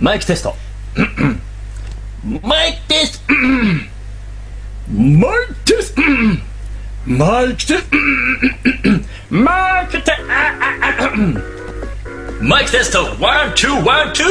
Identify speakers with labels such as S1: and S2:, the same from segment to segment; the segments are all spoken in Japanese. S1: マイクテスト。マイクテスト。マイクテスト。マイクテスト。マイクテスト。マイクテスト。ワン、ツー、ワン、ツー。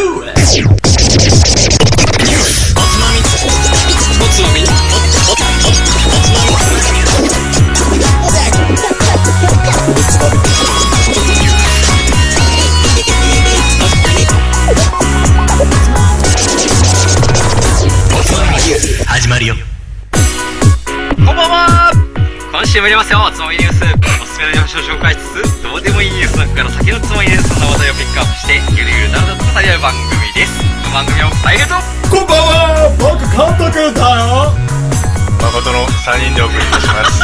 S2: 始まるよこんばんは今週もやりますよおつまみニュースおすすめの日本酒を紹介しつつどうでもいいニュースの中から先のつまみニュースの話題をピックアップしてゆるゆるだらだらと語り合う番組ですこの番組を伝える
S3: こ
S2: と
S3: んばんは僕監督だよ
S4: 誠の3人でお送りいたします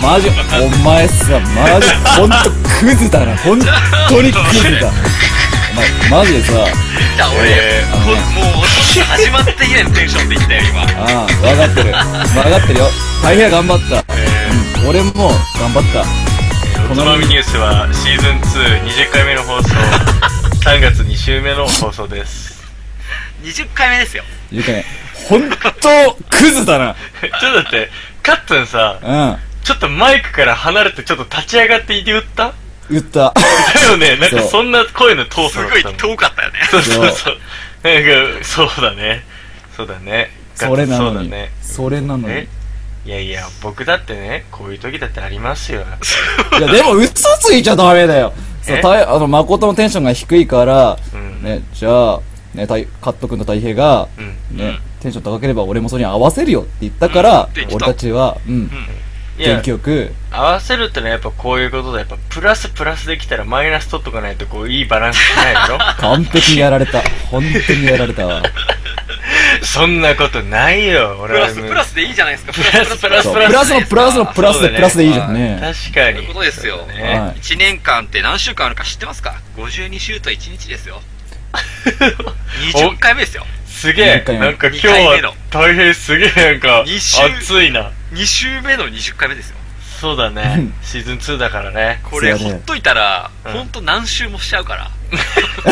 S3: マジお前さマジ本当クズだな本当にクズだお前マジでさ
S2: じゃあ俺、
S4: えー
S2: こもうおつまみ始まって以来のテンションで言ったよ今
S3: ああ分かってる分かってるよ大変頑張った
S4: え
S3: 俺も頑張った
S4: ーおつまみニュースはシーズン220回目 の放送3月2週目の放送です
S2: 20回目ですよ
S3: ゆうかね本当クズだな
S4: ちょっと待ってカッツンさ
S3: う
S4: ちょっとマイクから離れてちょっと立ち上がって言った
S3: ん打った
S4: だよねなんか
S3: そう
S4: そんな声の遠
S2: す
S4: さだっ
S2: ごい
S4: たもん
S2: 遠かったよね
S4: そうそうそうなんかそうだねそうだねカッツン
S3: それな
S4: そ
S3: の
S4: うだ
S3: に
S4: ね
S3: それなのに
S4: えいやいや僕だってねこういう時だってありますよ
S3: いや、でも嘘ついちゃダメだよ。そう、
S4: え
S3: たいあの、誠のテンションが低いから、
S4: うん
S3: ね、じゃあ、ね、たいカット君と大平が、
S4: うん
S3: ね、テンション高ければ俺もそれに合わせるよって言ったから、
S2: できた
S3: 俺たちは、うん、
S4: いや
S3: 元気よく、
S4: 合わせるってのはやっぱこういうことでやっぱプラスプラスできたらマイナス取っとかないとこういいバランスしないだろ
S3: 完璧にやられた。本当にやられた わ。
S4: そんなことないよ
S2: プ
S4: 俺は
S2: ラスプラスでいいじゃないですかプラスプ
S4: プ
S2: ラ
S4: ラ
S2: ス
S3: そ
S4: ス
S3: う
S2: プ
S3: プ
S2: ラス
S3: ラスのプラスのプラス
S4: そう
S3: で
S4: だね
S3: プラスでいいじゃんね。
S4: 確か
S2: そうい
S4: に
S2: うことですよ、
S4: ね
S3: はい
S2: 1年間って何週間あるか知ってますか52週と1日ですよ20回目ですよ
S4: すげ
S3: 二
S4: え
S3: 回目
S4: なんか今日
S2: 二回目の
S4: は大変すげえなんか
S2: 二週
S4: 熱いな
S2: 2週目の20回目ですよ
S4: そうだねシーズン2だからね
S2: これ
S3: そう
S2: ほ
S3: やね
S2: っといたら、
S4: うん
S2: ほんと何週もしちゃうから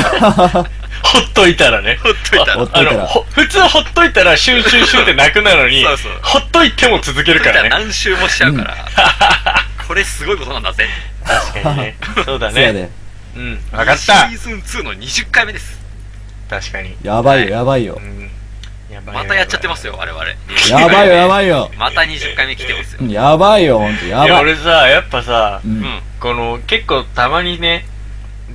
S4: ほっといたらね
S2: ほっといたら
S3: ほっといたら
S4: あのほ普通ほっといたらシュンシュンシュンってなくなるのに
S2: そうそう
S4: ほっといても続けるか
S2: ほ
S4: ら
S2: っといたら
S4: ね
S2: 何週もしちゃうから、これすごいことなんだぜ
S4: 確かにね そうだ
S3: そうや
S4: ね
S3: で。
S4: うん分かっ
S2: シ
S4: た
S2: ーズン2の20回目です
S4: 確かに
S3: やばいよ、やばいよ
S4: う。んやばいよ
S2: またやっちゃってますよ我々
S3: やばいよ、やばいよ。
S2: また20回目来てますよ
S3: うんやばいよ、ほんと、や
S4: いや
S3: ばい。
S4: 俺さやっぱさ、
S3: うん
S2: うん
S4: この結構たまにね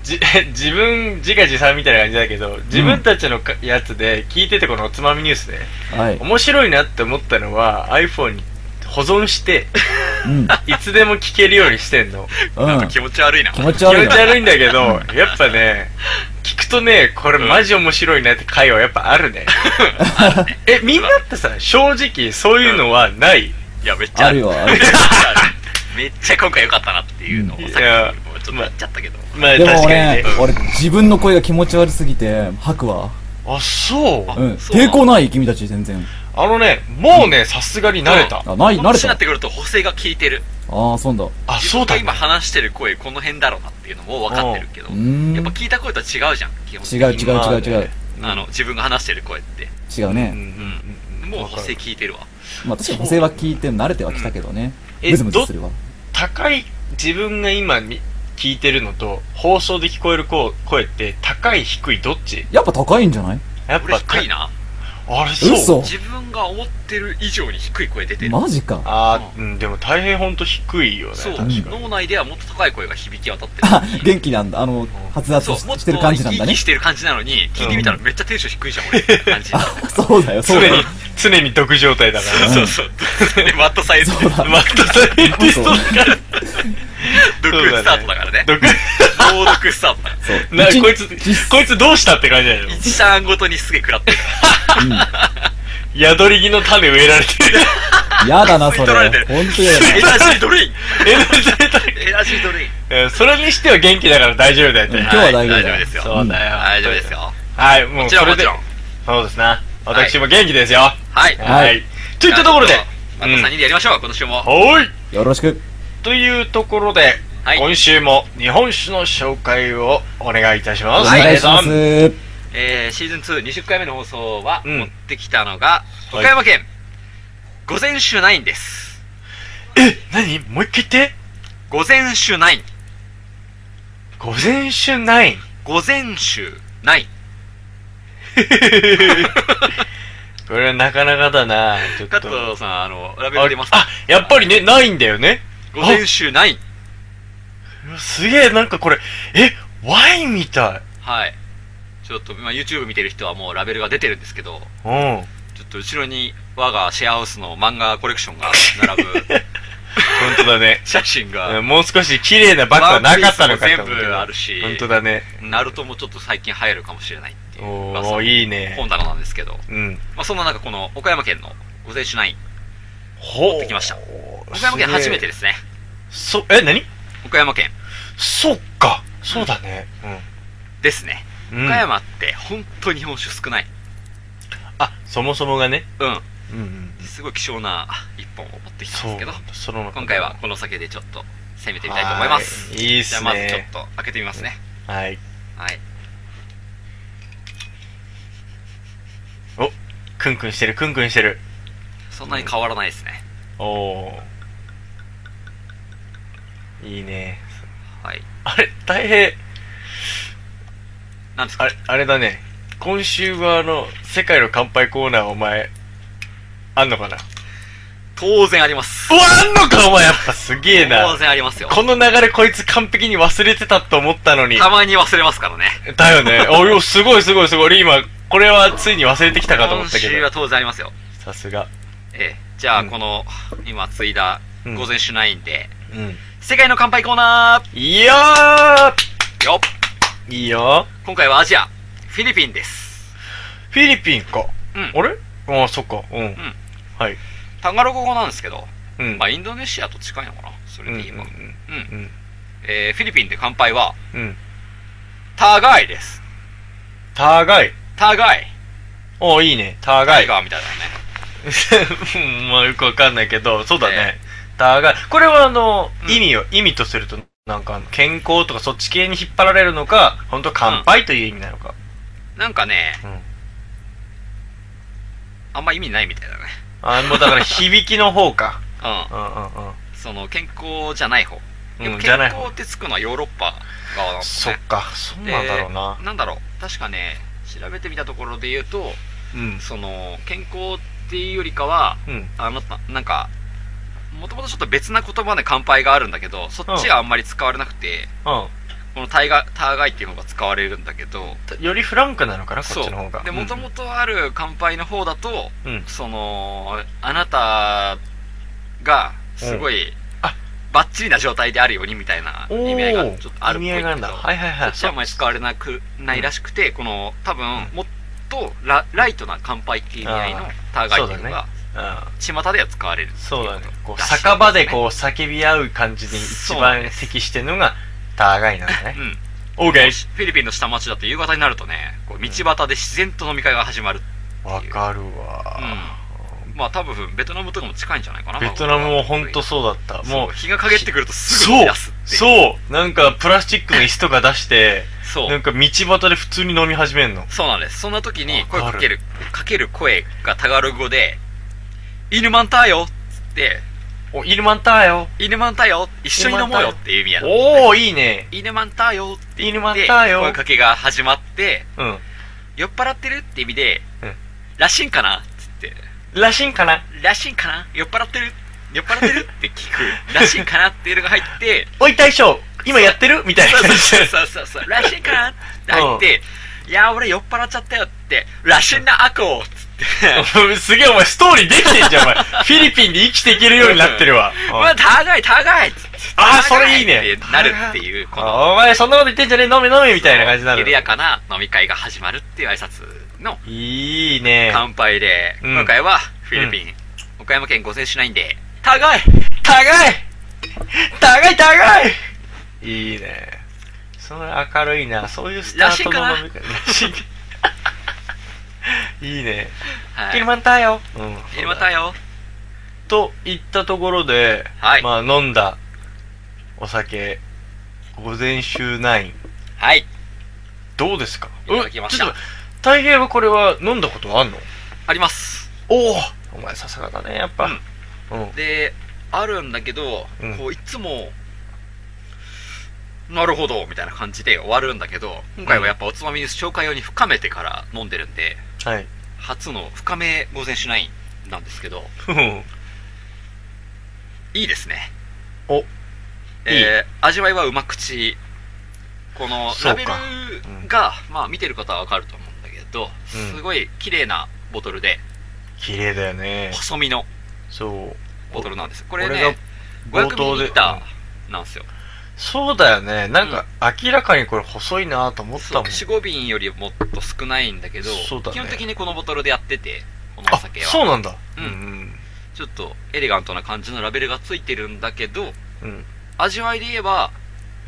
S4: じ 自分自画自賛みたいな感じだけど自分たちのかやつで聞いててこのおつまみニュースで
S3: はい。
S4: 面白いなって思ったのは iPhone に保 存して
S3: うん。
S4: いつでも聞けるようにしてんの
S3: う
S2: なん
S3: ん
S2: か。気持ち悪いな
S3: 気持ち
S4: 気持
S3: 悪い
S4: ち
S3: な。
S4: 悪いんだけどやっぱね聞くとねこれマジ面白いなって回はやっぱある ねえみんなってさ正直そういうのはない、
S2: いやめっちゃ
S3: あるよ、ある。
S2: めっちゃ今回良かったなっていうのをさっき
S4: いや
S2: もうちょっと言っちゃったけど、
S4: まあ
S3: で
S4: 確か
S3: も
S4: に
S3: ね
S4: ね、
S3: 俺、自分の声が気持ち悪すぎて、吐くわ。
S4: あそう
S3: うん。
S2: そうなの
S3: 抵抗ない、君たち、全然。
S4: あのね、もうね、さすがに慣れた。
S3: あ、ない、慣
S2: こ
S3: れ
S2: の年に
S3: た。
S2: なってくると補正が効いてる
S3: ああ、そうなんだ。
S4: あ、
S2: 自
S4: そう
S2: 分が
S4: だね。
S2: 今話してる声この辺だろうなっていうのも分かってるけど
S3: うーん。
S2: やっぱ聞いた声とは違うじゃん基本的
S3: 違
S2: に
S3: う、違う、違う、違う。
S2: あの自分が話してる声って
S3: 違う
S4: うん
S3: ね。
S4: うん
S2: もう補正
S4: わかる
S2: 聞いてるわ
S3: まあ、確かに補正は聞いて、慣れてはきたけどね。
S4: うんえ
S3: ムズムズするわ。
S4: 高い、自分が今み聞いてるのと、放送で聞こえる声声って、高い、低い、どっち
S3: やっぱ高いんじゃない
S4: やっ
S2: 俺
S4: ぱ、
S2: 低いな
S4: あれ、そう。
S3: 嘘
S2: 自分が思ってる以上に低い声出てる
S3: マジか。
S4: あー、うん、でも大変ほんと低いよね。
S2: そう
S4: 確
S3: に
S4: か
S2: 脳内ではもっと高い声が響き渡って
S3: あ
S2: る
S3: 元気なんだ。あの、発達
S2: そう
S3: し
S2: もっ
S3: し
S2: と
S3: てる感じな
S2: 生
S3: ん
S2: き
S3: だ
S2: 生
S3: ね
S2: き。してる感じなのに聞いてみたらめっちゃテンション低いじゃん俺 みたいな感じ
S3: そうだよ、そうだ
S4: 常
S3: よ
S4: に。、常に毒状態だか
S2: そうそうそうで マットサイズで
S4: ら。マットサイティストだから。
S2: 毒スタートだからね
S4: 毒、
S2: 猛毒スタートだから
S3: そう。
S4: な、
S3: 一
S4: こいつ、こいつどうしたって感じだよ。
S2: 一ターンごとにすげえ食らってるから
S4: 宿り木の種植えられて る。
S3: やだな、
S2: 吸い
S3: そ
S2: 取られ
S3: れ
S2: てる。
S3: ほんとやだ
S2: エナジード リン
S4: えだいたい
S2: クエナジードリンク
S4: えーそれにしては元気だから大丈夫だよね。
S3: 今日は大丈夫だよ
S2: 大丈夫ですよ
S4: そうだよ。
S2: 大丈夫ですよ。
S4: はい、も
S2: こ
S4: う
S2: ちら
S4: それ
S2: もち
S4: で
S2: ろん。
S4: そうですな。私も元気ですよ。は
S2: はい。
S3: はい
S4: い。といったところで、
S2: また3人でやりましょう、今週も。
S4: はーい。
S3: よ。よろしく。
S4: というところで、
S2: はい
S4: 今週も日本酒の紹介をお願いいたし
S3: お
S4: ます。
S3: 願いします。
S2: えーシーズン2、20回目の放送は、
S4: うん
S2: 持ってきたのが、
S4: はい
S2: 岡山県、午前酒ナインです。
S4: え、何もう一回言って。
S2: 午前酒ナイン。
S4: 午前酒ナイン。
S2: 午前酒ナイン。
S4: これはなかなかだなちょっと。
S2: 加藤さん、あの、ラベ
S4: あ
S2: ル出ます
S4: あ
S2: か、
S4: やっぱりね、ないんだよね。
S2: 午前酒ナイン。
S4: うわすげえ、なんかこれ、え、ワインみたい。
S2: はい。ちょっと、まあ、YouTube 見てる人はもうラベルが出てるんですけど、
S4: うん。
S2: ちょっと後ろに我がシェアハウスの漫画コレクションが並 ぶ
S4: 本当だね。
S2: 写真
S4: う
S2: が、
S4: んもう少し綺麗なバッグはなかったのか
S2: ワンピース
S4: と
S2: も
S4: 思っ
S2: 全部あ
S4: た
S2: るし
S4: 本当だね。
S2: ナルトもちょっと最近流行るかもしれないっていう
S4: お
S2: 噂の
S4: ー、いいね
S2: 本。棚なんですけど、
S4: うん。
S2: まあ、そんな中、この岡山県の午前酒ナイン、
S4: ほ
S2: ってきました
S4: 岡
S2: 岡山県初めてですね。
S4: そ、え、何
S2: 岡山県
S4: そっか。そうだね。
S2: ですね。
S4: うん。うん
S2: 岡。山って本当に日本酒少ない。
S4: あ、そもそもがね。
S2: うん。
S4: うんうん。
S2: すごい希少な一本を持ってきたん
S4: そ
S2: で
S4: う
S2: すけど、
S4: なんだ。その
S2: 今回はこの酒でちょっと攻めてみたいと思います。
S4: はーいいいっす
S2: じ
S4: ね
S2: ゃあまずちょっと開けてみますね。
S4: はい。
S2: はい。
S4: お、クンクンしてる、クンクンしてる。
S2: そんなに変わらないですね。
S4: おー。いいね。
S2: はい。
S4: あれ、大変。
S2: なんですか
S4: あれ、あれだね。今週はあの、世界の乾杯コーナーお前、あんのかな
S2: 当然あります。
S4: おあんのかお前やっぱすげえ
S2: 当
S4: な。
S2: 然ありますよ。
S4: この流れこいつ完璧に忘れてたと思ったのに。
S2: たまに忘れますからね。
S4: だよね。 およ、すごいすごいすごい。俺今、これはついに忘れてきたかと思
S2: 今
S4: ったけ
S2: 週は
S4: ど。
S2: 当然ありますよ。
S4: さすが。
S2: ええ。じゃあ、
S4: うん
S2: この、今継いだ
S4: うん
S2: 午前酒ナインで、
S4: うん。
S2: 世界の乾杯コーナ
S4: いや
S2: ーよっ
S4: ーいいよ。
S2: 今回はアジア、フィリピンです。
S4: フィリピンか。
S2: うん
S4: あれああ、そっか。うん。はい。
S2: タガログ語なんですけど、
S4: うん。
S2: まあ、インドネシアと近いのかなそれ
S4: うん。う
S2: で言
S4: ん
S2: えば。うん。
S4: うん。
S2: えーフィリピンで乾杯は、
S4: うん。
S2: タガイです。
S4: 高い。
S2: タガイ。
S4: おいいね。高
S2: タ
S4: い
S2: イ。ガーみたいなね。
S4: うん まあよくわかんないけど、そうだね
S2: え。
S4: 高い。これはあの、
S2: うん
S4: 意味を、意味とすると、なんかあの健康とかそっち系に引っ張られるのか、本当乾杯という意味なのか。
S2: なんかね、
S4: うん
S2: あんま意味ないみたいだね。
S4: あもうだから響きの方か。
S2: うん。
S4: うんうんうん。
S2: その健康じゃない方。でも
S4: じゃ
S2: 健
S4: ない
S2: 康
S4: 方
S2: っ。てつくのはヨーロッパ側なんです
S4: そっ
S2: ね。
S4: か、そうなんだろうな
S2: で。なんだろう。確かね、調べてみたところで言うと、
S4: うん。
S2: その、健康っていうよりかは、
S4: うん。
S2: あの、ななんか、もともとちょっと別な言葉で乾杯があるんだけど、そっちはあんまり使われなくて、
S4: う
S2: このタイガ、ターガイっていう方が使われるんだけど、
S4: ん。よりフランクなのかな、こっ
S2: そう
S4: ちの方が。。
S2: で、
S4: うん
S2: もともとある乾杯の方だと、
S4: うん。
S2: その、あなたが、すごい、
S4: あ
S2: バッチリな状態であるようにみたいな
S4: おー
S2: 意味合いがちょっとあるっぽい
S4: 意味合いがあるんだ。
S2: けど
S4: はいはい
S2: そ
S4: はい。
S2: っちはあんまり使われなくないらしくて、この、多分、もっとラライトな乾杯っていう意味合いの
S4: あー
S2: ターガイっていうのが、
S4: うん
S2: 巷では使われる。
S4: そうだね。こう、
S2: らしいですね
S4: 酒場でこう、叫び合う感じで一
S2: そうなん
S4: 番
S2: です
S4: 適してるのが、高いなんだ
S2: う
S4: ね。
S2: ん。
S4: オーケ
S2: フィリピンの下町だと夕方になるとね、こう道端で自然と飲み会が始まる。
S4: ー。わかる
S2: う
S4: わ。
S2: ん。まあ多分、ベトナムとかも近いんじゃないかな。
S4: ベトナムもほんと
S2: そ
S4: そうだった。
S2: う。
S4: もう、
S2: 日が陰ってくるとすぐ
S4: そう
S2: 出すっていう。
S4: そうなんかプラスチックの椅子とか出して、
S2: そう。
S4: なんか道端で普通に飲み始めんの。
S2: そうなんです。そんな時に
S4: わか
S2: 声
S4: る
S2: かける、かける声がタガログ語で、犬マンターよっつって、
S4: お、イルマンターよ。
S2: 犬マンターよ一緒に飲もうよっていう意味やの。
S4: おー、いいね。
S2: 犬マンターよって
S4: イル
S2: 言
S4: マ
S2: っ
S4: ン
S2: て、
S4: ターよ。
S2: 声かけが始まって、
S4: うん。
S2: 酔っ払ってるって意味で、
S4: うん
S2: らしいんかなっつって、
S4: らしいんかな
S2: らしいんかな酔っ払ってる酔っ払ってるって聞く。らしいんかなっていうのが入って、
S4: おい大将、今やってるみたいな
S2: そう
S4: 感じ
S2: そうそうそうそう、らしいんかなって入って、いやー俺酔っ払っちゃったよって、らしいなアコーっつって、
S4: で。 すげえお前ストーリーできてんじゃん、お前。 フィリピンで生きていけるようになってるわ。
S2: うわ、高い高いっつって
S4: あーそれいいね
S2: 高ってなるっていう、この、
S4: あお前そんなこと言ってんじゃねえ、飲め飲めみたいな感じになる。
S2: 緩やかな飲み会が始まるっていう挨拶の
S4: いいね。
S2: 乾杯で、
S4: うん
S2: 今回はフィリピン、岡山県五千市内で、高い
S4: 高い高い高いいいね。それ明るいな。そういうスタートの飲み方。らしいかいいね。
S2: は
S4: キ
S2: い。
S4: ルマンターよ。うん。
S2: 入れまたよ。
S4: と言ったところで、
S2: はい
S4: まあ飲んだお酒、午前酒ナイン、
S2: はい。
S4: どうですか
S2: いただきました
S4: うちょっと大芸はこれは飲んだことあんの
S2: あります。
S4: おおお前さすがだね、やっぱ。うん。
S2: で、あるんだけど、
S4: うん
S2: こう、いつも、なるほど、みたいな感じで終わるんだけど、今回はやっぱおつまみニュース紹介用に深めてから飲んでるんで、
S4: はい。
S2: 初の深め午前しないなんですけど、いいですね。
S4: お
S2: えー味わいはうま口。この
S4: そ
S2: ラ
S4: う
S2: ベ
S4: か
S2: ルが、まあ見てる方はわかると思うんだけど、
S4: うん
S2: すごい綺麗なボトルで、
S4: 綺麗だよね。
S2: 細身の
S4: そう。
S2: ボトルなんです。こ
S4: こ
S2: れね、
S4: 俺が
S2: 500ミ
S4: 冒頭
S2: リ
S4: で
S2: リッターなんですよ。
S4: そうだよね。なんか、明らかにこれ細いなと思ったもん。
S2: 4、5瓶よりもっと少ないんだけど、
S4: そうだね
S2: 基本的にこのボトルでやってて、このお
S4: あ
S2: 酒、
S4: そ
S2: は。
S4: うなんだ。
S2: うん
S4: ん。
S2: ちょっとエレガントな感じのラベルがついてるんだけど、
S4: うん。
S2: 味わいで言えば、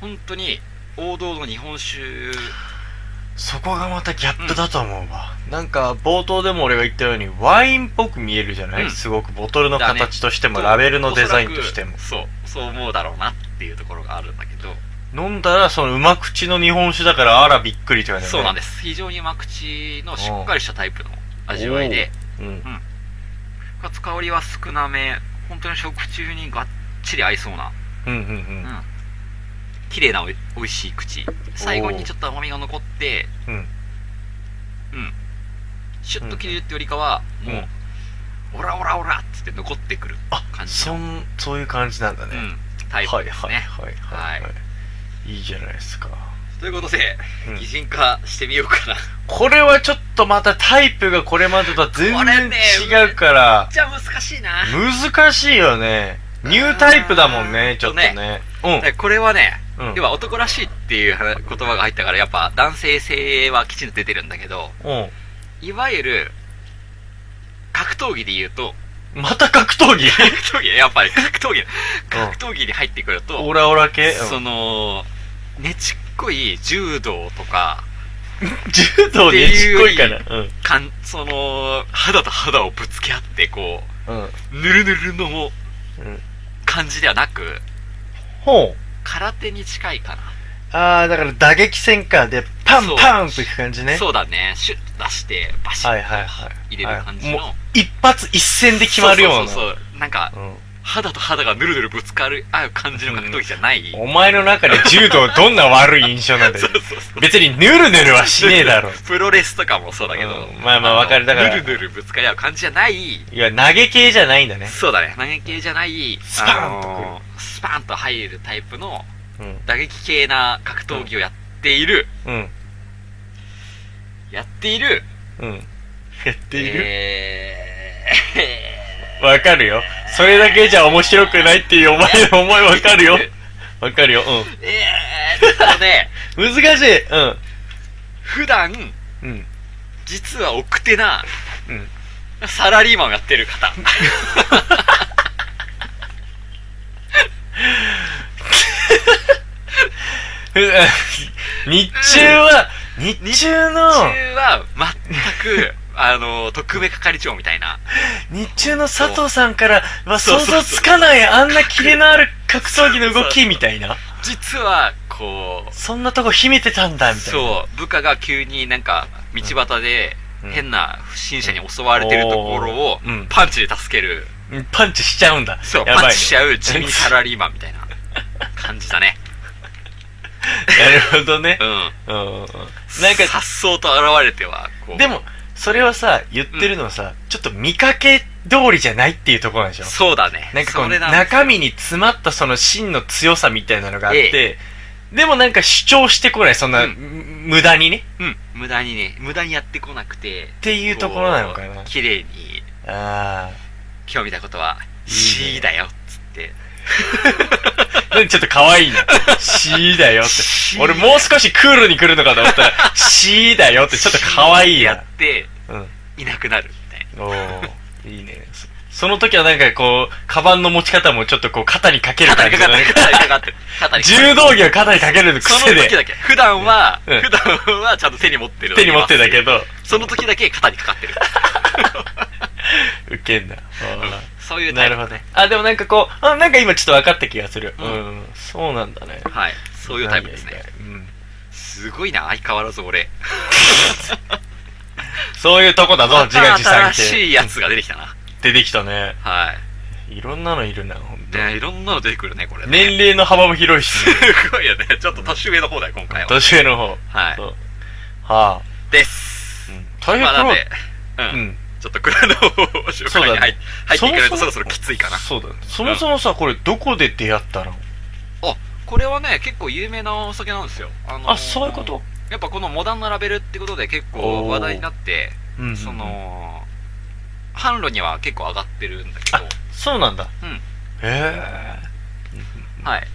S2: 本当に王道の日本酒
S4: そこがまたギャップだと思うわ。なんか、冒頭でも俺が言ったように、ワインっぽく見えるじゃない、
S2: うん
S4: すごく、ボトルの
S2: だね
S4: 形としても、ラベルのデザインとしても
S2: お。そらくそうそう思うだろうなっていうところがあるんだけど、
S4: 飲んだら、その、うま口の日本酒だから、あらびっくりって感じだ
S2: そう
S4: よ
S2: なん
S4: ね。
S2: です非常に甘口のしっかりしたタイプの味わいで
S4: そうなんで
S2: かつ香りは少なめ本当に食中にがっちり合いそうな
S4: す。うん。うんうん
S2: 綺麗なおい美味しい口最後にちょっと甘みが残って
S4: うん。うん。
S2: シュッと切れるってよりかは、
S4: うん
S2: もうオラオラオラっつって残ってくる
S4: あ、
S2: 感じ
S4: そん、そういう感じなんだ
S2: う
S4: ね。
S2: ん、タイプ
S4: はい
S2: です
S4: はい
S2: ね、
S4: はいはい。、
S2: はい
S4: いじゃないですか。
S2: ということで
S4: うん
S2: 擬人化してみようかな
S4: これはちょっとまたタイプがこれまでとは全
S2: これ
S4: 然
S2: ね
S4: 違うか ら、
S2: じゃあ難しいな
S4: 難しいよね。ニュータイプだもんね、ちょっとね。
S2: でこれはね、
S4: うん
S2: 要は男らしいっていう話言葉が入ったからやっぱ男性性はきちんと出てるんだけど
S4: うん。うん。
S2: いわゆる格闘技で言うと
S4: また格闘技
S2: 格闘技やっぱり格闘技格闘技に入ってくると、
S4: オラオラ系う
S2: そ
S4: ん
S2: のねちっこい柔道とか
S4: 柔道でちっこいから。うん。
S2: かんその肌と肌をぶつけ合ってこ
S4: うん。
S2: うぬるぬるの
S4: うん
S2: 感じではなく
S4: ほう。
S2: 空手に近いかな
S4: あー、だから打撃戦かで、パン
S2: そう
S4: パンといく感じね。
S2: そうだねシュッと出してバシッ
S4: はい
S2: と
S4: はいはい。
S2: 入れる感じの
S4: はいもう、一発一戦で決まるよ
S2: そ
S4: うな。
S2: うそうそうそうなんか
S4: うん
S2: 肌と肌がぬるぬるぶつかるあう感じの格闘技じゃない、
S4: お前の中で柔道どんな悪い印象なん だ
S2: そ
S4: よ
S2: う。そうそう
S4: 別にヌルヌルはしねえだろ。
S2: プロレスとかもそうだけど、
S4: うんまあまあわかるだから
S2: ぬるぬるぶつかり合う感じじゃない
S4: いや、投げ系じゃないんだね。
S2: そうだね投げ系じゃない
S4: スパーンと
S2: あのースパーンと入るタイプの
S4: うん。
S2: 打撃系な格闘技をやっている、
S4: うん。
S2: やっている
S4: うん。やっている
S2: え
S4: わ、かるよ。それだけじゃ面白くないっていうお前 の思いわかるよ。わかるよ。
S2: ー、えー、っとね
S4: うん。難しい。うん。
S2: 普段
S4: うん。
S2: 実は奥手な
S4: うん。
S2: サラリーマンをやってる方
S4: 日中は、日中の、
S2: 中は全くあのー特命係長みたいな
S4: 日中の佐藤さんからは
S2: そう
S4: 想
S2: そうそう
S4: 像つかないあんなキレのあ る格闘技の動きみたいな。
S2: 実はこう
S4: そんなとこ秘めてたんだ、みたいな。
S2: そう部下が急になんか道端で
S4: うん
S2: 変な不審者に襲われてるところを
S4: うん
S2: パンチで助ける、
S4: うん。パンチしちゃうんだ。
S2: そう
S4: や
S2: パン
S4: ばい
S2: チしち
S4: ね、
S2: ゃう地味サラリーマンみ たいな感じだね
S4: なるほどね
S2: う。ん
S4: うんうんうん。
S2: な
S4: なんん
S2: か
S4: か
S2: さっそうと現れてはこう
S4: でも、それはさ、言ってるのはさ、ちょっと見かけ通りじゃないっていうところなんでしょ
S2: そうだね
S4: なんかこ、
S2: そうれなんですよ
S4: 中身に詰まったその芯の強さみたいなのがあって、でもなんか主張してこない、そんな、
S2: うん
S4: む無駄にね。
S2: うん無駄にね無駄にやってこなくてっ
S4: っていうところなのかな。
S2: 綺麗に
S4: あ
S2: 今日見たことは「C だよ」っつって
S4: あ。なんでちょっと可愛いな。C だよって。
S2: C
S4: 俺もう少しクールに来るのかと思った ら、C だよってちょっと可愛い
S2: や
S4: や
S2: っ。て
S4: うん。
S2: いなくなるみたいな
S4: おー、いいね。そその時はなんかこう、カバンの持ち方もちょっとこう肩にかける
S2: 肩
S4: 感
S2: にかか
S4: じの
S2: って
S4: ね
S2: る肩にかかってる肩にかかってる
S4: 柔道着を肩にかける
S2: そ
S4: 癖
S2: の 時
S4: で
S2: だけ。普段は、
S4: うん
S2: 普段はちゃんと手に持ってるの
S4: 手に持ってたけど、
S2: その時だけ肩にかかってる。
S4: ウケんな。
S2: そういうタ
S4: な
S2: イプ
S4: る。ほどね。あ、でもなんかこう、あ、なんか今ちょっと分かった気がする。
S2: う
S4: うんん。そうなんだね。
S2: はい。そういうタイプですね。
S4: うん。
S2: すごいな、相変わらず俺。
S4: そういうとこだぞ、自画自賛
S2: 新
S4: 系。
S2: しいやつが出てきたな。
S4: 出てきたね。
S2: はい。
S4: いろんなのいるな、ほんと。
S2: で、いろんなの出てくるね、これ、ね。
S4: 年齢の幅も広いし
S2: す、ごいよね。ちょっと年上の方だよ、今回は。
S4: 年上の方。
S2: はい
S4: そうはあ。
S2: です。
S4: 大変
S2: まあ、な
S4: こ
S2: ん
S4: の
S2: で、うん。
S4: うん。
S2: ちょっと蔵の方を紹介に入,、入っていかないとそろそろきついかな。
S4: そうだね。そもそもさ、これどこで出会ったの
S2: あ、これはね、結構有名なお酒なんですよ。あのー
S4: あ、そういうこと
S2: やっぱこのモダンなラベルってことで結構話題になって、
S4: うん
S2: そ、の、販路には結構上がってるんだけ
S4: あ
S2: ど、、
S4: そうなんだ。
S2: うん
S4: へえ。
S2: はい。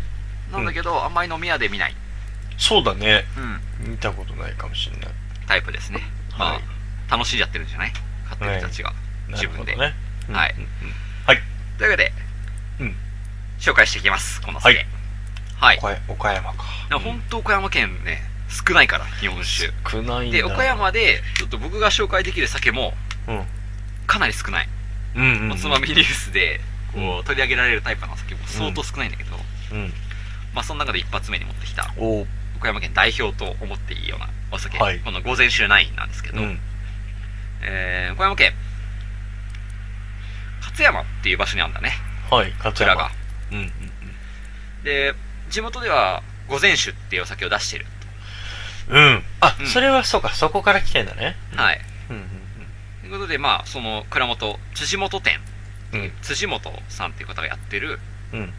S2: なんだけど、あんまり飲み屋で見ない、
S4: そうだね。
S2: うん、
S4: 見たことないかもしれない。
S2: タイプですね。
S4: は
S2: ま
S4: い
S2: あ、楽しいやってるんじゃない買ってる人たちが。自分で
S4: なるほどね。
S2: はい
S4: うんうんうん。
S2: というわけで、
S4: うん
S2: 紹介していきます、この酒。
S4: はい
S2: はい。
S4: 岡山岡山か。
S2: いや本当岡山県ね、少ないから、日本酒。
S4: 少ないんだ。
S2: で、岡。山で、ちょっと僕が紹介できる酒も、
S4: うん。
S2: かなり少ない。
S4: うんうんうん。
S2: おつまみニュースで、こう、取り上げられるタイプのお酒も相当少ないんだけど、
S4: うん。
S2: まあ、その中で一発目に持ってきた、
S4: おう。
S2: 岡山県代表と思っていいようなお酒。
S4: はい
S2: この午前酒ナインなんですけ
S4: う
S2: ど、
S4: ん。
S2: えー、岡山県、勝山っていう場所にあるんだね、
S4: はい、勝
S2: 蔵
S4: 山
S2: が。。
S4: うんうんうん。
S2: で、地元では、午前酒っていうお酒を出してる。
S4: うん。あ
S2: う、ん
S4: それはそうか、そこから来てんだね。
S2: はい。
S4: うんうん
S2: ということで、まあ、その、蔵元、辻元店、
S4: うん。うん。
S2: 辻元さんっていう方がやってる、
S4: うん。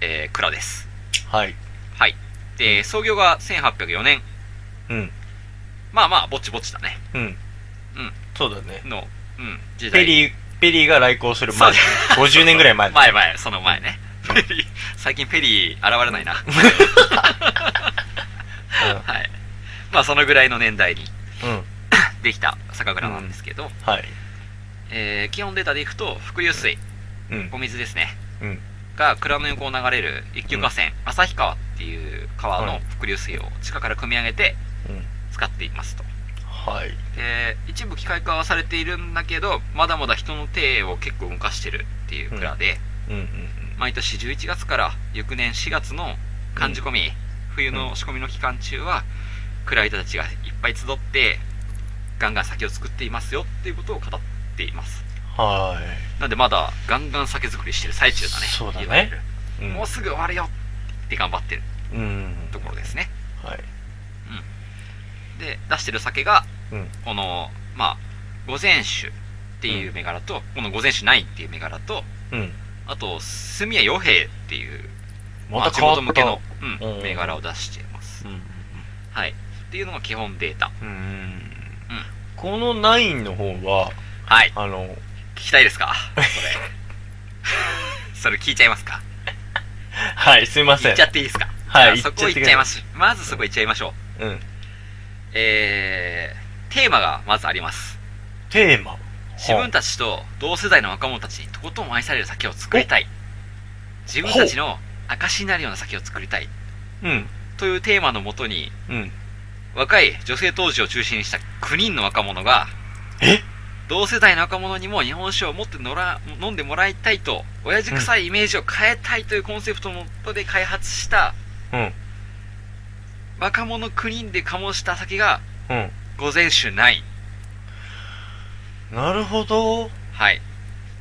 S2: えー、蔵です。
S4: はい。
S2: はい。で、創業が1804年。
S4: うん。
S2: まあまあ、ぼちぼちだね。
S4: うん。うん。そうだね。
S2: の、うん、時代。
S4: ペリー、ペリーが来航する前。
S2: そう
S4: 50年ぐらい 前。
S2: 前前、その前ね。ペリー、最近ペリー現れないな。はい。まあ、そのぐらいの年代に
S4: うん。うん。
S2: できた酒蔵なんですけど、
S4: はい。
S2: えー、基本データでいくと、伏流水、
S4: うん
S2: お。水ですね。
S4: うん。
S2: が蔵の横を流れる一級河川、旭川っていう川
S4: は
S2: の
S4: い
S2: 伏流水を地下から汲み上げて
S4: うん。
S2: 使っていますと。
S4: はい。
S2: で、一部機械化はされているんだけど、まだまだ人の手を結構動かしてるっていう蔵で、
S4: うんうん
S2: 毎年11月から翌年4月の寒仕込み、冬の仕込みの期間中は、蔵人たちがいっぱい集って、ガンガン酒を作っていますよっていうことを語っています。
S4: うん。は
S2: なんでまだガンガン酒造りしてる最中だね。
S4: そうだね
S2: いわゆる
S4: い。うん
S2: もうすぐ終わるよって頑張ってる
S4: うん。
S2: ところですね。
S4: はい。
S2: で、出してる酒が、
S4: うん。
S2: この、まあ、午前酒っていう銘柄と、この午前酒9っていう銘柄と、
S4: うん。
S2: あと、住谷洋平っていう、
S4: また
S2: 地
S4: 変わった
S2: 元向けの、う
S4: うん
S2: ん、銘柄を出しています。
S4: うん。
S2: はい。っていうのが基本データ。
S4: うん。このナインの方は、
S2: はい。
S4: あの、
S2: 聞きたいですかそ れ。それ聞いちゃいますか
S4: はい、すいませ
S2: 言
S4: ん
S2: っち。ゃっていいですか
S4: はい
S2: じゃあそこ
S4: 言
S2: 行っ
S4: っちゃってください
S2: ちゃいます。まずそこ行っちゃいましょう。
S4: うん。
S2: えー、テーマがまずあります。
S4: テーマ。
S2: 自分たちと同世代の若者たちにとことん愛される酒を作りたい自分たちの証になるような酒を作りたい
S4: うん。
S2: というテーマのもとに
S4: うん。
S2: 若い女性当時を中心にした9人の若者が
S4: え
S2: 同世代の若者にも日本酒を持ってのら飲んでもらいたいと親父臭いイメージを変えたいというコンセプトのもとで開発した
S4: うん。
S2: 若者9人で醸した酒が
S4: うん。
S2: 午前酒ない
S4: なるほど。
S2: はい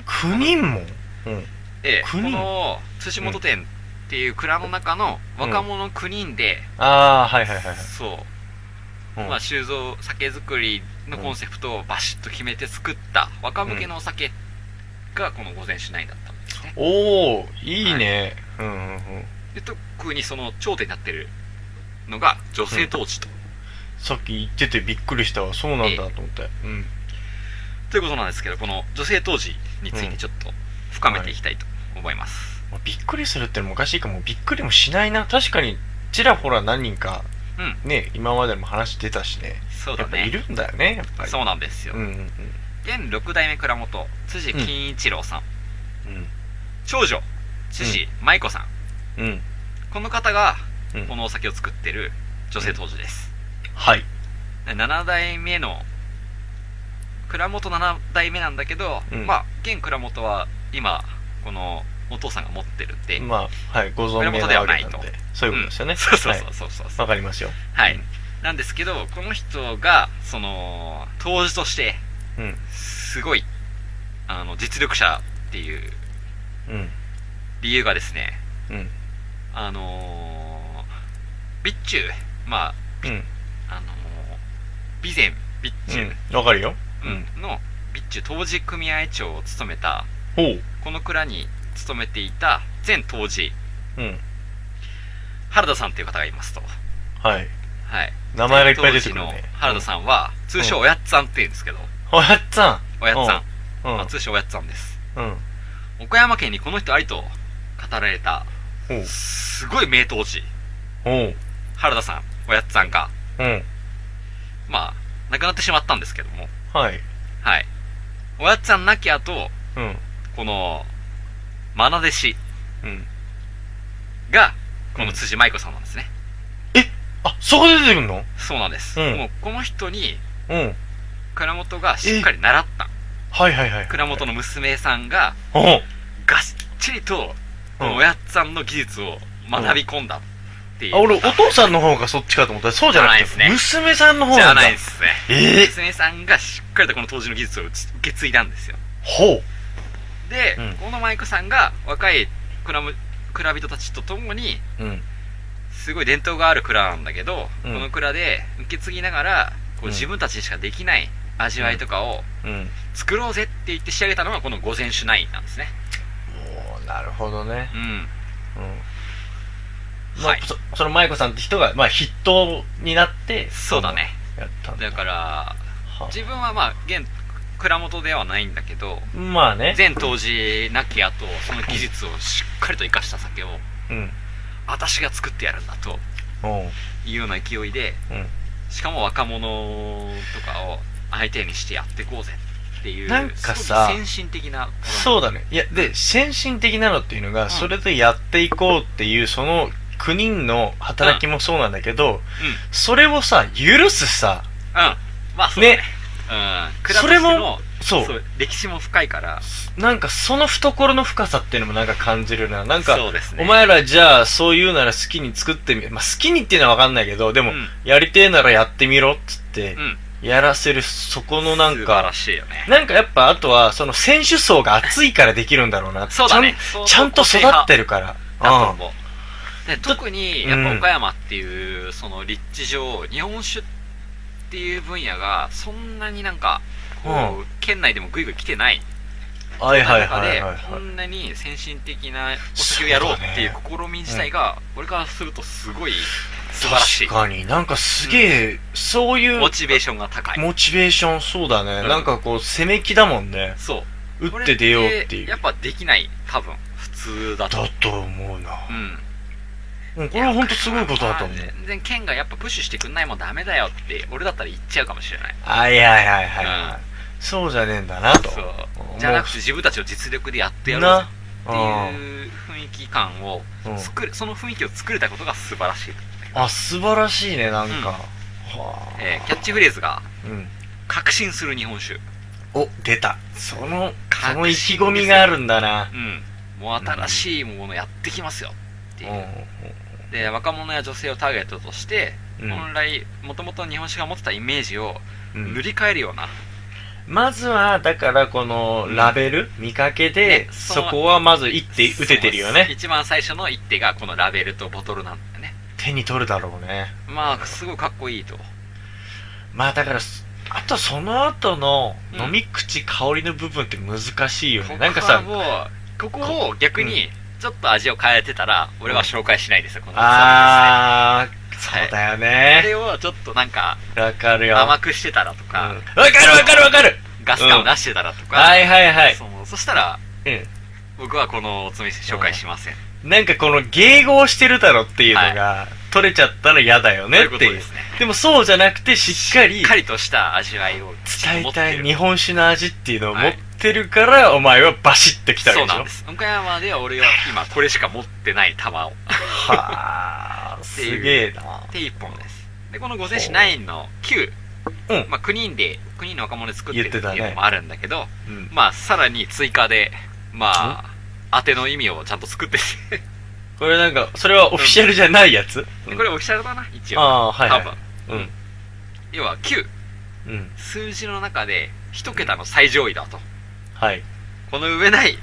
S4: 9人もうん。
S2: でこ
S4: 9人
S2: の辻元店っていう蔵の中の若者9人で、
S4: ああ、はいはいはいはい。
S2: そう
S4: うん
S2: まあ、酒造酒造りのコンセプトをバシッと決めて作った若向けのお酒がこの午前酒内だったんですね、
S4: おおいいね。うんうんうん。
S2: で特にその頂点になってるのが女性統治と、
S4: さっき言っててびっくりしたわ。そうなんだと思って。うん。
S2: ということなんですけどこの女性統治についてちょっと深めていきたいと思います、
S4: まあびっくりするってのもおかしいかも。びっくりもしないな。確かに、ちらほら何人か、ね、今までも話出たしね。
S2: そう
S4: や
S2: だ
S4: っぱい
S2: ね
S4: るんだよね、やっぱり。
S2: そうなんですよ、
S4: うんうん
S2: 現6代目蔵元辻金一郎さん、
S4: うん。
S2: 長女辻舞子さん、
S4: うん。うん。
S2: この方が
S4: うん
S2: このお酒を作ってる女性当時です、
S4: はい。
S2: 7代目の蔵元7代目なんだけど、
S4: うん
S2: まあ現蔵元は今このお父さんが持ってるんで、
S4: まあ、はい、ご存命なわけな
S2: これも
S4: ん
S2: そうでは
S4: で
S2: な。
S4: そういうことですよね。
S2: そうそう
S4: は
S2: そ
S4: いう
S2: そうそう
S4: わかりますよ。
S2: はい、なんですけど、この人が、その、当時として、
S4: うん。
S2: すごい、あの、実力者っていう
S4: うん。
S2: 理由がですね、
S4: うん。
S2: あのー、備中、まあ、
S4: うん。
S2: あのー、備前備中、
S4: うん。わかるよ。
S2: うんの備中当時組合長を務めた、
S4: ほう。
S2: この蔵に勤めていた前当時、
S4: うん。
S2: 原田さんという方がいますと。
S4: はい。
S2: はい。
S4: 名前がいっぱい出てくる
S2: 前
S4: ね
S2: 当時。の原田さんは、通称おやっさんって言うんですけど、
S4: うん。おやっさ
S2: おやっさん、
S4: ん。うん
S2: まあ、。通称おやっさんです。
S4: うん。
S2: 岡山県にこの人ありと語られた、
S4: ほう。
S2: すごい名当時、
S4: ほう。
S2: 原田さん、おやっさんが、
S4: うん。
S2: まあ、亡くなってしまったんですけども、
S4: はい。
S2: はい。おやっさん亡き後、
S4: うん。
S2: この、まな弟子
S4: うん。
S2: が、この辻舞子さんなんですね。
S4: あ、そこで出てくんの
S2: そうなんです。
S4: うん
S2: もう、この人に、
S4: うん。
S2: 蔵元がしっかり習った。
S4: はいはいはい。
S2: 蔵元の娘さんが、
S4: ほう。
S2: がっちりと、このおやっさんの技術を学び込んだっていう。
S4: あ、俺、お父さんの方がそっちかと思ったら、そうじゃなくて、
S2: じゃないです
S4: 娘さんの方
S2: じゃ
S4: な
S2: あ
S4: んだ。
S2: ないですね。
S4: ええ
S2: 娘さんがしっかりとこの当時の技術を受け継いだんですよ。
S4: ほう。
S2: で、
S4: うん
S2: この舞子さんが若い蔵む蔵人たちと共に、
S4: うん。
S2: すごい伝統がある蔵なんだけど、
S4: うん
S2: この蔵で受け継ぎながらこ
S4: う
S2: うん自分たちにしかできない味わいとかを
S4: うん。
S2: 作ろうぜって言って仕上げたのがこの御前酒ナインなんですね
S4: おーなるほどね。
S2: うん
S4: うん。まあ、
S2: はい
S4: そその舞子さんって人が、まあ、筆頭になって、
S2: そうだね。
S4: やったんだ。
S2: だから
S4: は
S2: 自分はまあ現蔵元ではないんだけど
S4: まあね。
S2: 前当時亡き後その技術をしっかりと生かした酒を
S4: うん。
S2: 私が作ってやるんだと
S4: おう。
S2: いうような勢いで
S4: うん。
S2: しかも若者とかを相手にしてやっていこうぜっていう
S4: なんかさ
S2: すごい先進的な
S4: そうだね。いや、で、先進的なのっていうのが、それでやっていこうっていう、その9人の働きもそうなんだけど、
S2: うん
S4: それをさ、許すさ、
S2: うん。まあ、そうだね
S4: ね。
S2: うん。
S4: そ
S2: そ
S4: れ
S2: れ
S4: も
S2: も、
S4: そう
S2: そう。歴史も深いから。
S4: なんかその懐の深さっていうのもなんか感じるな。なんか、
S2: そうですね。
S4: お前らじゃあそういうなら好きに作ってみ、まあ好きにっていうのはわかんないけど、でも、
S2: うん
S4: やりてえならやってみろっつって
S2: う、ん。
S4: やらせる、そこのなん
S2: 素晴ら
S4: か、
S2: しいよね。
S4: なんかやっぱあとは、その選手層が熱いからできるんだろうな。
S2: そうだね
S4: ちゃんちゃんと育ってるから。
S2: だと
S4: うん
S2: 思う。で特に、
S4: うん
S2: やっぱ岡山っていう、その立地上、日本酒っていう分野が、そんなになんか、こう、県内でもぐいぐい来てない
S4: はいはい
S2: 中
S4: はいはい
S2: で
S4: はい、
S2: こんなに先進的なお酒をやろうっていう
S4: そう
S2: 試み自体が、俺からするとすごい素晴らしい。
S4: 確かになんかすげえ、そういう
S2: モチベーションが高い。
S4: モチベーションそうだね、
S2: うん
S4: なんかこう攻め気だもんね
S2: そう。
S4: 打って出ようっ
S2: こ
S4: て
S2: れ
S4: いう
S2: やっぱできない、多分。普通だと。
S4: だと思うな、
S2: うん。
S4: うん、これは本当すごいことだと思う
S2: まあ全然県がやっぱプッシュしてくんないもんダメだよって、俺だったら言っちゃうかもしれない。
S4: はいはいはいはい、
S2: うん
S4: そうじゃねえんだなと
S2: そう
S4: 思う。
S2: じゃなくて自分たちを実力でやってやろうぜ
S4: な
S2: っていう雰囲気感を
S4: うん
S2: 作る、その雰囲気を作れたことが素晴らしいと思ってる。
S4: あ素晴らしいねなんか、
S2: うん
S4: はあ、
S2: えーキャッチフレーズが、
S4: うん
S2: 確信する日本酒。
S4: お出たその
S2: 確信
S4: その意気込みがあるんだな
S2: うん。もう新しいものやってきますよっていう。で、若者や女性をターゲットとして、
S4: うん
S2: 本来、もともと日本酒が持ってたイメージを
S4: うんうん
S2: 塗り替えるような、
S4: まずは、だから、この、ラベル、見かけで、
S2: ね
S4: そこはまず一手打ててるよ
S2: そう
S4: ね。
S2: 一番最初の一手がこのラベルとボトルなんだよね
S4: 手に取るだろうね。
S2: まあすごいかっこいいと
S4: まあ、だから、あとその後の、
S2: うん
S4: 飲み口、香りの部分って難しいよ
S2: ここ
S4: ね。
S2: は
S4: なんかさ、
S2: もうここを逆にちょっと味を変えてたら俺は紹介しないですよこのあ
S4: あー、そうだよ
S2: こ
S4: ね。
S2: れをちょっとなんか
S4: わかるよ。
S2: 甘くしてたらと
S4: うん
S2: か
S4: わ、かるわかるわかる
S2: ガス感を出してたらとか、
S4: はいはいはい。
S2: そのそしたら
S4: う
S2: 僕はこのおつみ紹介しません
S4: ん。なんかこの、迎合してるだろっていうのが、取れちゃったら嫌だよ
S2: とい
S4: ね
S2: うこと
S4: ってい
S2: で
S4: う
S2: す。ね
S4: でもそうじゃなくて、しっかり
S2: しっ、かりとした味わいを
S4: 伝
S2: 持
S4: え
S2: ったて
S4: い
S2: る
S4: 日本酒の味っていうのを持
S2: はい
S4: ってるから、お前はバシッと来たわけ
S2: そう
S4: でしょ
S2: なんです岡山では俺は今これしか持ってない玉を
S4: はあ
S2: ていう
S4: すげえな
S2: で1本ですでこの御前市9の9、
S4: うん
S2: まあ、9人で9人の若者で作ってるってい
S4: 言ってた
S2: う
S4: ね
S2: のもあるんだけど、
S4: うん
S2: まあさらに追加でまあ当ての意味をちゃんと作ってて
S4: これなんかそれはオフィシャルじゃないやつ、
S2: でこれオフィシャルだな一応
S4: ああはいはい
S2: 多分
S4: うん。
S2: 要は9。
S4: うん。
S2: 数字の中で一桁の最上位だと。
S4: はい。
S2: この上ない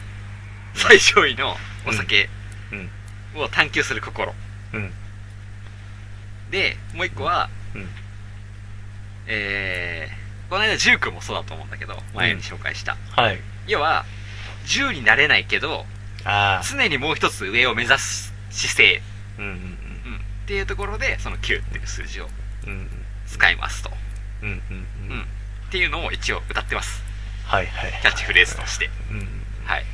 S2: 最上位のお酒
S4: うん。
S2: を探求する心。
S4: うん。
S2: で、もう一個は、
S4: うん
S2: えー、この間19もそうだと思うんだけど、前に紹介した。
S4: はい。
S2: 要は、10になれないけど、
S4: ああ。
S2: 常にもう一つ上を目指す姿勢、
S4: うんうん
S2: うん、っていうところで、その9っていう数字を
S4: うん。うん
S2: 使いますと。
S4: うんうんうん
S2: う。
S4: うん
S2: っ
S4: ん。
S2: ていうのを一応歌ってます。
S4: はいはい。
S2: キャッチフレーズとして。
S4: うん。
S2: はい。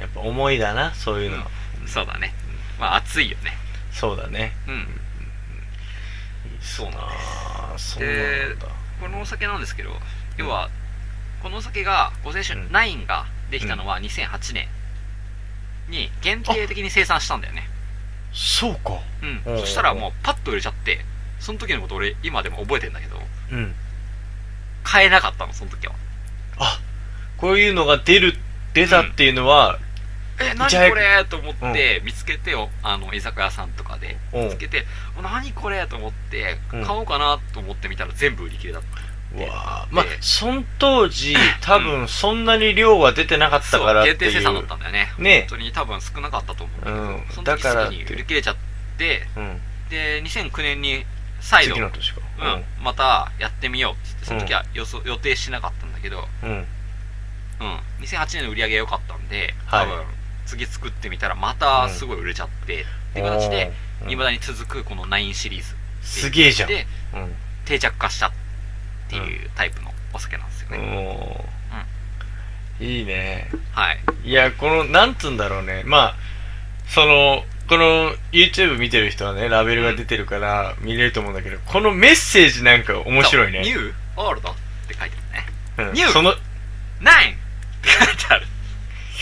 S4: やっぱ思いだな、そういうの。
S2: そうだね。まあ、熱いよね。
S4: そうだね。
S2: うん。そうなんです
S4: ああ、そう
S2: で
S4: なんだ。
S2: このお酒なんですけど、要は、このお酒が、ご清酒
S4: うん
S2: 9ができたのは2008年に限定的に生産したんだよね。
S4: そうか。
S2: う
S4: お
S2: ん。
S4: う
S2: そしたらもうパッと売れちゃって、その時のこと俺今でも覚えてんだけど、
S4: うん。
S2: 買えなかったの、その時は。
S4: あ、こういうのが出る、出たっていうのは、
S2: え、
S4: い
S2: 何
S4: ち早く
S2: これと思って、見つけて、おあの、居酒屋さんとかで
S4: うん
S2: 見つけて、お何これと思って、買
S4: うん
S2: おうかなと思ってみたら全部売り切れだった。
S4: うわー
S2: で
S4: まあ、その当時、多分そんなに量は出てなかったから
S2: そう
S4: っ
S2: 限
S4: て
S2: 定
S4: い
S2: 生産だっ
S4: う。
S2: たんだよね。
S4: ね
S2: 本当に多分少なかったと思うんだけど、
S4: うん
S2: その
S4: だ
S2: 時
S4: から
S2: すでに売り切れちゃって、
S4: うん。
S2: で、2009年に再度、
S4: 次
S2: う
S4: の
S2: ん、
S4: 年か。
S2: またやってみようって言って、その時は予想、予定してなかったんだけど、
S4: うん。うん。
S2: うん、2008年の売り上げが良かったんで、
S4: は
S2: 多
S4: い
S2: 分、次作ってみたらまたすごい売れちゃって、っていう形で、
S4: おー、
S2: 未
S4: うん
S2: だに続くこの9シリーズ
S4: すげえじゃん。
S2: で
S4: うん。
S2: 定着化したっていうタイプのお酒なんですよね。
S4: おーいいね。
S2: はい。
S4: いや、この、なんつうんだろうね。まあ、その、この YouTube 見てる人はね、ラベルが出てるから見れると思うんだけど、このメッセージなんか面白いね。
S2: ニューオールドって書いてあるね。
S4: うん
S2: ニュー
S4: その、
S2: ナインって書いてある。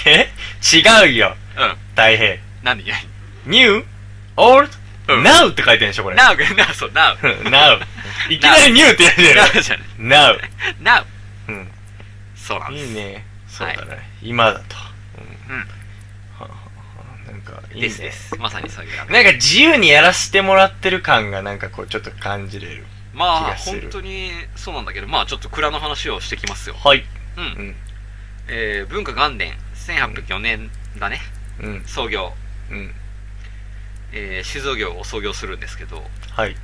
S4: え違うよ、
S2: うん。
S4: 大平。
S2: 何何
S4: new, old,
S2: うん
S4: now って書いてるでしょ、これ。
S2: ナウ が、ナウ、そう、ナウ。
S4: うん now。いきなり new ってやるじゃ
S2: ナ
S4: な
S2: ウじゃない。
S4: い。now。
S2: ナウ。
S4: うん
S2: そうなんです。
S4: いいね。そうだね。今だと。うん
S2: うん
S4: はあはあはあなんか、いいね。
S2: ですです。まさにそういうラベル
S4: なんか自由にやらせてもらってる感がなんかこうちょっと感じれる。
S2: ま
S4: 気
S2: あ、
S4: がす
S2: 本
S4: る
S2: 当にそうなんだけど、まあちょっと蔵の話をしてきますよ。
S4: はい。
S2: う。
S4: うんん。
S2: えー、文化元年、1804年だね。
S4: うん。
S2: 創業。
S4: うん。
S2: えー、酒造業を創業するんですけど、
S4: はい。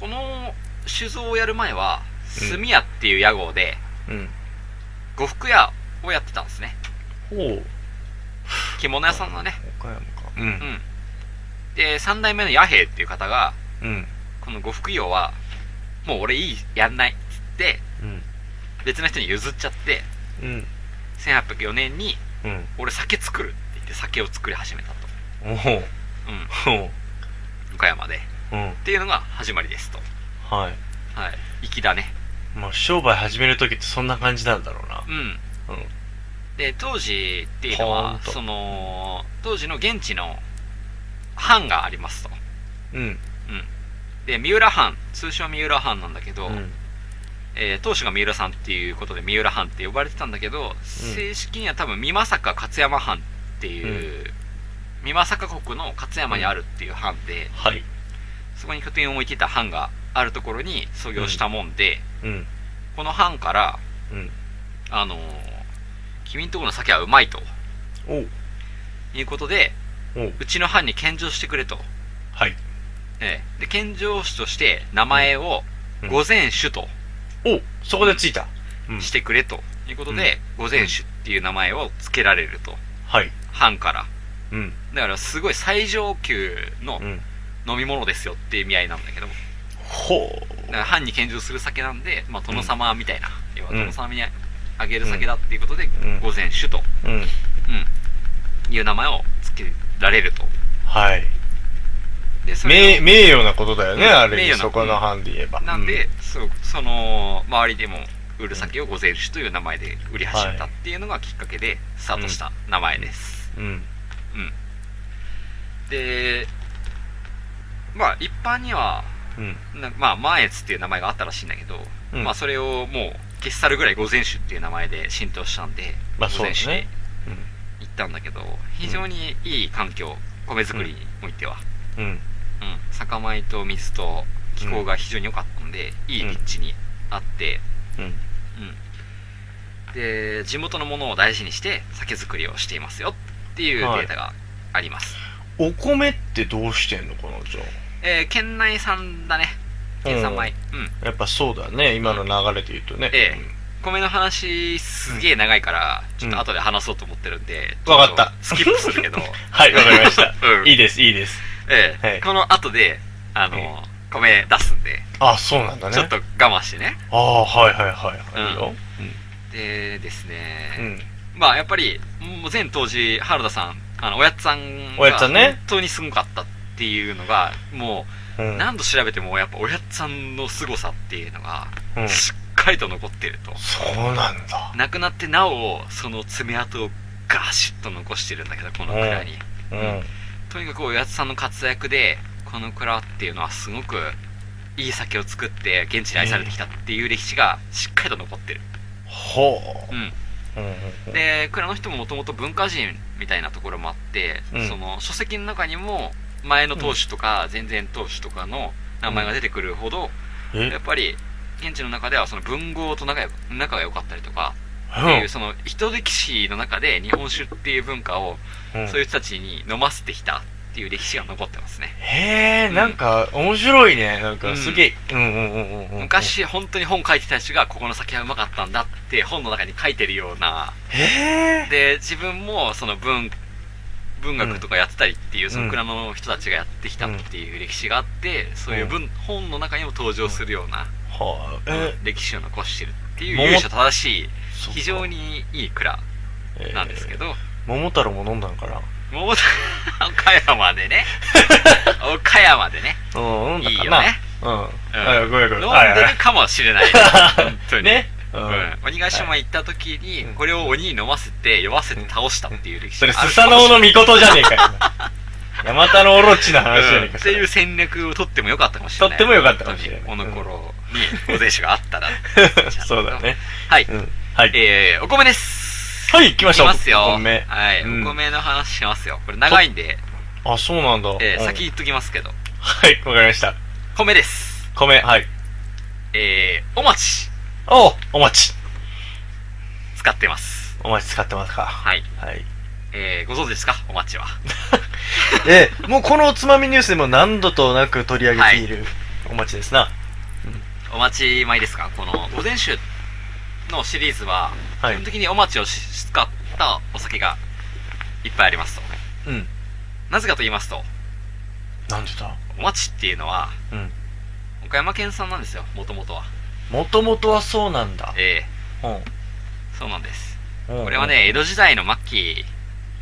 S2: この酒造をやる前は、炭屋っていう屋号で、
S4: うん。
S2: 呉服屋をやってたんですね。
S4: ほう。
S2: 着物屋さんだね。
S4: 岡山か。う。
S2: うんん。で、三代目の弥平っていう方が、
S4: うん。
S2: この呉服業は、もう俺いい、やんないっつって、
S4: うん。
S2: 別の人に譲っちゃって、
S4: うん。
S2: 1804年に、
S4: うん。
S2: 俺酒作るって言って酒を作り始めたと。
S4: おほう。
S2: うん。
S4: ほ
S2: 岡山で。
S4: う。うん。
S2: っていうのが始まりですと。
S4: はい。
S2: はい。粋だね。
S4: まあ商売始めるときってそんな感じなんだろうな。
S2: うん。
S4: うん。
S2: で、当時っていうの
S4: ほん
S2: は、
S4: と
S2: その、当時の現地の藩がありますと。
S4: うん。
S2: で、三浦藩、通称三浦藩なんだけど、
S4: うん。
S2: えー当主が三浦さんっていうことで三浦藩って呼ばれてたんだけど、正式には多分三政か勝山藩っていう、三政国の勝山にあるっていう藩で、
S4: はい。
S2: そこに拠点を置いていた藩があるところに創業したもんで、
S4: うん。
S2: この藩から、
S4: うん。
S2: あのー君んとこの酒はうまいと
S4: おう。
S2: いうことで、
S4: おう。
S2: うちの藩に献上してくれと。
S4: はい。
S2: ええで、献上酒として名前を
S4: うん
S2: 御前酒と
S4: おう。そこでついた。うん
S2: してくれということで、御前酒っていう名前を付けられると。
S4: はい。
S2: 藩から。
S4: うん。
S2: だからすごい最上級の
S4: うん。
S2: 飲み物ですよっていう意味合いなんだけど、だか
S4: ほ
S2: ら藩に献上する酒なんで、まあ、殿様みたいな、要は
S4: うん
S2: 殿様にあげる酒だっていうことで、
S4: うん
S2: 御前酒と
S4: う。うん。
S2: いう名前を付けられると。
S4: はい。
S2: で、そ
S4: 名
S2: れを
S4: 名誉なことだよね、
S2: うん
S4: あ
S2: 名
S4: れ
S2: 誉
S4: に
S2: な
S4: そこの班で言えば。
S2: なんで、そうその、周りでも売る酒を御前酒という名前で売り始めたっていうのがきっかけでスタートした名前です。
S4: うん、うん。
S2: で、まあ一般には、
S4: うん。
S2: なまあ、満越っていう名前があったらしいんだけど、
S4: うん
S2: まあそれをもう消し去るぐらい御前酒っていう名前で浸透したんで、
S4: まあ
S2: 御前酒
S4: そうだ
S2: で
S4: ねう
S2: 行ったんだけど、非常にいい環境、米作りにおいては、
S4: ん。うん。
S2: うん、酒米と水と気候が非常に良かったので、いい立地にあって、
S4: うん。
S2: うん、で地元のものを大事にして酒造りをしていますよっていうデータがあります、
S4: お米ってどうしてんのかな、じゃ
S2: えー県内産だね県産米うん、
S4: あ。やっぱそうだね、今の流れで言うとね。
S2: え米の話すげえ長いからちょっと後で話そうと思ってるんで、
S4: うんわかった
S2: スキップす るけど
S4: はい、わかりました。
S2: うん
S4: いいです、いいです。
S2: ええ
S4: はい
S2: この後であの、
S4: え
S2: 米出すんで、
S4: あ、そうなんだね。
S2: ちょっと我慢してね
S4: ああ、はいはいはい。
S2: うん
S4: いいよ。
S2: でですね、
S4: うん。
S2: まあやっぱりもう全当時原田さんあのおやつさん
S4: おや
S2: が
S4: っさんね
S2: 本当にすごかったっていうのがも
S4: う。
S2: うん何度調べてもやっぱおやつさんの凄さっていうのが
S4: うん
S2: しっかりと残ってると、
S4: そうなんだ。
S2: 亡くなってなおその爪痕をガシッと残してるんだけどこの蔵に、
S4: うん。
S2: とにかくおやつさんの活躍でこの蔵っていうのはすごくいい酒を作って現地で愛されてきたっていう歴史がしっかりと残ってる
S4: ほ
S2: うん
S4: う。うん。うんうん
S2: で蔵の人ももともと文化人みたいなところもあって、
S4: うん
S2: その書籍の中にも前の当主とか前々当主とかの名前が出てくるほど、や
S4: え
S2: っぱり現地の中ではその文豪と仲よ仲が良かったりとかっていう、
S4: う
S2: その人歴史の中で日本酒っていう文化を
S4: ん。
S2: そういう人たちに飲ませてきたっていう歴史が残ってますね、
S4: へえ、なんか、面白いね。なんか、すげえ。うんうんうんうんうん。。
S2: 昔本当に本書いてた人がここの酒はうまかったんだって本の中に書いてるような
S4: へえ。
S2: で自分もその文文学とかやってたりっていう、その蔵の人たちがやってきたっていう歴史があって、そういう文、本の中にも登場するような、
S4: はあ。え、
S2: 歴史を残してるっていう
S4: 桃
S2: 由緒正しい
S4: そっか
S2: 非常にいい蔵なんですけ。
S4: えー
S2: ど、
S4: 桃太郎も飲んだのかな
S2: 桃 太岡山で ね岡山でね
S4: うん、飲んだ
S2: いい
S4: か
S2: よ
S4: な
S2: ね
S4: うん。あごめんご
S2: 飲
S4: め
S2: ん
S4: ん。
S2: で
S4: はいはい
S2: るかもしれない本当に
S4: ね。う
S2: うん
S4: ん。
S2: 鬼ヶ島行った時に
S4: はい
S2: これを鬼に飲ませて酔わせて倒したっていう歴史
S4: それ、
S2: がある
S4: スサノオの御事じゃね えかよ。ヤマタのオロチの話じゃね
S2: う
S4: え
S2: ん
S4: か。
S2: っ
S4: そ
S2: て
S4: れ
S2: いう戦略を取ってもよかったかもしれない。
S4: 取ってもよかったかもしれない。
S2: 本当にこの頃に、お弟子があったら
S4: そうだね。
S2: はい。
S4: うん。はい。
S2: えー、お米です。
S4: はい、来ました。
S2: いきますよ。
S4: お米。
S2: はい、
S4: うん
S2: お米の話しますよ。これ長いんで、
S4: あ、そうなんだ。
S2: え
S4: う
S2: ー、
S4: ん
S2: 先。言っときますけど。
S4: はい、わかりました。
S2: 米です。
S4: 米、はい。
S2: えー、お餅、
S4: おうお待ち。
S2: 使ってます。
S4: お待ち使ってますか。
S2: はい。
S4: はい。
S2: えー、ご存知ですかお餅は。
S4: ええ、もうこのおつまみニュースでも何度となく取り上げているお待ちですな。
S2: お餅米ですかこの、午前酒のシリーズは、
S4: はい
S2: 基本的にお餅をし使ったお酒がいっぱいありますと。
S4: うん。
S2: なぜかと言いますと、
S4: なんでだ
S2: お待ちっていうのは
S4: うん。
S2: 岡山県産なんですよもともとは
S4: もともとはそうなんだ。
S2: ええ
S4: うん。
S2: そうなんです
S4: こ
S2: これは、ね江戸時代の末期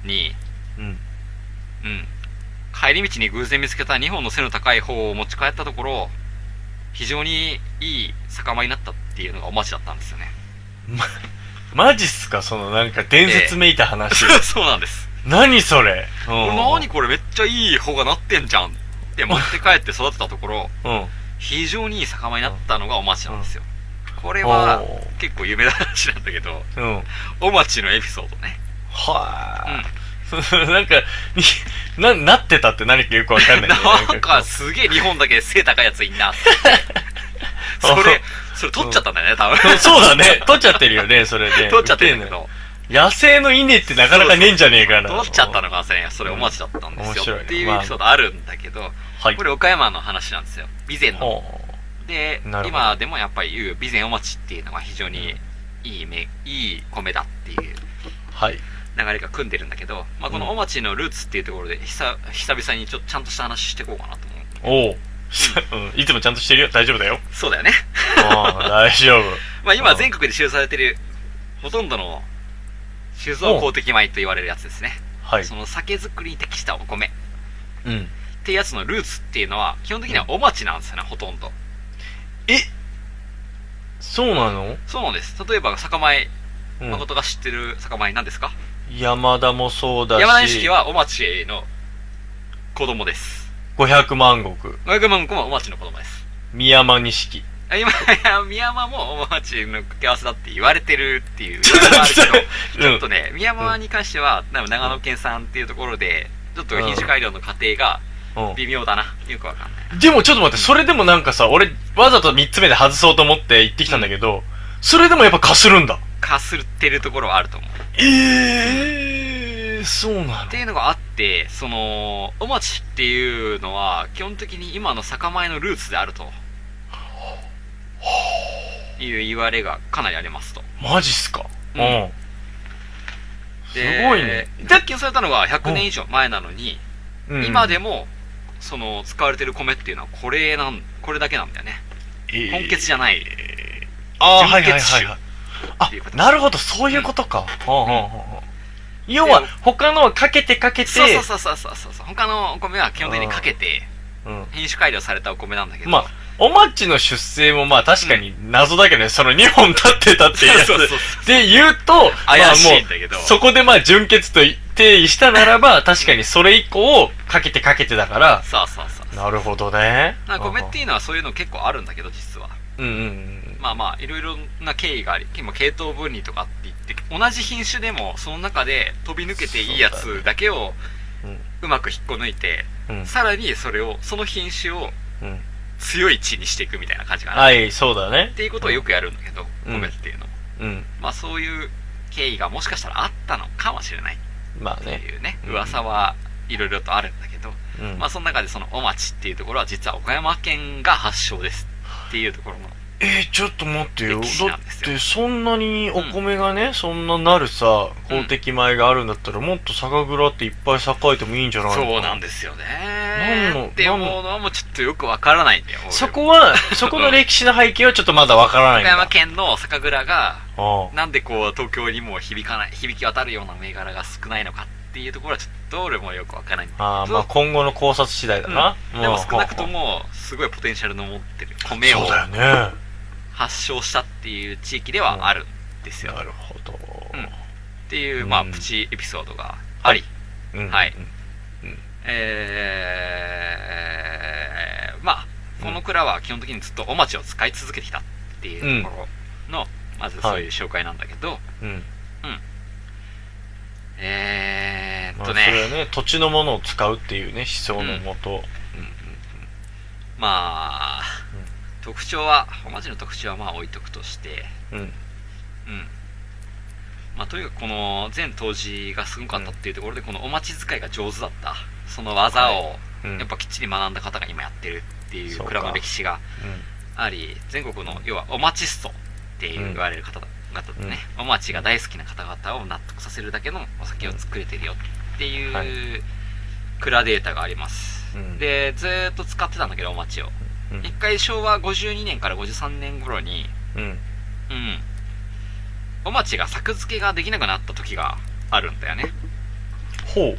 S2: に
S4: うん。
S2: うん帰り道に偶然見つけた2本の背の高い方を持ち帰ったところ非常にいい酒米になったっていうのがお待ちだったんですよね
S4: マジっすかそのなんか伝説めいた話。
S2: そうなんです
S4: 何それう
S2: これ
S4: ん
S2: 何これめっちゃいい方がなってんじゃんって持って帰って育てたところ
S4: うん。
S2: 非常にいい酒米になったのがお待ちなんですよこれ
S4: お
S2: は
S4: ー
S2: 結構有名な話なんだけど
S4: うん。
S2: お待ちのエピソードね
S4: はぁ。なん か、にな、なってたって何かよくわかんな いね。
S2: なん
S4: こう
S2: かすげえ日本だけで背高いやついん なってそれそれ取っちゃったんだよね多分
S4: そうそうだね。取っちゃってるよね、それで。
S2: 取っちゃってんだけど
S4: 野生の稲ってなかなかねえんじゃねえかな。
S2: 取っちゃったのかもしれないそれお待ちだったんですよ
S4: 面白いね
S2: っていうエピソードあるんだけど
S4: はい。
S2: これ岡山の話なんですよ備前の
S4: ほう
S2: で
S4: なるほど
S2: 今でもやっぱり言う備前お待ちっていうのが非常にいいめいい米だっていう
S4: はい。
S2: 流れが組んでるんだけど、まあ、このお待ちのルーツっていうところで久久々にちょっとちゃんとした話していこうかなと思う
S4: おう。うんいつもちゃんとしてるよ。大丈夫だよ。
S2: そうだよね
S4: うん大丈夫。
S2: まあ
S4: う
S2: 今
S4: ん
S2: 全国で使用されてるほとんどの酒造公的米と言われるやつですね、
S4: はい
S2: そ。の酒造りに適したお米っ
S4: うん。
S2: てやつのルーツっていうのは基本的にはお待ちなんですよねほとんど
S4: そうなの
S2: そうなんです例えば酒米
S4: うん
S2: 誠が知ってる酒米なんですか、
S4: 山田もそうだし。
S2: 山田錦はお待ちの子供です
S4: 500万石。
S2: 五百万個もお待ちの子供です
S4: 三山錦。
S2: あ今宮山もお待ちの掛け合わせだって言われてるっていうちょっとあるけど
S4: う
S2: ちょっとね、宮山に関しては、多分長野県産っていうところで、ちょっと品種改良の過程が
S4: うん
S2: 微妙だな。よくわかんない。
S4: でもちょっと待って、それでもなんかさ、俺、わざと3つ目で外そうと思って行ってきたんだけど、それでもやっぱかするんだ。
S2: かすってるところはあると思う。っ
S4: ええー、そうなの
S2: ていうのがあって、その、お町っていうのは、基本的に今の酒米のルーツであると。いう言われがかなりありますと。
S4: マジっすか
S2: うん
S4: うん。すごいね。
S2: 発見されたのが100年以上前なのに、
S4: うん
S2: 今でも、その、使われてる米っていうのはこれなん、これだけなんだよね。本血じゃない。
S4: ああ、はい
S2: 純
S4: はい
S2: 血
S4: はい
S2: 種
S4: はい。
S2: っていうこ
S4: あ、
S2: と
S4: なるほど、そういうことか。うんうんうんうん要は
S2: で、
S4: 他のはかけてかけて、
S2: そうそうそうそうそうそう。他のお米は基本的にかけて、
S4: うん
S2: 品種改良されたお米なんだけど。
S4: まあ、おまっちの出生もまあ確かに謎だけどね、その2本立ってたっていうやつ
S2: そうそうそう
S4: で言うと、
S2: 怪しいんだけど
S4: まあもうそこでまあ純血と定義したなら ば、確かにそれ以降、かけてかけてだから、
S2: そうそうそうそう。
S4: なるほどね。
S2: なんか米っていうのはそういうの結構あるんだけど、実は。
S4: うんうんうん。
S2: まあまあ、いろいろな経緯があり、今、系統分離とかって言って、同じ品種でも、その中で飛び抜けていいやつだけを
S4: そうだね、
S2: うまく引っこ抜いて、
S4: うん
S2: さらにそれを、その品種を
S4: うん。
S2: 強い地にしていくみたいな感じかな。
S4: はい、そうだね
S2: っ。ていうことをよくやるんだけど、
S4: うん
S2: 米っていうの。
S4: うん。
S2: まあそういう経緯がもしかしたらあったのかもしれないっ
S4: まあ
S2: て
S4: ね。
S2: いうね、
S4: うん
S2: 噂はいろいろとあるんだけど、
S4: うん。
S2: まあその中でそのお町っていうところは実は岡山県が発祥ですっていうところの、
S4: えー、ちょっと待ってよ。
S2: 歴史
S4: だ
S2: な
S4: っ
S2: んですよ
S4: て、そんなにお米がね、そんななるさ、公的米があるんだったら、もっと酒蔵っていっぱい栄えてもいいんじゃないのか
S2: そうなんですよね
S4: んの
S2: っていうものはもうちょっとよくわからないんだよ。
S4: そこは、そこの歴史の背景はちょっとまだわからない
S2: 岡
S4: んだ。
S2: 山県の酒蔵が、
S4: ああ
S2: なんでこう東京にも響かない、響き渡るような銘柄が少ないのかっていうところはちょっと俺もよくわからないんだけど。
S4: ああ、まあ今後の考察次第だな。
S2: でも少なくとも、すごいポテンシャルの持ってる米
S4: そ
S2: を
S4: うだよね。
S2: 発祥したっていう地域ではあるんですよ。
S4: な
S2: っ
S4: るほど。
S2: ていう、まあ、
S4: うん
S2: プチエピソードがあり、
S4: うん
S2: はいえー、まあ、この蔵は基本的にずっとお町を使い続けてきたっていうところの、まずそういう紹介なんだけど、
S4: うん。
S2: えー
S4: ま
S2: っ
S4: あ
S2: と
S4: そ
S2: ね、
S4: れはね、土地のものを使うっていうね、思想のもと。
S2: まあ、
S4: うん
S2: 特徴は、お町の特徴はまあ置いとくとして、
S4: うん。
S2: うん。まあ、とにかくこの前当時がすごかったっていうところで、このお待ち使いが上手だった。その技を、
S4: うん。
S2: やっぱきっちり学んだ方が今やってるってい
S4: そううか
S2: 蔵の歴史があり、全国の、要はお待ちストって言われる方々だね、お待ちが大好きな方々を納得させるだけのお酒を作れてるよって
S4: はい
S2: いう蔵データがあります。
S4: うん
S2: で、ずーっと使ってたんだけど、お待ちを。
S4: うん
S2: 一回昭和52年から53年頃に、
S4: うん。うん。
S2: うん。お待ちが作付けができなくなった時があるんだよね。
S4: ほう。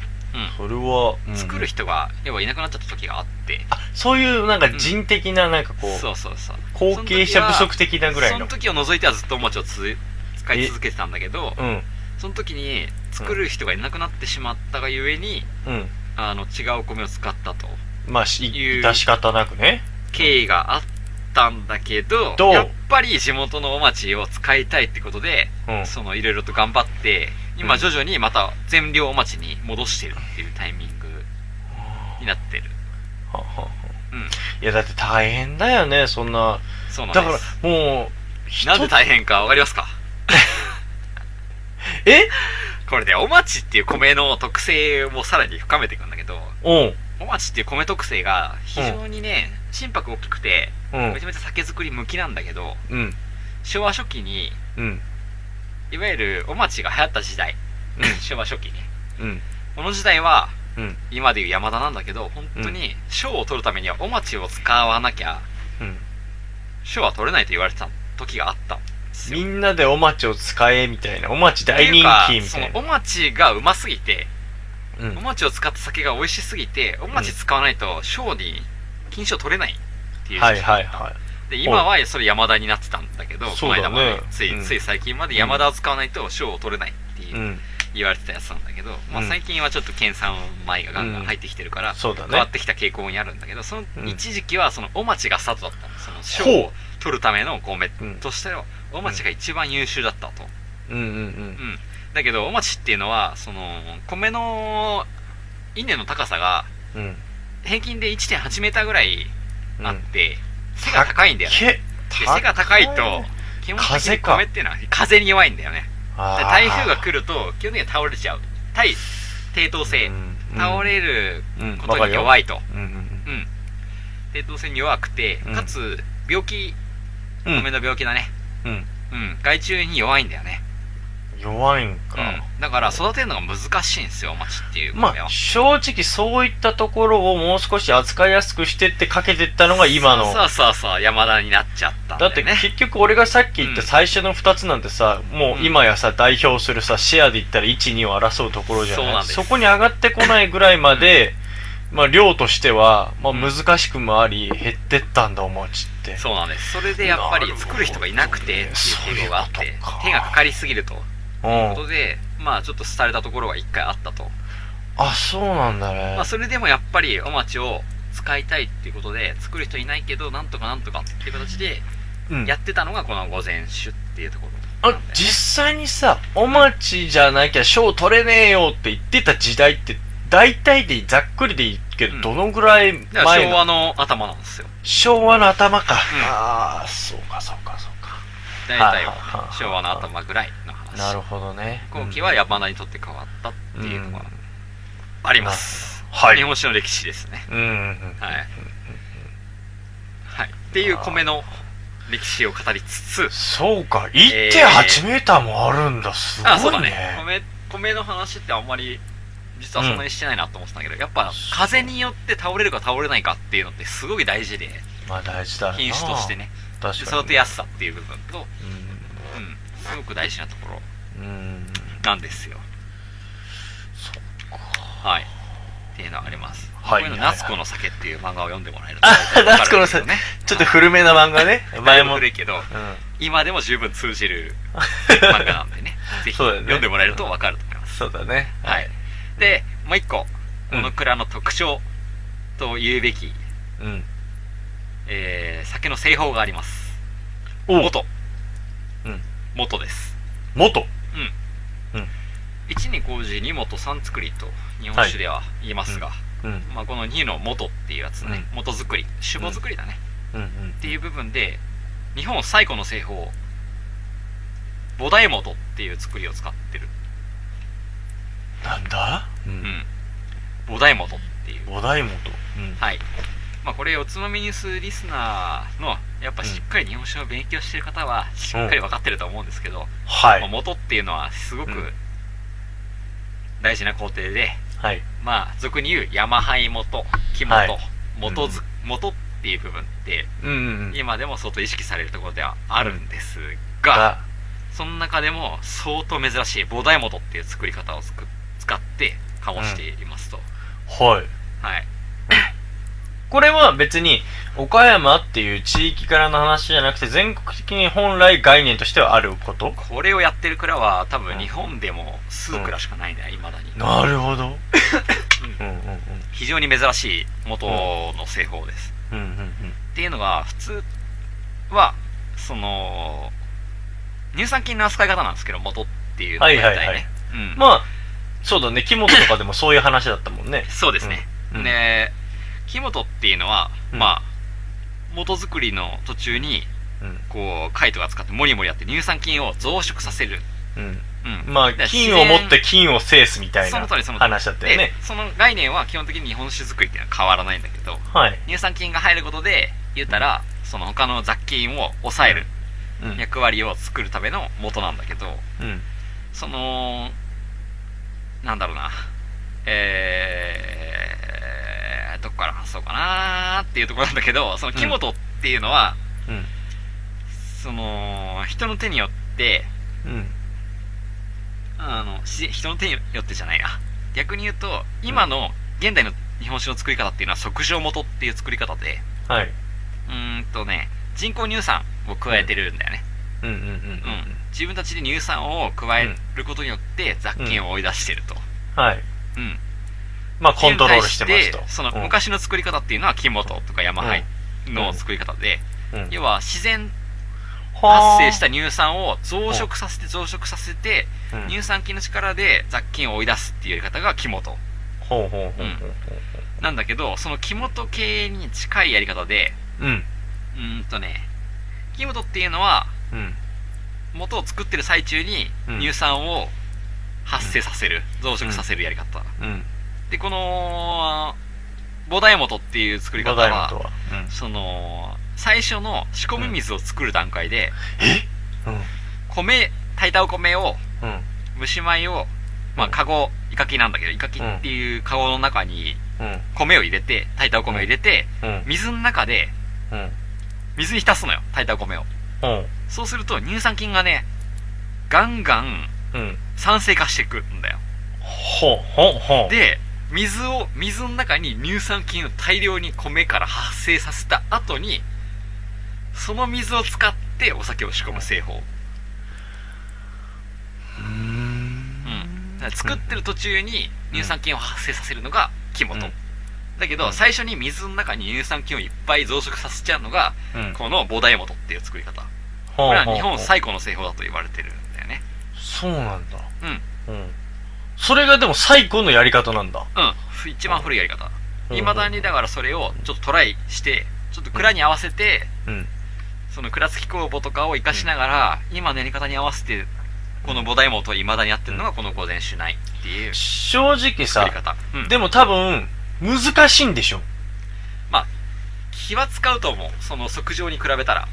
S4: それは、
S2: う
S4: うん
S2: ん。作る人が、要はいなくなっちゃった時があって。
S4: あ、そういうなんか人的な、なんかこ、
S2: そううそうそう。
S4: 後継者不足的なぐら
S2: そ
S4: い
S2: の
S4: の。
S2: 時を除いてはずっとお待ちをつ使い続けてたんだけど、
S4: うん。
S2: その時に作る人がいなくなってしまったがゆえに、
S4: うん。
S2: あの、違うお米を使ったと。
S4: まあ、し、致し方なくね。
S2: 経緯があったんだけど、
S4: どう
S2: やっぱり地元のお待ちを使いたいってことで、
S4: うん。
S2: そのいろいろと頑張って、
S4: う
S2: 今
S4: ん
S2: 徐々にまた全量お待ちに戻してるっていうタイミングになってる。
S4: ははは
S2: うん
S4: いや、だって大変だよね、そんな。
S2: そうなん
S4: だから
S2: です。、
S4: もう、
S2: なんで大変かわかりますか
S4: え
S2: これでお待ちっていう米の特性をさらに深めていくんだけど、
S4: うん。
S2: お待ちっていう米特性が非常にね、心拍大きくて、
S4: うん
S2: めち。ゃめちゃ酒造り向きなんだけど、
S4: うん。
S2: 昭和初期に、
S4: うん。
S2: いわゆるお待ちが流行った時代、 昭和初期に。
S4: うん。
S2: この時代は、
S4: うん。
S2: 今でいう山田なんだけど、本当に賞を取るためにはお待ちを使わなきゃ、
S4: うん。
S2: 賞は取れないと言われてた時があったんですよ。
S4: みんなでお待ちを使え、みたいな。お待ち大人気、み
S2: って
S4: た
S2: う
S4: い
S2: かその
S4: な。
S2: お待ちがうますぎて、
S4: う
S2: お
S4: ん。
S2: 待ちを使った酒が美味しすぎて、お待ち使わないと賞に金賞取れないっていう。
S4: はいはいはい。
S2: で、今はそれ山田になってたんだけど、
S4: そうだね
S2: この間までつ
S4: う
S2: い、
S4: ん。
S2: つい最近まで山田を使わないと賞を取れないっていううん言われてたやつなんだけど、まあ
S4: うん
S2: 最近はちょっと県産米がガンガン入ってきてるから、
S4: そうだ
S2: 変わ
S4: ね
S2: っ。てきた傾向にあるんだけど、その
S4: うん
S2: 一時期はそのお待ちがスタートだったの。その賞
S4: ほ
S2: を取るための米
S4: うん
S2: としては、お待ちが一番優秀だったと。
S4: うんうん
S2: うん。だけど、お待ちっていうのは、その、米の稲の高さが
S4: うん。うん。
S2: 平均で1.8メーターぐらいあって、背
S4: 高
S2: が高いんだよね。
S4: け
S2: で背が高いと、基本的
S4: 風
S2: に
S4: か
S2: 米っていうのは風に弱いんだよね。で
S4: あー
S2: 台風が来ると、基本的には倒れちゃう。対低等性。
S4: うん
S2: 倒れる
S4: うん
S2: こ
S4: わ
S2: と
S4: か
S2: に
S4: るよ
S2: 弱いと。
S4: うんうん
S2: うん。低等性に弱くて、
S4: うん
S2: かつ、病気、
S4: うん
S2: 米の病気だね。
S4: うん
S2: うん。害虫に弱いんだよね。
S4: 弱いん
S2: う
S4: か、
S2: ん。だから育てるのが難しいんですよ、町っていう米
S4: ま
S2: は。
S4: あ正直そういったところをもう少し扱いやすくしてってかけてったのが今の
S2: そうそうそう、山田になっちゃったんだ
S4: だ
S2: よ
S4: っ
S2: ね。
S4: て結局俺がさっき言っ
S2: う
S4: た
S2: ん
S4: 最初の2つなんてさ、もう今やさ代表するさシェアで言ったら12を争うところじゃない
S2: そうなんです
S4: こに上がってこないぐらいまで、まあ量としては、まあ、難しくもあり減ってったんだお餅って
S2: そうなんです。それでやっぱり作る人がいなくてっていう傾向があって
S4: そういうことか、
S2: 手がかかりすぎると。
S4: う
S2: というこ
S4: ん
S2: とで、まあちょっと廃れたところが一回あったと。
S4: あそうなんだね、
S2: まあそれでもやっぱりお町を使いたいっていうことで、作る人いないけど、なんとかなんとかっていう形で
S4: うん
S2: やってたのがこの午前酒っていうところ
S4: あ実際にさお待ちじゃなきゃ賞取れねえよって言ってた時代って大体でいいざっくりでいいけど、
S2: うん
S4: どのぐらい
S2: だから
S4: 前
S2: 昭和
S4: の
S2: の頭なんですよ。
S4: 昭和の頭か、
S2: ん
S4: ああそうかそうかそうか
S2: 大体
S4: はいはいはい
S2: は
S4: はい
S2: 昭和の頭ぐらいの話。
S4: なるほどね
S2: 後期は山田にとって変わったっていうのがあります。
S4: はい
S2: 日本酒の歴史ですね。
S4: うんうんうん
S2: はい。はい。っていう米の歴史を語りつつ、
S4: そうか1.8メーターもあるんだすごいね
S2: あ、そうだね。米、米の話ってあんまり、実はそんなにしてないなと思ってたんだけど、やっぱ風によって倒れるか倒れないかっていうのってすごい大事で、
S4: まあ大事だな
S2: 品種としてね、で
S4: 確かに
S2: 育てやすさっていう部分と、うん、すごく大事なところ
S4: うんうん
S2: なんですよ。はい。っていうのはあります。
S4: はい
S2: こういうの、夏子の酒っていう漫画を読んでもらえると
S4: あ
S2: 大体わかるんですよね。
S4: ちょっと古めな漫画ね 前
S2: 前
S4: も
S2: も
S4: うん
S2: 古いけど、今でも十分通じる漫画なんで ね。ぜひ
S4: そうだよね
S2: 読んでもらえるとわかると思います。
S4: そうだね
S2: はい。で、もう一個、
S4: う
S2: こ
S4: ん
S2: の蔵の特徴と言うべき、
S4: うん
S2: えー、酒の製法があります。
S4: おう
S2: 元。
S4: うん。
S2: 元です。
S4: 元
S2: 1に麹、2元、3作りと日本酒では言いますが、
S4: うん
S2: まあこの2の元っていうやつね、元作り、酒母作りだね、
S4: うんうん
S2: っていう部分で、日本最古の製法、菩提元っていう作りを使ってる。
S4: なんだう
S2: うんん。菩提元っていう。
S4: お題元うん
S2: はい。まあ、これ、おつまみニュースリスナーの、やっぱしっかり日本酒を勉強してる方は、しっかり分かってると思うんですけど、
S4: は
S2: まあ
S4: い
S2: 元っていうのはすごく
S4: うん
S2: 大事な工程で、
S4: はい
S2: まあ、俗に言う山灰元、木元、
S4: はい
S2: 元ず
S4: う
S2: 元っていう部分って、
S4: うんうん
S2: 今でも相当意識されるところではあるんですが、
S4: が
S2: その中でも相当珍しい菩提元っていう作り方をつく使って、醸していますと。
S4: はい
S2: はい。
S4: これは別に岡山っていう地域からの話じゃなくて全国的に本来概念としてはあること
S2: これをやってる蔵は多
S4: う
S2: 分
S4: ん
S2: 日本でも数蔵しかないね、いまだに。
S4: なるほどうんうん
S2: 非常に珍しい元の製法です。
S4: うんうんうん
S2: っていうのが、普通は、その、乳酸菌の扱い方なんですけど、元っていうのが
S4: はいはいはい
S2: 大体ねうん
S4: まあそうだね木本とかでもそういう話だったもんね
S2: そうですね。
S4: うん
S2: で、木本っていうのは、
S4: うん
S2: まあ、元作りの途中に、
S4: うん
S2: こう、カイトが使ってモリモリやって乳酸菌を増殖させる。
S4: うん
S2: うん。
S4: まあ
S2: だから
S4: 金を持っ
S2: 自然
S4: て金を制すみたい
S2: そ
S4: な
S2: の通りその通り
S4: 話だったよ
S2: で
S4: ね、
S2: その概念は基本的に日本酒作りっていうのは変わらないんだけど、
S4: はい
S2: 乳酸菌が入ることで、言ったら、その他の雑菌を抑える
S4: うんうん
S2: 役割を作るための元なんだけど、その、なんだろうな、えー、どこから話そうかなーっていうところなんだけど、その木本っていうのは、
S4: うん
S2: その、人の手によって、
S4: うん
S2: あの、し人の手によってじゃないな。逆に言うと、今の現代の日本酒の作り方っていうのは即上元っていう作り方で、
S4: はいう
S2: ーんとね、人工乳酸を加えてるんだよね。
S4: うんうんうん
S2: うん。自分たちで乳酸を加えることによって雑菌を追い出してると。
S4: はい
S2: うん。
S4: まあコントロールしてますと
S2: でその
S4: うん
S2: 昔の作り方っていうのは木本とか山灰の作り方で、
S4: うん
S2: 要は自然
S4: はあ
S2: 発生した乳酸を増殖させて増殖させて、
S4: うん
S2: 乳酸菌の力で雑菌を追い出すっていうやり方が木本。
S4: ほうほうほうほうほう
S2: なんだけど、その木本系に近いやり方で、
S4: うん。
S2: うーんとね、木本っていうのは、
S4: うん。
S2: 元を作ってる最中に
S4: うん
S2: 乳酸を発生させる、増殖させるやり方。
S4: うん。
S2: で、この、菩提元っていう作り方
S4: ダイモンと
S2: は、
S4: は。
S2: その、最初の仕込み水を作る段階で、
S4: うん。
S2: 米、炊いたお米を、
S4: うん。
S2: 蒸し米を、まあ、カゴ、イカキなんだけど、イカキっていうカゴの中に
S4: うん。
S2: 米を入れて、炊いたお米を入れて、
S4: うん。
S2: 水の中で、
S4: うん。
S2: 水に浸すのよ、炊いたお米を。
S4: うん。
S2: そうすると乳酸菌がね、ガンガン
S4: うん。
S2: 酸性化していくんだよ。
S4: ほん、ほん、ほん。
S2: で、水を、水の中に乳酸菌を大量に米から発生させた後に、その水を使ってお酒を仕込む製法。うん。だから作ってる途中に乳酸菌を発生させるのが木本。
S4: うん
S2: だけど、最初に水の中に乳酸菌をいっぱい増殖させちゃうのが、
S4: うん、
S2: この菩提元っていう作り方。
S4: ほ
S2: こ
S4: ん
S2: れ
S4: ほ
S2: は
S4: ん
S2: 日本最古の製法だと言われてるんだよね。
S4: そうなんだ。うん。それがでも最古のやり方なんだ。
S2: うん。一番古いやり方。
S4: うん
S2: いまだにだからそれをちょっとトライして、ちょっと蔵に合わせて、
S4: うん。
S2: その蔵付き工房とかを活かしながら、今のやり方に合わせて、この菩提元をいまだにやってるのがこの午前酒内っていう
S4: 正
S2: 作
S4: 直さ
S2: り、方。うん。で、
S4: でも多分、難しいんでしょ。
S2: 気は使うと思う。その即上に比べたら。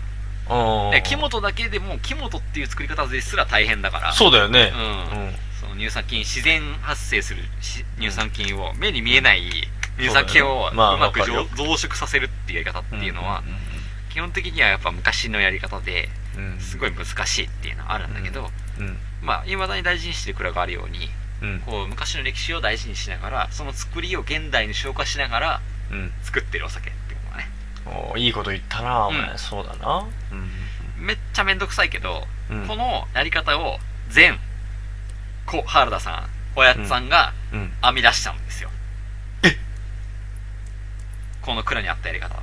S4: あ
S2: で木本だけでも、木本っていう作り方ですら大変だから。
S4: そうだよね。
S2: う。
S4: うんん。
S2: その乳酸菌、自然発生するし乳酸菌を、目に見えない乳酸菌を
S4: そうだね
S2: う
S4: まあ
S2: まく
S4: わかる
S2: 増
S4: よ
S2: 増殖させるっていうやり方っていうのは、基本的にはやっぱ昔のやり方で
S4: うん、うん。
S2: すごい難しいっていうのはあるんだけど、
S4: うん。
S2: まあいまだに大事にしてる蔵があるように
S4: うん。
S2: こう昔の歴史を大事にしながらその作りを現代に消化しながら
S4: うん。
S2: 作ってるお酒っていうのはね
S4: おーいいこと言ったな、お前。
S2: うん
S4: そうだな。うん。
S2: めっちゃめんどくさいけど、
S4: うん
S2: このやり方を前こ原田さんおやつさんが
S4: うん。
S2: 編み出したんですよ、この蔵にあったやり方を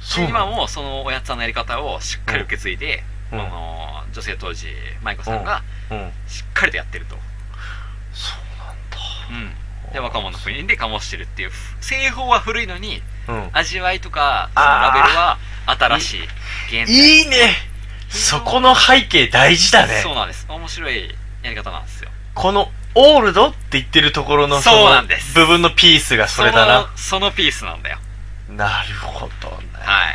S4: そうな
S2: 今
S4: の
S2: もそのおやつさんのやり方をしっかり受け継いで、こ
S4: うん
S2: の女性当時舞子さんが
S4: うん。
S2: しっかりとやってると、
S4: そうなんだ。
S2: うん、で若者の国で醸してるっていう製法は古いのに
S4: うん。
S2: 味わいとかそのラ
S4: あー
S2: ベルは新しい現代
S4: いいねそこの背景大事だね
S2: そう。なんです面白いやり方なんですよ
S4: この、オールドって言ってるところの、
S2: そう
S4: の
S2: なんです
S4: 部分のピースがそれだな。
S2: そのそのピースなんだよ
S4: なるほどね。
S2: はい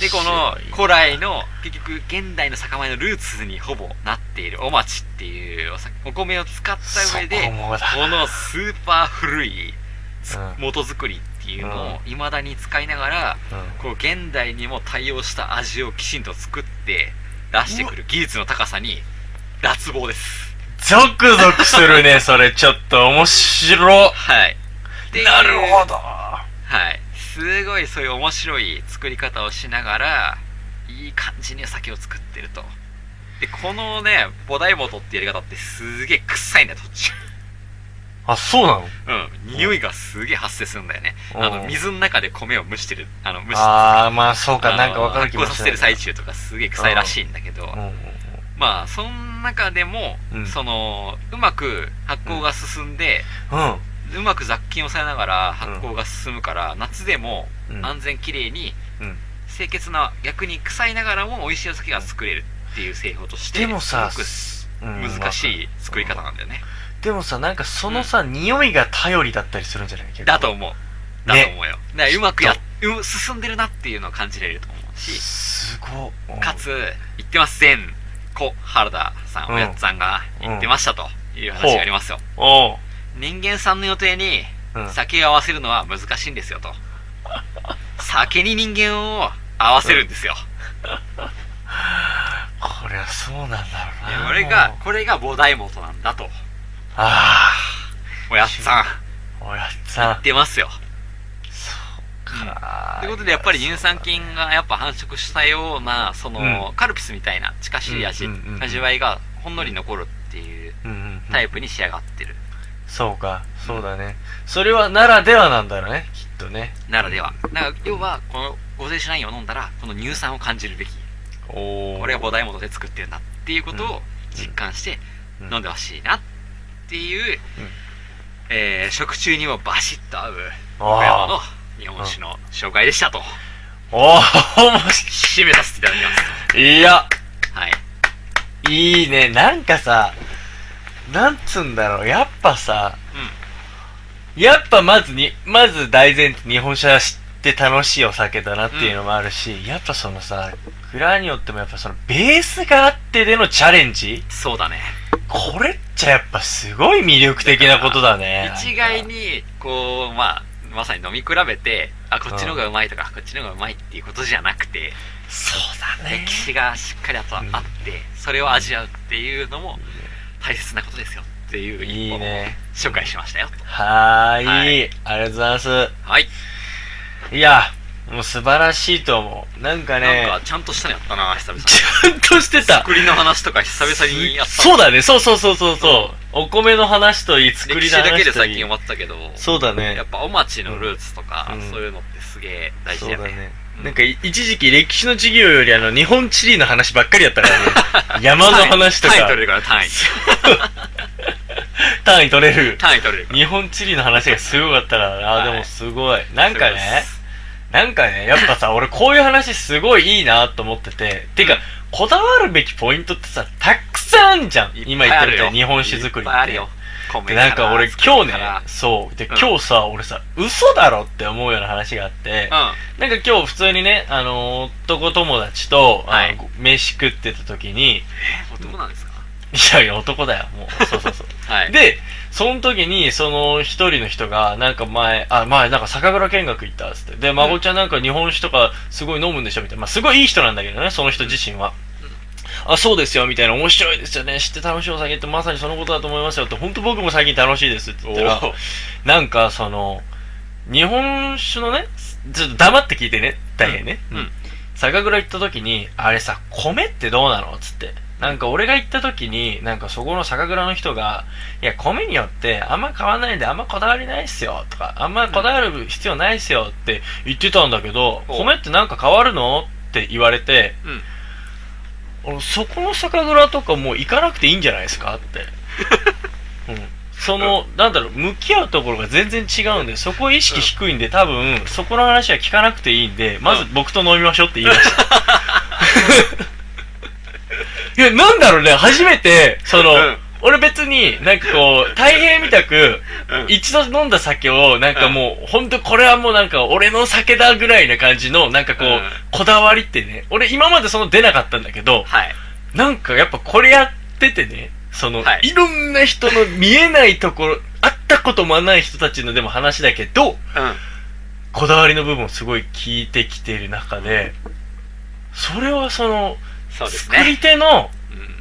S2: でこの
S4: 面白い
S2: 古来の結局現代の酒米のルーツにほぼなっているお町っていうお酒お米を使った上で
S4: そこもだ
S2: このスーパー古いつ
S4: うん
S2: 元作りっていうのを未だに使いながら、
S4: うん
S2: こう現代にも対応した味をきちんと作って出してくる技術の高さに脱帽です
S4: ゾクゾクするね、それ。ちょっと面白。
S2: はいで
S4: なるほど。
S2: はいすごいそういう面白い作り方をしながらいい感じにお酒を作ってるとでこのね菩提元ってやり方ってすげえ臭いんだよ途中
S4: あ、そうなの
S2: うん匂いがすげえ発生するんだよね
S4: うん
S2: あの水の中で米を蒸してるあの蒸し
S4: あー、まあそう
S2: あ
S4: か、
S2: の
S4: なんかわかる
S2: 発
S4: 気
S2: 酵
S4: も
S2: さ
S4: す
S2: せて
S4: る。
S2: る最中とかすげえ臭いらしいんだけど、
S4: うんうん
S2: まあその中でも、
S4: うん
S2: そのうまく発酵が進んで、
S4: うん。うん。
S2: うまく雑菌を抑えながら発酵が進むから、夏でも
S4: うん
S2: 安全きれいに、
S4: うん
S2: 清潔な逆に臭いながらも美味しいお酒が作れるっていう製法として
S4: でもさ、
S2: す
S4: う
S2: ご
S4: ん
S2: く難しい作り方なんだよね、
S4: でもさ、なんかそのさ、匂いが頼りだったりするんじゃない結構
S2: だと思うだ
S4: ね
S2: と思うよ、だからうまくやう進んでるなっていうのを感じられると思うし
S4: すごい。
S2: かつ、言ってます、前、子、原田さん、
S4: うん
S2: おやつさんが言ってましたという話がありますよ。
S4: おう。
S2: 人間さんの予定に
S4: うん
S2: 酒を合わせるのは難しいんですよと。酒に人間を合わせるんですよ。
S4: こりゃそうなんだろうな。
S2: これが、これが菩提元なんだと、
S4: あ
S2: おやつさん、
S4: あ、おやっさ
S2: 言
S4: ん
S2: っ。てますよ。
S4: か
S2: ということで、やっぱり乳酸菌がやっぱ繁殖したような、その、カルピスみたいな近しい味
S4: うんうんう、ん
S2: 味わいがほんのり残るっていう
S4: うんうんうん
S2: タイプに仕上がってる。
S4: そうか、そうだね。それはならではなんだろうね、きっとね。
S2: ならでは。だから要は、この午前酒ラインを飲んだら、この乳酸を感じるべき。
S4: おお。
S2: これが菩提元で作ってるんだっていうことを実感して
S4: うん
S2: 飲んでほしいなっていうえー食中にもバシッと合う、
S4: あー
S2: 岡山の日本酒の紹介でしたと、
S4: おー、面
S2: 締めさせていただきます
S4: 白い。いや、
S2: と。はい。
S4: いいね。なんかさ、なんつうんだろう。やっぱさ、やっぱまずに、まず大前提、日本酒は知って楽しいお酒だなっていうのもあるし、やっぱそのさ、蔵によってもやっぱそのベースがあってでのチャレンジ
S2: そうだね。
S4: これっちゃやっぱすごい魅力的なことだね。
S2: 一概に、こう、まあ、まさに飲み比べて、あ、こっちの方がうまいとか、こっちの方がうまいっていうことじゃなくて、
S4: そうだね
S2: 歴。史がしっかりあとあって、それを味わうっていうのも大切なことですよっていう
S4: い
S2: 一
S4: い
S2: 本を
S4: ね。
S2: 紹介しましたよと。
S4: はーい,、
S2: はい
S4: ありがとうございま
S2: はい。
S4: す。いや、もう素晴らしいと思う。なんかね、
S2: なんか、ちゃんとしたのやったな、久々に。
S4: ちゃんとしてた。
S2: 作りの話とか久々にやった。
S4: そうだね、そうそうそうそうそう。お米の話といい、作
S2: 歴
S4: り
S2: 史
S4: の話とい
S2: だけ
S4: い。
S2: で最近終わったけど、
S4: そうだね
S2: やっ。ぱ、お町のルーツとか、
S4: うん
S2: そういうのってすげえ大事
S4: そう
S2: だ
S4: だ
S2: よね。
S4: ね。
S2: うん
S4: なんかい、一時期歴史の授業よりあの、日本地理の話ばっかりやった からね。山の話とか。
S2: 単位取れるから、単位。
S4: 単位取れる。
S2: 単位取れるから。
S4: 日本地理の話がすごかったからな、
S2: はい
S4: でもすごい。なん
S2: そ
S4: か
S2: うで
S4: ね
S2: す、
S4: なんかね、やっぱ さ、俺こういう話すごいいいなと思ってて、てか、こだわるべきポイントってさ、たくさんあんじゃん。今言ったみたいに日本酒作り
S2: いっぱいあ
S4: っ
S2: る
S4: て
S2: よ。。米
S4: でなんか俺
S2: 作
S4: 今日ね
S2: りから、
S4: そう。で、
S2: うん
S4: 今日さ、俺さ、嘘だろって思うような話があって、なんか今日普通にね、あの、男友達と、
S2: は
S4: あ
S2: い
S4: の飯食ってた時に、い
S2: うん。男なんですか
S4: やいや男だよ、もう。そうそうそう。
S2: はい。、
S4: で、その時に、その一人の人が、なんか前、あ、前、なんか酒蔵見学行ったっつって。で、孫ちゃんなんか日本酒とかすごい飲むんでしょみたいな。まあ、すごいいい人なんだけどね、その人自身は。あ、そうですよ、みたいな。面白いですよね。知って楽しいお酒ってまさにそのことだと思いますよって。本当僕も最近楽しいですって言ったら、なんかその、日本酒のね、ちょっと黙って聞いてね、大変ね。
S2: うんうん
S4: 酒蔵行った時に、あれさ、米ってどうなのつって。なんか俺が行った時に、なんかそこの酒蔵の人が、いや、米によってあんま変わらないんであんまこだわりないっすよとか、あんまこだわる必要ないっすよって言ってたんだけど、
S2: お
S4: 米ってなんか変わるのって言われて、
S2: うん。
S4: 俺そこの酒蔵とかもう行かなくていいんじゃないですか って。うん。その、なんだろう、向き合うところが全然違うんで、そこ意識低いんで、多分、そこの話は聞かなくていいんで、まず僕と飲みましょうって言いま した。いや、なんだろうね、初めて、その、
S2: うん
S4: 俺別に、なんかこう、大変みたく、
S2: うん
S4: 一度飲んだ酒を、なんかもう、ほんとこれはもうなんか、俺の酒だぐらいな感じの、なんかこう、
S2: うん
S4: こだわりってね、俺今までその出なかったんだけど、
S2: はい。
S4: なんかやっぱこれやっててね、その、
S2: はい
S4: い、ろんな人の見えないところ、会ったこともない人たちのでも話だけど、
S2: うん。
S4: こだわりの部分をすごい聞いてきてる中で、それはその、
S2: そうです
S4: 作
S2: ね。
S4: り手の、
S2: うん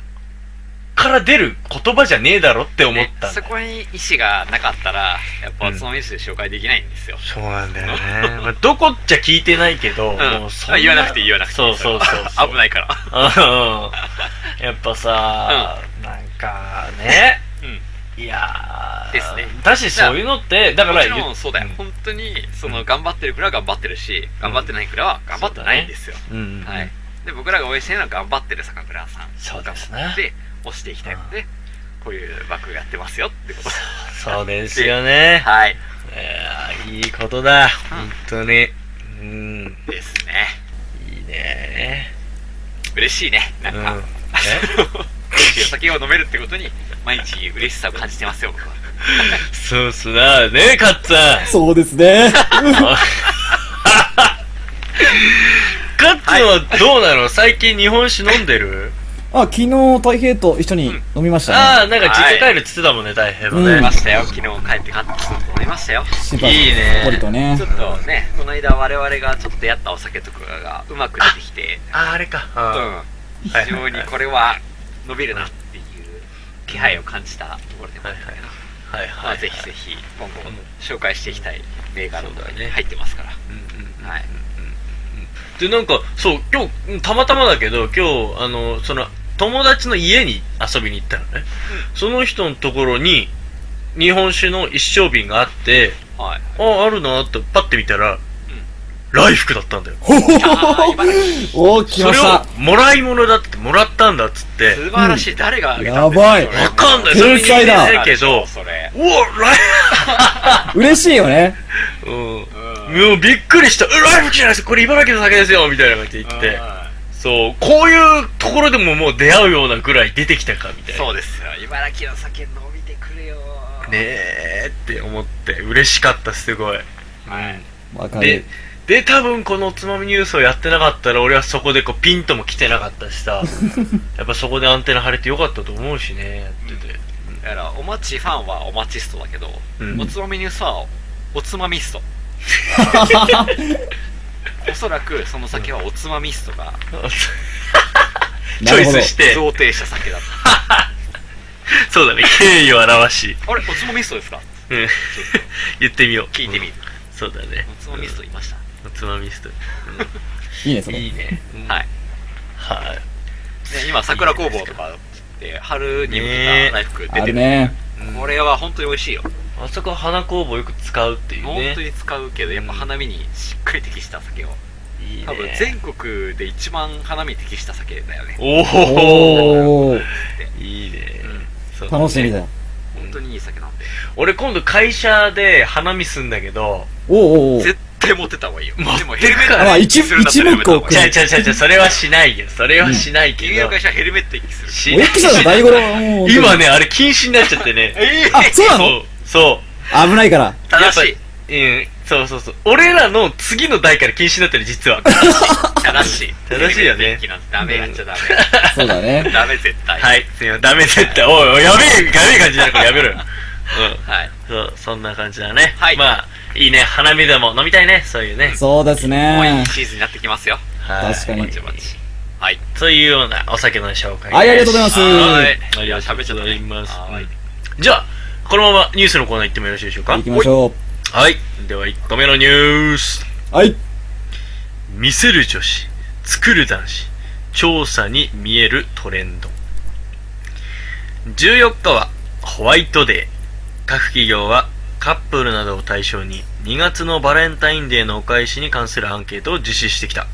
S4: から出る言葉じゃねえだろって思ったんだ
S2: そ
S4: よ。
S2: こに意志がなかったら、やっぱ
S4: うん
S2: その意志で紹介できないんですよ。
S4: そうなんだよね。まあ、どこっちゃ聞いてないけ
S2: う
S4: ど、
S2: ん
S4: もうそんな
S2: 言わなくていい言わなくていい
S4: そうそうそうそ う。
S2: 危ないから。
S4: うんやっぱさ、なんか ね、いやー
S2: ですね
S4: だしそういうのって、だか
S2: も
S4: ら、
S2: ちろんそうだよ
S4: ん。
S2: 本当に、その、頑張ってる蔵は頑張ってるし、頑張ってない蔵は頑張ってないんですよ。
S4: うん。
S2: はい。。で、僕らが応援してるのは頑張ってる酒蔵さん。
S4: そうですね
S2: 頑張って押していきたいので、こういうバッグやってますよってこと。
S4: そうですよね。
S2: はい。
S4: いやーいいことだ。本当に。うん。
S2: ですね。
S4: いいね
S2: 嬉しいね。なん
S4: うん。
S2: か、
S4: ね
S2: 美味しいお酒を飲めるってことに、毎日嬉しさを感じてますよ、僕は。
S4: そうっすな。ねえ、カッ ツァン。
S3: そうですね。
S4: カッツァンはどうなの最近日本酒飲んでる
S3: あ、昨日、太平と一緒に飲みました
S4: あ
S3: ね。
S4: あ、なんか実家帰るっつってたもんね、大変
S3: う
S4: の
S2: 飲み
S3: ん
S4: ね
S2: ま。したよ。昨日帰って買ってきたと思いましたよ。
S3: 柴田
S4: いいね
S3: 堀とね
S2: ちょ。っとね、この間我々がちょっとやったお酒とかがうまく出てきて、
S4: あ、あれか。
S2: うん、非
S4: はい
S2: 常にこれは伸びるなっていう気配を感じたところでもあったけど、
S4: はい
S2: ま
S4: は
S2: あ、
S4: い。
S2: ぜひぜひ今後紹介していきたい銘柄とか
S4: そうだ
S2: に
S4: ね
S2: 入ってますから、
S4: うんうん
S2: はい、
S4: でなんかそう今日うんたまたまだけど今日あのその友達の家に遊びに行ったのね、その人のところに日本酒の一升瓶があって
S2: はい、
S4: ああるなってパッて見たら、ライフクだったんだよ
S3: ほほ
S2: あー
S3: ほほ
S2: 茨城
S3: おー、来ました。
S4: それをもらい物だってもらったんだっつって
S2: 素晴らしい、誰があげたんです
S3: やばい
S2: それ
S4: わかんない
S3: 天才だ
S4: それ見てないけど
S2: それ
S4: うわライ
S3: 嬉しいよね。
S4: うん。もうびっくりした。うわ、ライブじゃないですこれ茨城の酒ですよみたいな感じで言って。そう、こういうところでももう出会うようなぐらい出てきたかみたいな。
S2: そうですよ茨城の酒飲みてくれよ
S4: ねえって思って、嬉しかった、すごい。
S2: はい
S3: わか
S4: で
S3: る。、
S4: で、多分このおつまみニュースをやってなかったら、俺はそこでこうピンとも来てなかったし さ、やっぱそこでアンテナ張れてよかったと思うしね、やっ てて。
S2: だからお待ちファンはお待ちストだけど、
S4: うん
S2: おつまみニュースはおつまみ ストおそらくその酒はおつまみストが
S4: チ
S3: な
S4: ョ
S3: る
S4: イ
S3: ほど
S4: ス。して、
S2: 贈呈した酒だっ
S4: そうだね、敬意を表し、
S2: たあれおつまみストですか
S4: うん、言ってみよう。
S2: 聞いてみる、
S4: うんそうだね。
S2: おつまみストいました、
S4: うんおつまみスト。
S3: いいね、それ。
S4: いいね。。
S2: はいい
S4: はい。
S2: で今桜工房とかで春に向けた大福出
S3: あ
S2: て
S3: る
S2: る、
S3: ね。
S2: これは本当に美味しいよ、
S4: あそこ花工房よく使うっていう
S2: 本
S4: ね
S2: 当。に使うけどやっぱ花見にしっかり適した酒を
S4: いいね
S2: 多分全国で一番花見に適した酒だよね
S4: おお
S3: おー、
S4: いいね。そう
S3: 楽しみだ。
S2: 本当にいい酒なんで
S4: 俺今度会社で花見すんだけど、
S3: おーおーおー
S2: 絶対持ってた方がいいよでもヘ
S4: て
S2: ルメ
S4: く
S2: ッ
S4: か
S2: ト
S4: ら
S3: あ一
S2: するんだったら
S3: 一目置く
S2: ヘルメットの方がいい
S4: ちゃうちゃうちゃうちゃう、それはしないよ。それはしないけ
S2: 君の
S4: ど。
S2: 会社はヘルメット一気する
S4: し
S3: おエピソード大五郎もう
S4: 今ね、あれ禁止になっちゃって ね。
S2: え
S3: あ、そうな
S4: そ
S3: の
S4: う。そう。
S3: 危ないから。
S2: 正しい
S4: うん、そうそうそう。俺らの次の代から禁止になってる、実は。
S2: 正しい
S4: 正しいよ
S2: ヘルメット
S4: ね
S2: 一気なんてダメやっちゃダ
S3: そうだ
S2: メ
S3: ね。
S2: ダメ絶対
S4: はい、すいません。ダメ絶対。おいおい、やべえ、やべえ感じだからやめろよ。
S2: はい
S4: うん。そう、そんな感じだね。
S2: はい
S4: まあ、いいね。花見でも飲みたいね。そういうね。
S3: そうです
S2: もうい
S3: ね
S2: い。シーズンになってきますよ
S4: はい
S3: 確か
S2: ぼ
S3: に。
S2: ちぼちはい
S4: というようなお酒の紹介です。
S3: はい、ありがとうございます。
S2: はい
S4: ありがとうございます。
S2: は
S4: う
S2: い
S4: んじゃあ、このままニュースのコーナー行ってもよろしいでしょうか
S3: 行きましょ
S4: はい。では1個目のニュース。
S3: う。はい。
S4: 見せる女子、作る男子、調査に見えるトレンド。14日はホワイトデー。各企業はカップルなどを対象に2月のバレンタインデーのお返しに関するアンケートを実施してきた。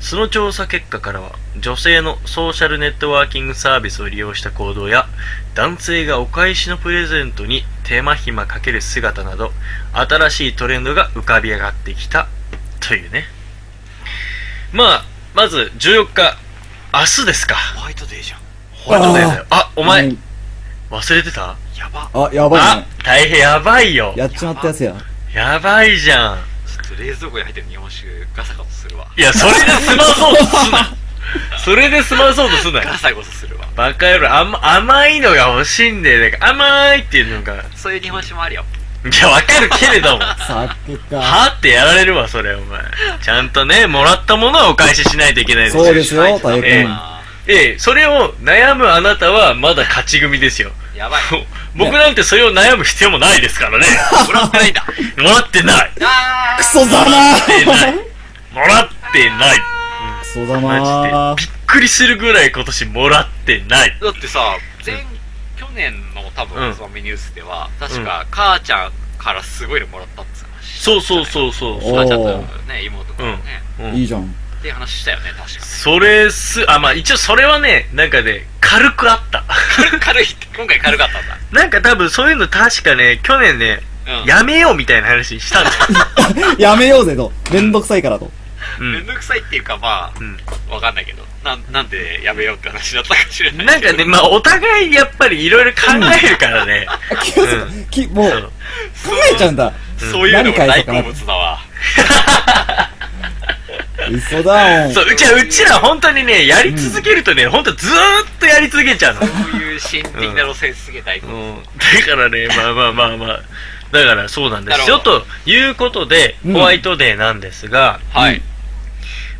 S4: その調査結果からは、女性のソーシャルネットワーキングサービスを利用した行動や、男性がお返しのプレゼントに手間暇かける姿など、新しいトレンドが浮かび上がってきた、というね。まあ、まず14日、明日ですか。
S2: ホワイトデーじゃん
S4: ホワイトデーだよ。あ、お
S3: お
S4: 前、。忘れてた
S2: やば
S3: あ、やばい
S4: あ
S3: ね。、
S4: 大変やばいよ。
S3: やっちまったやつや。
S4: やばいじゃん。
S2: ちょっと冷蔵庫に入ってる日本酒ガサガサするわ
S4: いや、それで済まそうと すな。それで済まそうとすなよ
S2: ガ。サゴソするわ
S4: バカ野郎、甘、甘いのが欲しいんだよ。なんか甘いっていうのが。い
S2: そういう日本酒もあるよ
S4: や、わかるけれ ども。
S3: 酒か。
S4: はってやられるわ、それ、お前。ちゃんとね、もらったものはお返ししないといけないですよ
S3: そうですよ、
S2: は
S3: 太
S2: い
S3: 陽
S4: ええ
S3: 君。
S4: ええ、それを悩むあなたはまだ勝ち組ですよ。
S2: やばい
S4: 僕なんてそれを悩む必要もないで すからね。
S2: もらってないんだ
S4: もらってない。
S2: あ
S3: クソざ
S4: え
S3: ま
S4: ないもらってない。
S3: クソざま
S4: マジで。びっくりするぐらい今年もらってない。
S2: だってさ前去年の多分
S4: うん
S2: そのニュースでは確か母ちゃんからすごいのもらったっつう話
S4: そうそうそうそう。
S3: お
S2: 母ちゃんとね妹とね
S4: う
S3: いい
S4: ん、
S3: じゃん。
S2: っていう話したよね確
S4: それす、あ、まあ一応それはね、なんかね、軽くあった。
S2: か軽いって今回軽かったんだ
S4: なんか多分そういうの確かね、去年ね、
S2: うん
S4: やめようみたいな話した んだよ。
S3: やめようぜと。めんどくさいからと。
S4: う
S2: めん
S4: ん。
S2: どくさいっていうかま
S4: うん
S2: あわかんないけどなんなんでやめようって話だったかもしれない
S4: なんかね、まあお互いやっぱりいろいろ考えるからね。
S3: あ気がつか き、もう、
S4: そう
S3: 考えちゃうんだ。
S2: そういうの
S3: 何
S2: が
S3: 返そうか
S2: 大好
S3: な
S2: 物だわ
S3: 嘘だもん。
S4: そう、うちは、うちら本当にね、やり続けるとね、本当ずーっとやり続けちゃうの。
S2: こういう心的な路線すげえ大好物
S4: うん。だからね、まあまあまあまあ。だからそうなんですよ。
S2: なるほ
S4: ということで、
S3: うん
S4: ホワイトデーなんですが、
S2: はい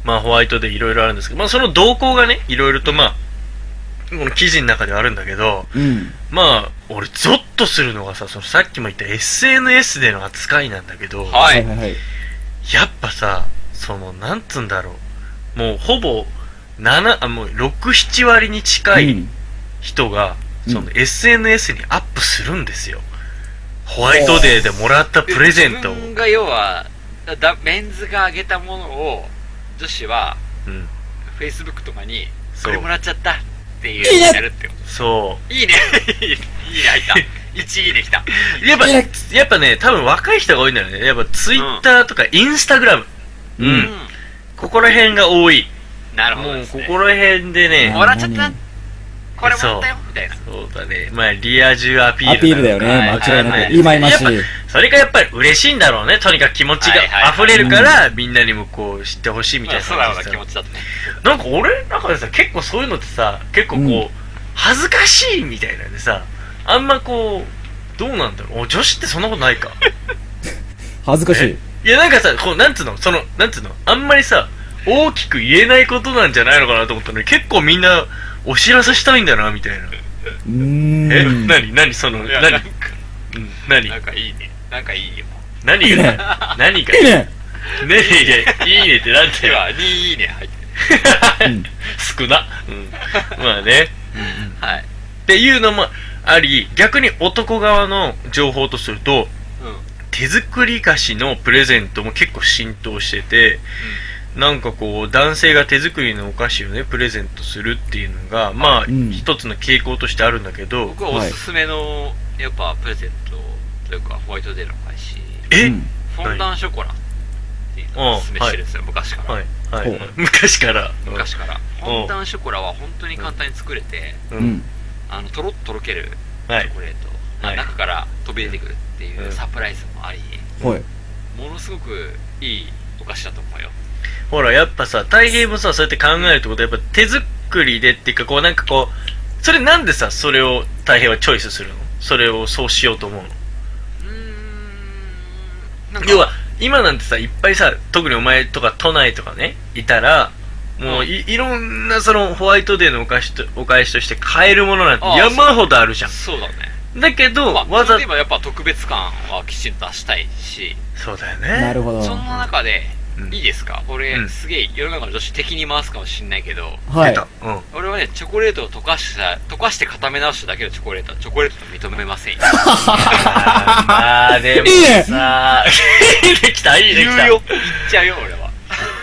S4: まあホワイトデーいろいろあるんですけど、まあその動向がね、いろいろとまあ、この記事の中ではあるんだけど、
S3: うん。
S4: まあ、俺ゾッとするのがさ、そのさっきも言った SNS での扱いなんだけど、
S2: は
S3: はい
S2: い
S3: はいはい。
S4: やっぱさ、その、なんつうんだろう。もうほぼ、7、あ、もう6、7割に近い、
S3: うん
S4: 人が、
S3: うん
S4: その SNS にアップするんですよ。ホワイトデーでもらったプレゼントを。
S2: 自分が要はだメンズがあげたものを女子は
S4: うん。
S2: フェイスブックとかに
S4: そ
S2: こ
S4: う
S2: れもらっちゃったっていうやるってこ
S4: そ
S2: といいねいいね入った1位できた。
S4: やっぱ、
S3: え
S4: やっぱね、多分若い人が多いんだよね。やっぱツイッターとかインスタグラム。うん。
S2: う。
S4: ここら辺が多い。
S2: なるほど
S4: も
S2: で
S4: う
S2: す
S4: こ
S2: ね。
S4: こら辺でね
S2: も、らっちゃった
S3: 何
S2: これもらったよ、みたいな。
S4: そうだね。まあ、リア充アピール。
S3: アピールだよ
S2: はい
S3: ね、間違いな
S2: はいは
S3: く。
S2: い
S3: 今今しい。
S4: やっそれがやっぱり嬉しいんだろうね。とにかく気持ちが
S2: はいはい
S4: 溢れるから、みんなにもこう知ってほしいみ
S2: み
S4: た
S2: た
S4: い
S2: い
S4: な
S2: な、
S4: 感
S2: 素
S4: じで
S2: 直な気持
S4: さ
S2: ちだったね。
S4: なんか俺の中でさ、結構そういうのってさ、結構こう、
S3: うん
S4: 恥ずかしいみたいなんでさ、あんまこう、どうなんだろう。お女子ってそんなことないか。
S3: 恥ずかしい。
S4: いや、なんかさ、こう、なんつうの、その、なんつうの、あんまりさ、大きく言えないことなんじゃないのかなと思ったのに、結構みんな、お知らせしたいんだな、みたいな。
S3: うーん。
S4: え、なになにその、
S2: いや
S4: なに
S2: なんか
S4: うん、なに
S2: なんかいいね。なんかいいよ。
S4: 何
S3: いいね
S4: が、何が、
S3: いいね
S4: ねえ、いやいいねってなんて
S2: では、2いいね入ってる。
S3: うん
S4: 少な。うん。まあね。
S2: はい。
S4: っていうのもあり、逆に男側の情報とすると、
S2: うん。
S4: 手作り菓子のプレゼントも結構浸透してて、なんかこう男性が手作りのお菓子をねプレゼントするっていうのがまあ、
S3: うん
S4: 一つの傾向としてあるんだけど
S2: 僕はおすすめの、やっぱプレゼントというかホワイトデーの返し
S4: え、
S3: うん
S2: フォンダンショコラっていうのをおすすめしてるんですよ、昔から、
S4: はいは
S3: ほ
S4: いう 昔から
S2: 昔からフ
S4: ん
S2: ォンダンショコラは本当に簡単に作れて、
S4: う、
S3: うんん。
S2: あのとろっととろける
S4: は
S2: チ
S4: い
S2: ョコレート、
S4: はい
S2: 中から飛び出てくるっていううんサプライズもあり、
S3: はい。
S2: ものすごくいいお菓子だと思うよ
S4: ほらやっぱさ大平もさそうやって考えるってことはやっぱ手作りでっていうかこうなんかこうそれなんでさそれを大平はチョイスするのそれをそうしようと思う
S2: う
S4: の
S2: ーんなんか
S4: 要は今なんてさいっぱいさ特にお前とか都内とかねいたらもうい,、ろんなそのホワイトデーのお菓子とお返しとして買えるものなんて
S2: ああ
S4: 山ほどあるじゃ
S2: そうだね、
S4: んだけど、
S2: まあ、
S4: わざ
S2: 例えばやっぱ特別感はきちんと出したいし
S4: そうだよね
S3: なるほど。
S2: そんな中で、
S4: うん
S2: いいですか俺、
S4: うん
S2: すげえ世の中の女子敵に回すかもしんないけど
S3: はい
S4: 出。た、うん、
S2: 俺はねチョコレートを溶かした溶かして固め直しただけのチョコレートはチョコレートと認めませんよ
S4: あーまあでも
S3: いいね
S4: さいい ねきたいいね
S2: 言
S4: き
S2: う
S4: た
S2: よ言っちゃうよ俺は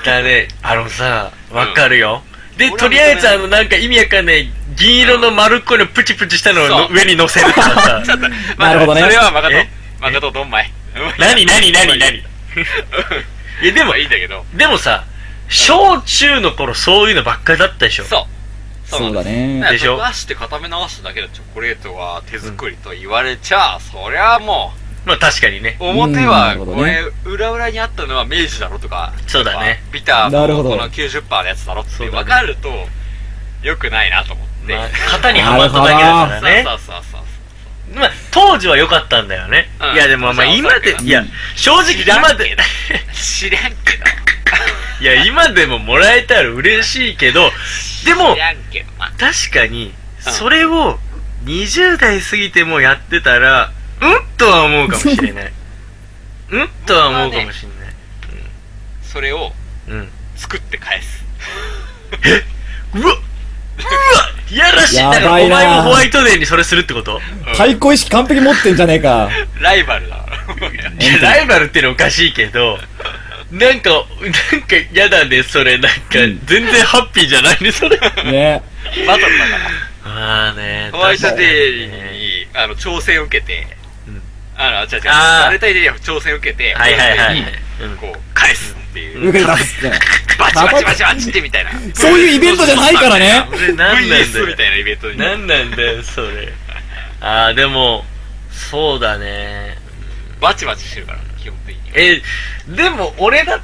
S4: だねあのさわかるよ、で、
S2: 俺は認
S4: と
S2: め
S4: り
S2: ない
S4: あえずあの、なんか意味わかんない、銀色の丸っこいのプチプチしたのをの
S2: そう
S4: 上に乗せるから さ。
S2: ちょっと、
S3: なるほどね
S2: それはマカト
S4: え。
S2: マカトドンマイ。
S4: 何何何何いや、で
S2: で
S4: も
S2: もいいんだけど。
S4: でもさ、小中の頃そういうのばっかりだったでしょ。
S2: そう。
S3: そうだ
S2: ね。
S3: ね。
S2: で
S4: でし
S2: し
S4: ょ
S2: ょ溶かして固め直しただけのチョコレートは手作りと言われちゃ、そりゃも
S4: まあ確かにね。
S2: う、表は、
S3: うん
S2: これ、裏裏にあったのは明治だろとか、
S4: そうだね
S2: ビター
S3: なるほ
S2: の
S3: ど
S2: この90%のやつだろって
S4: そうだね
S2: 分かると、良くないなと思って。
S4: まあ、型にはまっただけだからね。
S2: そうそうそうそう。
S4: まあ当時は良かったんだよね。
S2: うん
S4: いやでもまあ今で
S2: う、ん
S4: いや、正直今で、
S2: 知らんけど。
S4: いや今でももらえたら嬉しいけど、でも
S2: 知らんけど、まあ
S4: 確かに、それを20代過ぎてもやってたら、うんとは思うかもしれない。うんとは思うかもし
S2: それを
S4: れない。
S2: 作って返す。
S4: うん。うわうわやらしい。だからお
S3: やばい
S4: 前
S3: な
S4: もホワイトデーにそれするってこと
S3: 対抗意識完璧持ってんじゃねえか。
S2: ライバルだから。
S4: いや ライバルってのはおかしいけど、なんか、なんか嫌だね、それ。なんか、
S3: うん
S4: 全然ハッピーじゃないね、それ。
S3: ね。
S2: バトルだから。
S4: まあね、
S2: ホワイトデ
S4: 確かにね
S2: ーに、あの、挑戦を受けて、
S4: うん
S2: あの、違う違う、
S4: あー
S2: されたいデーに挑戦を受けて、
S4: はいはいはい
S2: ホワイトデーに
S4: うん
S2: こう、返すっていう、
S3: 受けて出すって。
S2: バチバチバチバチってみたいな。
S3: そういうイベントじゃないからね。
S4: それ何なんだ
S2: VS みたい
S4: よ。
S2: なイベントに。
S4: 何なんだよ、それ。ああ、でも、そうだね。
S2: バチバチしてるから、基本的に。
S4: え、でも俺だ、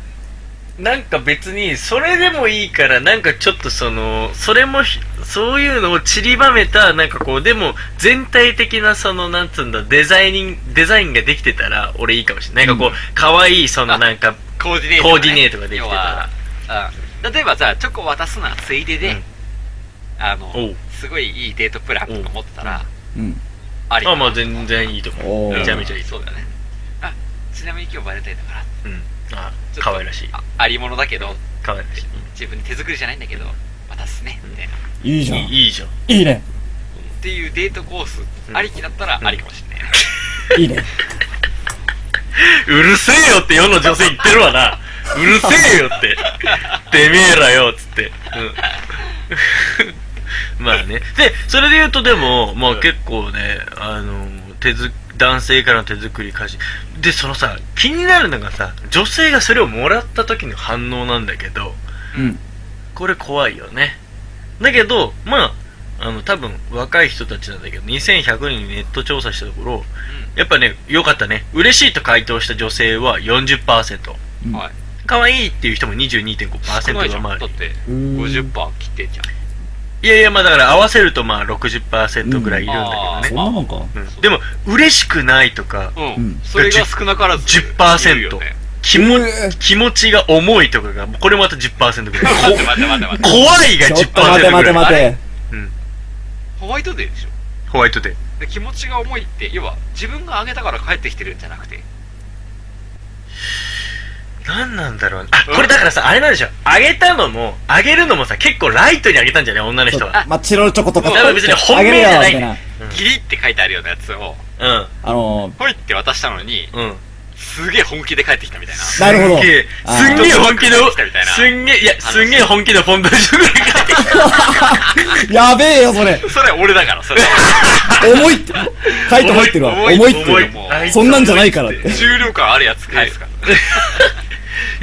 S4: なんか別に、それでもいいから、なんかちょっとその、それもひ、そういうのを散りばめた、なんかこう、でも、全体的なその、なんつうんだ、デザイニング、デザインができてたら、俺いいかもしれない。なんかこう、可愛い、その
S2: あ
S4: なんか、
S2: コーディネート、
S4: コーディネートができてたら
S2: 要は。うん例えばさ、チョコ渡すのはついでで、
S4: うん
S2: あの
S4: おう、
S2: すごいいいデートプランとか持ってたら、
S3: うん。
S2: あり
S4: まあまあ全然いいと思
S3: お
S4: う。
S3: ー
S4: めちゃめちゃいい。
S2: そうだね。あ、ちなみに今日バレンタインだから、
S4: うん。あ
S2: ちょっと
S4: 可愛らしい。
S2: あありものだけど、
S4: 可愛らしい。
S2: 自分で手作りじゃないんだけど渡すねみたいなっ
S3: いいじゃん。
S4: い
S3: い
S4: いいいじゃん。
S3: いね。
S2: ていうデートコース
S4: うん
S2: ありきだったらありかもしれない、
S3: いいね。
S4: うるせえよって世の女性言ってるわな。うるせえよって。てめえらよっつって。うん。まあね。で、それで言うとでも、まあ結構ね、あの、手づ男性からの手作り菓子でそのさ気になるのがさ女性がそれをもらった時の反応なんだけど
S3: うん。
S4: これ怖いよねだけどまああの多分若い人たちなんだけど2100人にネット調査したところやっぱね良かったね嬉しいと回答した女性は40%
S3: うん
S2: はい。
S4: 可愛いっていう人も
S2: 少ない
S4: 22.5%
S2: じゃ
S4: が
S2: ん。だっ
S4: まあ
S2: て、
S3: うん
S2: 50%切ってんじゃん。
S4: いやいやまあだから合わせるとまあ60%ぐらいいるんだけ
S3: そ
S4: ど
S3: ん
S4: ね、
S3: なもんか。
S4: うんでも嬉しくないとか
S2: う
S3: うん
S2: ん。それが少なからず
S4: 10%
S2: いるよね。
S4: 気持
S3: うえ
S4: 気持ちが重いとかがこれまた10%ぐ らい
S2: 待って待って待って待って。
S4: 怖いが
S3: ちょっ
S4: 10%
S3: と待て待て
S4: ぐらい
S3: 待て。
S2: ホワイトデーでしょ。
S4: ホワイトデー
S2: で気持ちが重いって、要は自分があげたから帰ってきてるんじゃなくて。
S4: 何なんだろうねあこれだからさあれなんでしょあげたのもあげるのもさ結構ライトにあげたんじゃない女の人は
S3: まあ、チロルチョコとか。
S4: だから別に本
S3: あ
S4: 命
S3: げる
S4: じ
S3: よ
S4: ゃ
S3: み
S4: な
S3: た
S4: い
S3: い
S4: んだ
S3: な。
S2: ギリって書いてあるようなやつを、
S4: う
S3: あのー、
S2: ほいって渡したのに、
S4: んうん
S2: すげえ本気で帰ってきたみたいな。
S3: なるほど
S4: すんげえ
S3: あー
S4: すんげえ本気の
S2: 来たみたいな
S4: すんげえいやすんげえ本気のフォンダンションぐらい書い てきた
S3: やべえよ、それ。
S2: それ俺だから、それ。
S3: 重いって。書いて入ってるわ。重
S4: 重
S3: い
S4: い
S3: って言う
S2: 重い
S3: よ。
S2: もう
S4: あいつ
S3: そんなんじゃないからって。
S2: 重量感あるやつ返すから。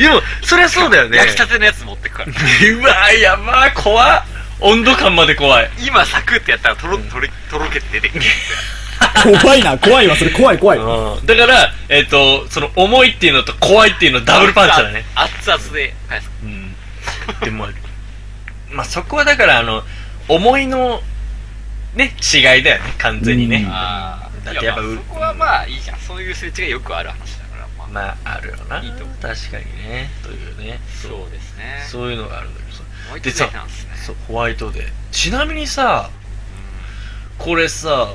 S4: でもそりゃそうだよね
S2: 焼きたてのやつ持ってくから。
S4: うわやばい怖っ温度感まで怖い
S2: 今サクってやったらとろ、とろ、とろけて出てく る。
S3: 怖いな、怖いわ、それ怖い怖い。
S4: だから、えっ、と、その重いっていうのと怖いっていうのダブルパンチだね。
S2: 熱々で返す。
S4: うん。でも、まあそこはだから、あの、思いの、ね、違いだよね、完全にね。
S3: うん
S2: ああ
S4: だってやっぱ
S2: いまあそこはまあいいじゃんそういうすれ違いよくある話だからまあ
S4: まあ、あるよな。
S2: いいと思う
S4: 確かにね。というね。
S2: そうですね
S4: そういうのがあるんだけどさ。
S2: もう
S4: で
S2: 一
S4: さ
S2: 回なんですね
S4: そう、ホワイトデー。ちなみにさ、これさ、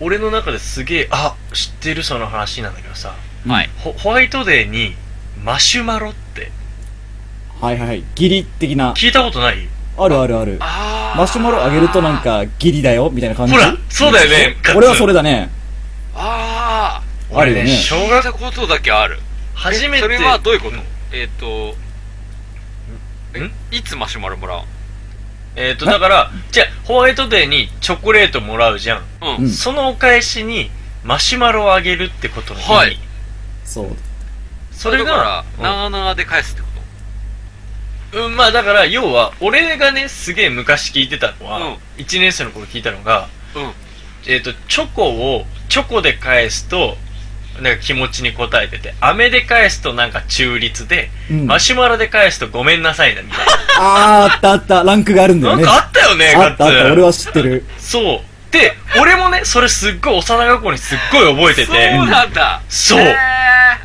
S4: 俺の中ですげえ、あ、知ってるその話なんだけどさ、
S2: はい
S4: ホホワイトデーにマシュマロって
S3: はいはいはい。ギリ的な。
S4: 聞いたことない
S3: あるあるある。
S2: あ
S3: マシュマロあげるとなんか、ギリだよ、みたいな感じ。
S4: ほら、そうだよね。ガッツ
S3: 俺はそれだね。
S2: あ
S3: あるよね。
S4: 小
S2: あ
S4: 学
S2: 聞いたことだけある
S4: 初めて。
S2: えそれはどういうことえっと
S4: ん
S2: えいつマシュマロもらう
S4: えっ、と、だから、じゃあホワイトデーにチョコレートもらうじゃん。
S2: の
S3: うん
S4: そのお返しにマシュマロをあげるってことの意味
S2: はい
S3: そう。
S4: そ
S2: だ
S4: れが
S2: か、
S4: う
S2: ら
S4: ん
S2: なあなあで返すってこ
S4: うん、まあだから、要は、俺がね、すげえ昔聞いてたの
S2: うん
S4: は、一1年生の頃聞いたのが、
S2: とうん
S4: えっ、と、チョコをチョコで返すと、なんか気持ちに応えてて、飴で返すとなんか中立で、
S3: うん。
S4: マ
S3: あ
S4: シュマロで返すとごめんなさいだみたい
S3: あー、あったあった。ランクがあるんだ
S4: な。な
S3: よ
S4: ん
S3: ね。
S4: かあったよね、
S3: あったあっ
S4: ガッツ
S3: た。俺は知ってる。
S4: そう。で、俺もね、それすっごい幼い頃にすっごい覚えて
S2: そう
S4: て、
S2: なんだ
S4: そう
S2: へー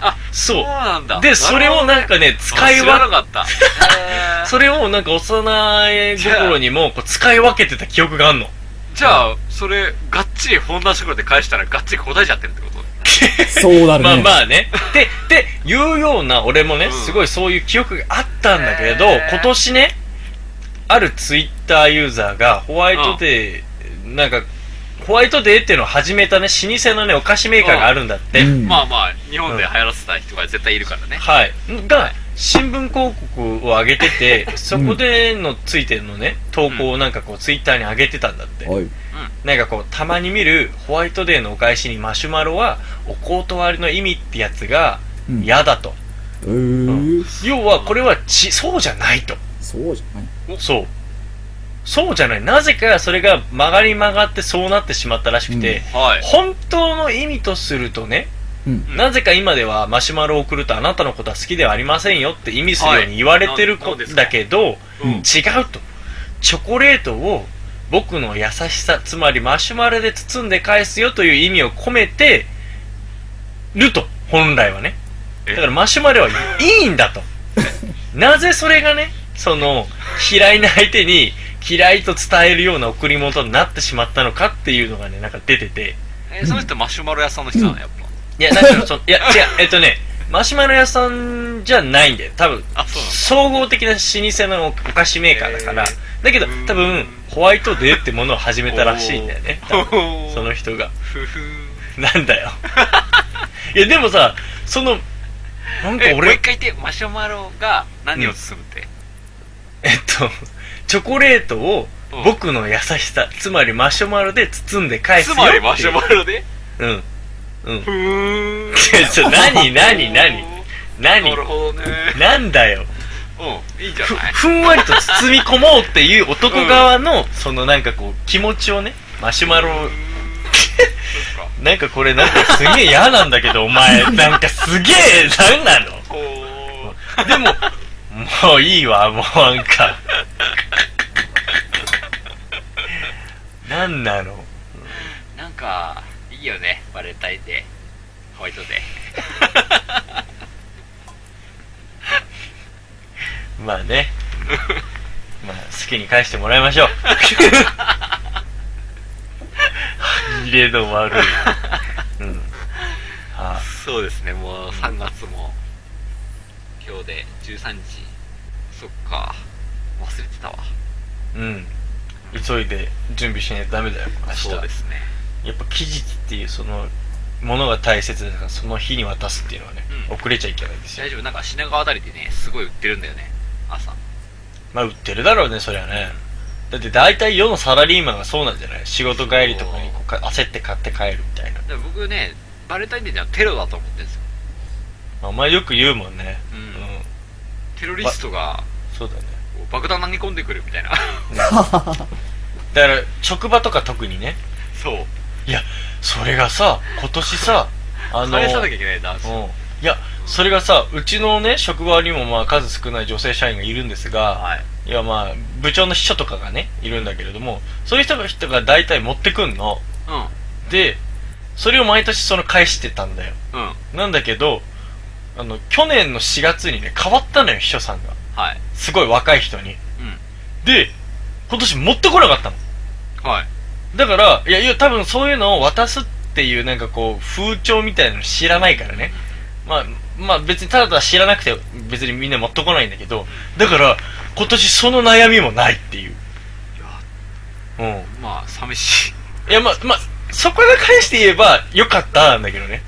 S2: あ
S4: そ
S2: そう
S4: う。
S2: なんだ
S4: で、それを
S2: なる
S4: なんかね、
S2: ほど
S4: 使い
S2: 知らな
S4: 分
S2: か ったへー
S4: け、それをなんか幼い心にもこう使い分けてた記憶があんの。
S2: じゃあ、それ、がっちりフォンダンショコラで返したら、がっちり答えちゃってるってこと
S3: そうなる
S4: まあ
S3: ね。
S4: まあね。で、で、いうような俺もね、
S2: うん
S4: すごいそういう記憶があったんだけれど、
S2: へー
S4: 今年ね、あるツイッターユーザーがホワイトデー、なんか、ホワイトデーっていうのを始めたね、老舗のね、お菓子メーカーがあるんだって。
S3: うん
S2: まあまあ、日本で流行らせた人が絶対いるからね。
S4: はい、が新聞広告を上げててそこでのついてるのね投稿をなんかこうツイッターに上げてたんだって、
S3: おい。
S4: なんかこうたまに見るホワイトデーのお返しにマシュマロはお断りの意味ってやつが
S3: うん
S4: 嫌だと、
S3: うー
S4: 要はこれはちそうじゃないと
S3: そうじゃない。
S4: そうそうじゃないなぜかそれが曲がり曲がってそうなってしまったらしくて、
S2: はい。
S4: 本当の意味とするとね
S3: うん。
S4: なぜか今ではマシュマロを送るとあなたのことは好きではありませんよって意味するように言われて
S2: は
S4: る
S2: い
S4: こ
S2: なんですか
S4: だけど、
S3: うん
S4: 違うとチョコレートを僕の優しさつまりマシュマロで包んで返すよという意味を込めてると本来はねだからマシュマロはいいんだとなぜそれがねその嫌いな相手に嫌いと伝えるような贈り物になってしまったのかっていうのがねなんか出てて
S2: えーその人マシュマロ屋さんの人なの、やっ
S4: いや、なんかその、いや、違う、えっとね、マシュマロ屋さんじゃないんだよ。多分、
S2: ぱ。あ、そうなの
S4: 総合的な老舗のお菓子メーカーだから、
S2: へ
S4: だけど
S2: うん
S4: 多分、ホワイトデーってものを始めたらしいんだよね。多分
S2: おー
S4: その人が。
S2: ふふー
S4: なんだよ。いや、でもさ、その、なんか
S2: え、もう
S4: 俺
S2: 一、回言って、マシュマロが何を包むって。
S4: えっと、チョコレートを
S2: うん
S4: 僕の優しさ、つまりマシュマロで包んで返す
S2: つ
S4: よ。
S2: まりマシュマロで
S4: うん。うん
S2: ふ。ーん。
S4: ちょ、何、何、何、
S2: なる
S4: 何、
S2: ほどね。
S4: なんだよ。
S2: うん、いいんじゃ
S4: ふ
S2: ない
S4: ふんわりと包み込もうっていう男側の、そのなんかこう、気持ちをね、マシュマロ、
S2: うーんそっか。
S4: なんかこれなんかすげえ嫌なんだけど、お前、なんかすげえ、なんなの
S2: こ
S4: でも、もういいわ、もうなんか。なんなの
S2: う、なんか、いいよね、バレンタインデー。ホワイトデ
S4: まあね。まあ、好きに返してもらいましょう。入れの悪い。うん。は
S2: ー。そうですね、もう3月も、今日で13日。そっか。忘れてたわ。
S4: い。うん。急いで準備しないとダメだよ、明日。
S2: そうですね。
S4: やっぱ期日っていう、その、ものが大切だから、その日に渡すっていうのはね、
S2: うん
S4: 遅れちゃいけないですよ
S2: 大。丈夫、なんか品川あたりでね、すごい売ってるんだよね、朝。
S4: まあ売ってるだろうねそりゃねだって大体世のサラリーマンがそうなんじゃない仕事帰りとかにこうか焦って買って帰るみたいな
S2: でも僕ね、バレンタインデーじゃテロだと思ってるんですよ。
S4: まあお前よく言うもんね
S2: うん
S4: うん
S2: テロリストが
S4: そうだね
S2: こう爆弾投げ込んでくるみたいな。
S4: だから職場とか特にね
S2: そう。
S4: いやそれがさ今年 さあの
S2: 返さなきゃいけない男子。
S4: うんいやそれがさうちのね職場にもまあ数少ない女性社員がいるんですが
S2: はい。
S4: いやまあ部長の秘書とかがねいるんだけれどもそういう人が人が大体持ってくんの
S2: う
S4: でそれを毎年その返してたんだよ
S2: ん。うん。
S4: なんだけど、あの、去年の4月にね、変わったのよ、秘書さんが。
S2: はい。
S4: すごい若い人に。
S2: う
S4: で、今年持ってこなかったの。
S2: ん。はい。
S4: だから、いや、いや、多分そういうのを渡すっていうなんかこう、風潮みたいなの知らないからね。まあ、まあ別にただただ知らなくて、別にみんな持ってこないんだけど、だから、今年その悩みもないっていう。うん。
S2: まあ、寂しい。
S4: いや、まあ、まあ、そこで返して言えば、よかったんだけどね。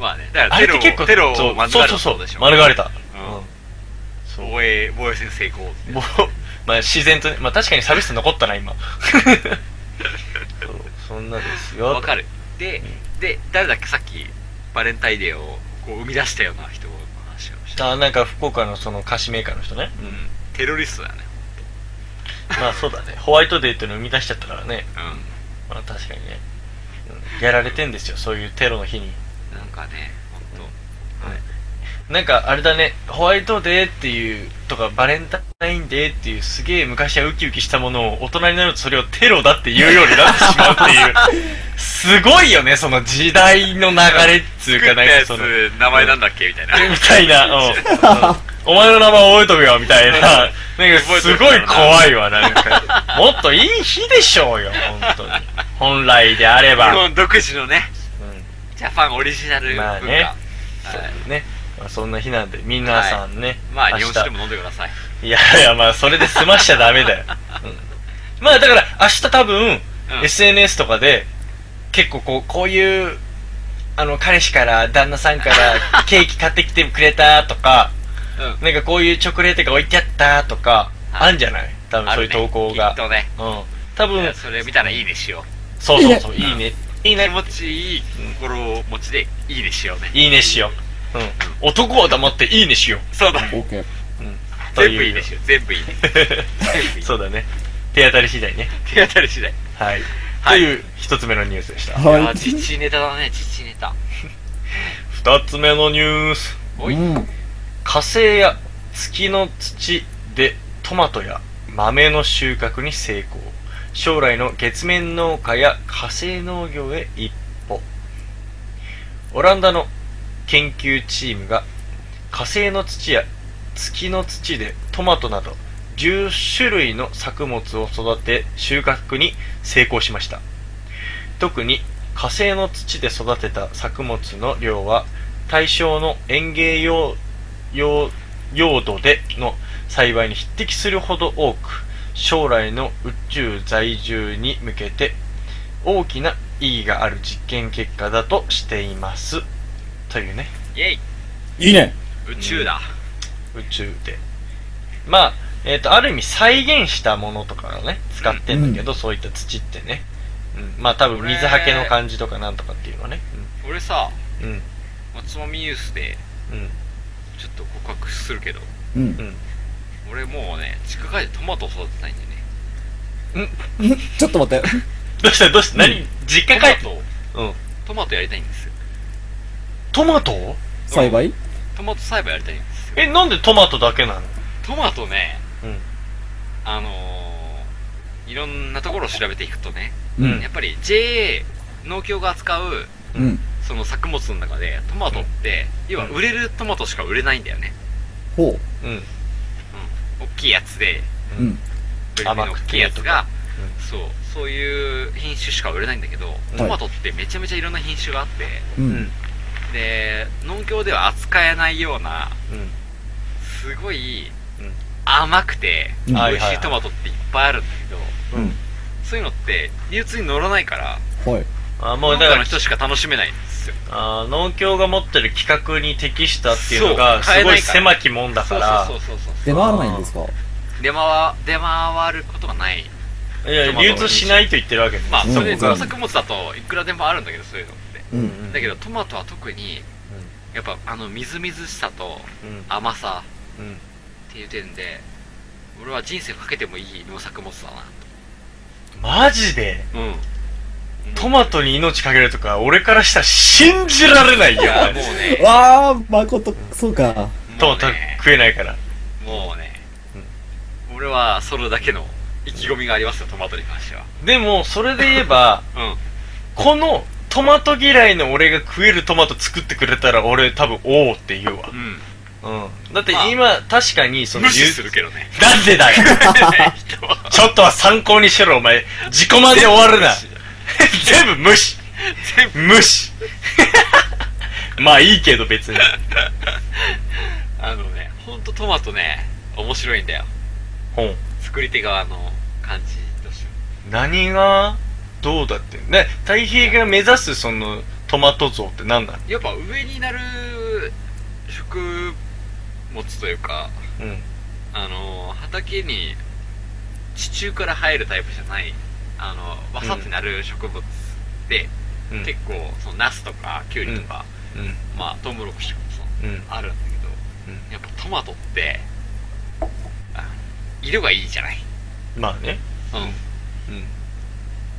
S2: まあね。だから
S4: あ
S2: テ
S4: れっ
S2: ロ
S4: て
S2: を、
S4: 結構、
S2: テロを
S4: そう
S2: 免れ
S4: そう
S2: た
S4: そうそう
S2: でしょ。
S4: 免れた。
S2: うん
S4: そう
S2: 防衛、防衛戦成功って。
S4: もう、まあ自然とね、まあ確かに寂しさ残っ たな、今。そうそんなですよ。
S2: わかる。で、で、誰だっけさっき、バレンタインデーをこう生み出したような人の話をした。
S4: あなんか福岡のその菓子メーカーの人ね。
S2: うん。テロリストだね。
S4: まあそうだね。ホワイトデーっていうのを生み出しちゃったからね。
S2: う
S4: まあ確かにね。うんやられてんですよ、そういうテロの日に。
S2: ん。なんかね、ほんと。
S4: なんかあれだね、ホワイトデーっていう、とかバレンタインデーっていうすげえ昔はウキウキしたものを大人になるとそれをテロだって言うようになってしまうっていう。すごいよね、その時代の流れっつう
S2: 作
S4: か、
S2: った
S4: なん
S2: や
S4: か
S2: つ
S4: その。、
S2: 名前なんだっけみたいな。
S4: みたいな、うんお前の名前覚えとくよ、みたいな。なんかすごい怖いわ、なんか。もっといい日でしょうよ、本当に。本来であれ
S2: 日
S4: ば。
S2: 本独自のね、
S4: う
S2: ジャパンオリジナル文化。
S4: まあね
S2: はい
S4: ん、ね。まあ、そんな日なんで、皆さんね。
S2: まあ、日
S4: 明
S2: 本
S4: 日
S2: 酒でも飲んでください。
S4: いやいや、まあ、それで済ましちゃダメだよ。うん、まあ、だから、明日多分、
S2: うん
S4: SNS とかで、結構こう、こういう、あの、彼氏から、旦那さんから、ケーキ買ってきてくれたとか、
S2: うん。
S4: なんかこういうチョコレートが置いてあったとか、
S2: はい
S4: あんじゃない多分そういう投稿
S2: あ
S4: が。
S2: るねきっとね。
S4: うん。多分、
S2: それ見たらいいねしよう。
S4: そうそうそう、いいね。いい
S2: 気
S4: ね。
S2: 持ちいい心持ちでいいねしようね。
S4: いいねしよう。うん。男は黙っていいねしよ
S2: そうだ。
S3: OK。
S4: う。うん。
S2: 全部いいねしよう。全部いいね。全部いい。
S4: そうだね。手当たり次第ね。
S2: 手当たり次第。
S4: はい。
S2: はい
S4: という一つ目のニュースでした。
S2: いや
S3: は
S2: ー、ちちネタだね、ちちネタ。
S4: 二つ目のニュース。
S2: お
S3: い。
S2: い。
S3: うん。
S4: 火星や月の土でトマトや豆の収穫に成功将来の月面農家や火星農業へ一歩オランダの研究チームが火星の土や月の土でトマトなど10種類の作物を育て収穫に成功しました特に火星の土で育てた作物の量は対象の園芸用用用土での栽培に匹敵するほど多く将来の宇宙在住に向けて大きな意義がある実験結果だとしていますというね
S2: イェイ
S3: いいね。
S2: 宇宙だ。
S4: 宇宙でまあ、えっとある意味再現したものとかをね使ってんだけど、そういった土ってね、うん、まあ多分水はけの感じとかなんとかっていうのはね、うん
S2: 俺さ、
S4: うんうん
S2: まあつまみニュースでちょっと告白するけど
S3: うん
S4: う。ん
S2: 俺もうね実家帰ってトマト育てたいんだよね
S3: ちょっと待 って。
S4: どうしたどうした何実家帰って
S2: トマト
S4: うん
S2: トマトやりたいんですよ
S4: トマト
S3: 栽培
S2: トマト栽培やりたいんですよ
S4: えなんでトマトだけなの
S2: トマトね
S4: うん
S2: あのー、いろんなところを調べていくとね、
S4: うん
S2: やっぱり JA 農協が扱う
S3: うん。
S2: その作物の中でトマトって、要は売れるトマトしか売れないんだよね、
S3: ほ
S4: うん
S2: 大きいやつで
S3: う。うん。
S2: ブリブリの大きいやつ
S4: 甘
S2: が
S4: く、
S2: そうそういう品種しか売れないんだけど、
S4: い
S2: トマトってめちゃめちゃいろんな品種があって
S3: う。
S4: うん
S2: で農協では扱えないようなすごい
S4: うん
S2: 甘くて
S3: うん
S2: 美
S4: はい
S2: 味
S4: はいは
S2: し
S4: い
S2: いトマトっていっぱいあるんだけど、
S4: うんうん
S2: そういうのって流通に乗らないから
S3: はい。
S4: あも
S2: 農
S4: うだか
S2: 家の
S4: ら
S2: 人しか楽しめないんですよ
S4: あー農協が持ってる企画に適したっていうのが
S2: そう買
S4: す
S2: えな
S4: ご
S2: い
S4: い
S2: から
S4: 狭きもんだから
S2: そうそうそうそう
S3: 出回らないんですか
S2: 出回出回ることがない
S4: いや流通しないと言ってるわけね
S2: まあ
S3: うん
S2: それで
S3: 僕は
S2: 農作物だといくらでもあるんだけどそういうのって
S3: う。
S4: うんん
S2: だけどトマトは特にやっぱあのみずみずしさと
S4: うん
S2: 甘さ
S4: うん
S2: っていう点で俺は人生をかけてもいい農作物だな
S4: マジで
S2: とうん
S4: トマトに命かけるとか俺からしたら信じられないよ
S2: いやもうね
S3: わあ、まこと、そうか。
S4: ト
S2: も
S4: マ
S2: う
S4: ト
S2: ね
S4: 食えないから
S2: もうね、俺はそれだけの意気込みがありますよトマトに関しては
S4: でもそれで言えば
S2: う
S4: このトマト嫌いの俺が食えるトマト作ってくれたら俺多分おおって言うわ
S2: んうん
S4: うんだって今確かにその
S2: 無視するけどね
S4: 流なんでだよ ちょっとは参考にしろお前自己満で終わるな 全部無視
S2: 全部
S4: 無視 まあいいけど別に
S2: あのねほんとトマトね面白いんだよ
S4: 本
S2: 作り手側の感じとして
S4: 何がどうだってね太平が目指すそのトマト像って何なの
S2: やっぱ上になる食物というか
S4: うん
S2: あの畑に地中から生えるタイプじゃないあのわさってなる植物で、
S4: うん
S2: 結構そのナスとかキュウリとか、
S4: う
S2: まあトウモロコシとかもそうん
S4: うん
S2: あるんだけど、
S4: う
S2: やっぱトマトってあ色がいいじゃない
S4: まあね
S2: うん
S4: うん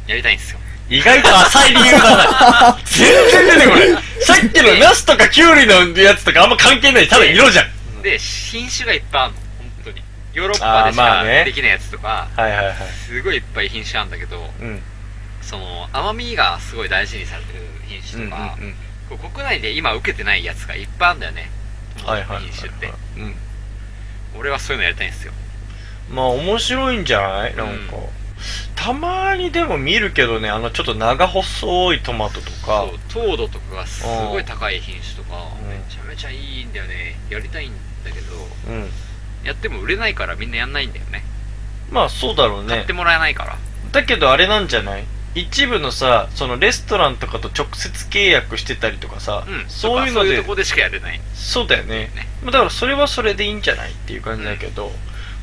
S2: やりたいんですよ
S4: 意外と浅い理由だな 全然出てこないさっきのナスとかキュウリのやつとかあんま関係ないただ色じゃん
S2: で品種がいっぱいあるの本当にヨーロッパでし
S4: あーまあね
S2: かできないやつとか、
S4: はいはいはい
S2: すごいいっぱい品種あるんだけど
S4: うん
S2: その甘みがすごい大事にされてる品種とか、
S4: うん
S2: こう国内で今受けてないやつがいっぱいあるんだよね
S4: はいはいはいはい
S2: 品種って
S4: うん
S2: 俺はそういうのやりたいんですよ
S4: まあ面白いんじゃないなんか、たまにでも見るけどねあのちょっと長細いトマトと
S2: そ
S4: か
S2: う糖度とかがすごい高い品種とか
S4: うん
S2: めちゃめちゃいいんだよねやりたいんだけど
S4: うん
S2: やっても売れないからみんなやんないんだよね
S4: まあそうだろう
S2: 買
S4: ね
S2: ってもらえないから、
S4: だけどあれなんじゃない一部のさそのレストランとかと直接契約してたりとかさ、
S2: うん
S4: そういうの
S2: そうい
S4: で
S2: うとこでしかやれない
S4: そうだよね
S2: ね
S4: まあだからそれはそれでいいんじゃないっていう感じだけど、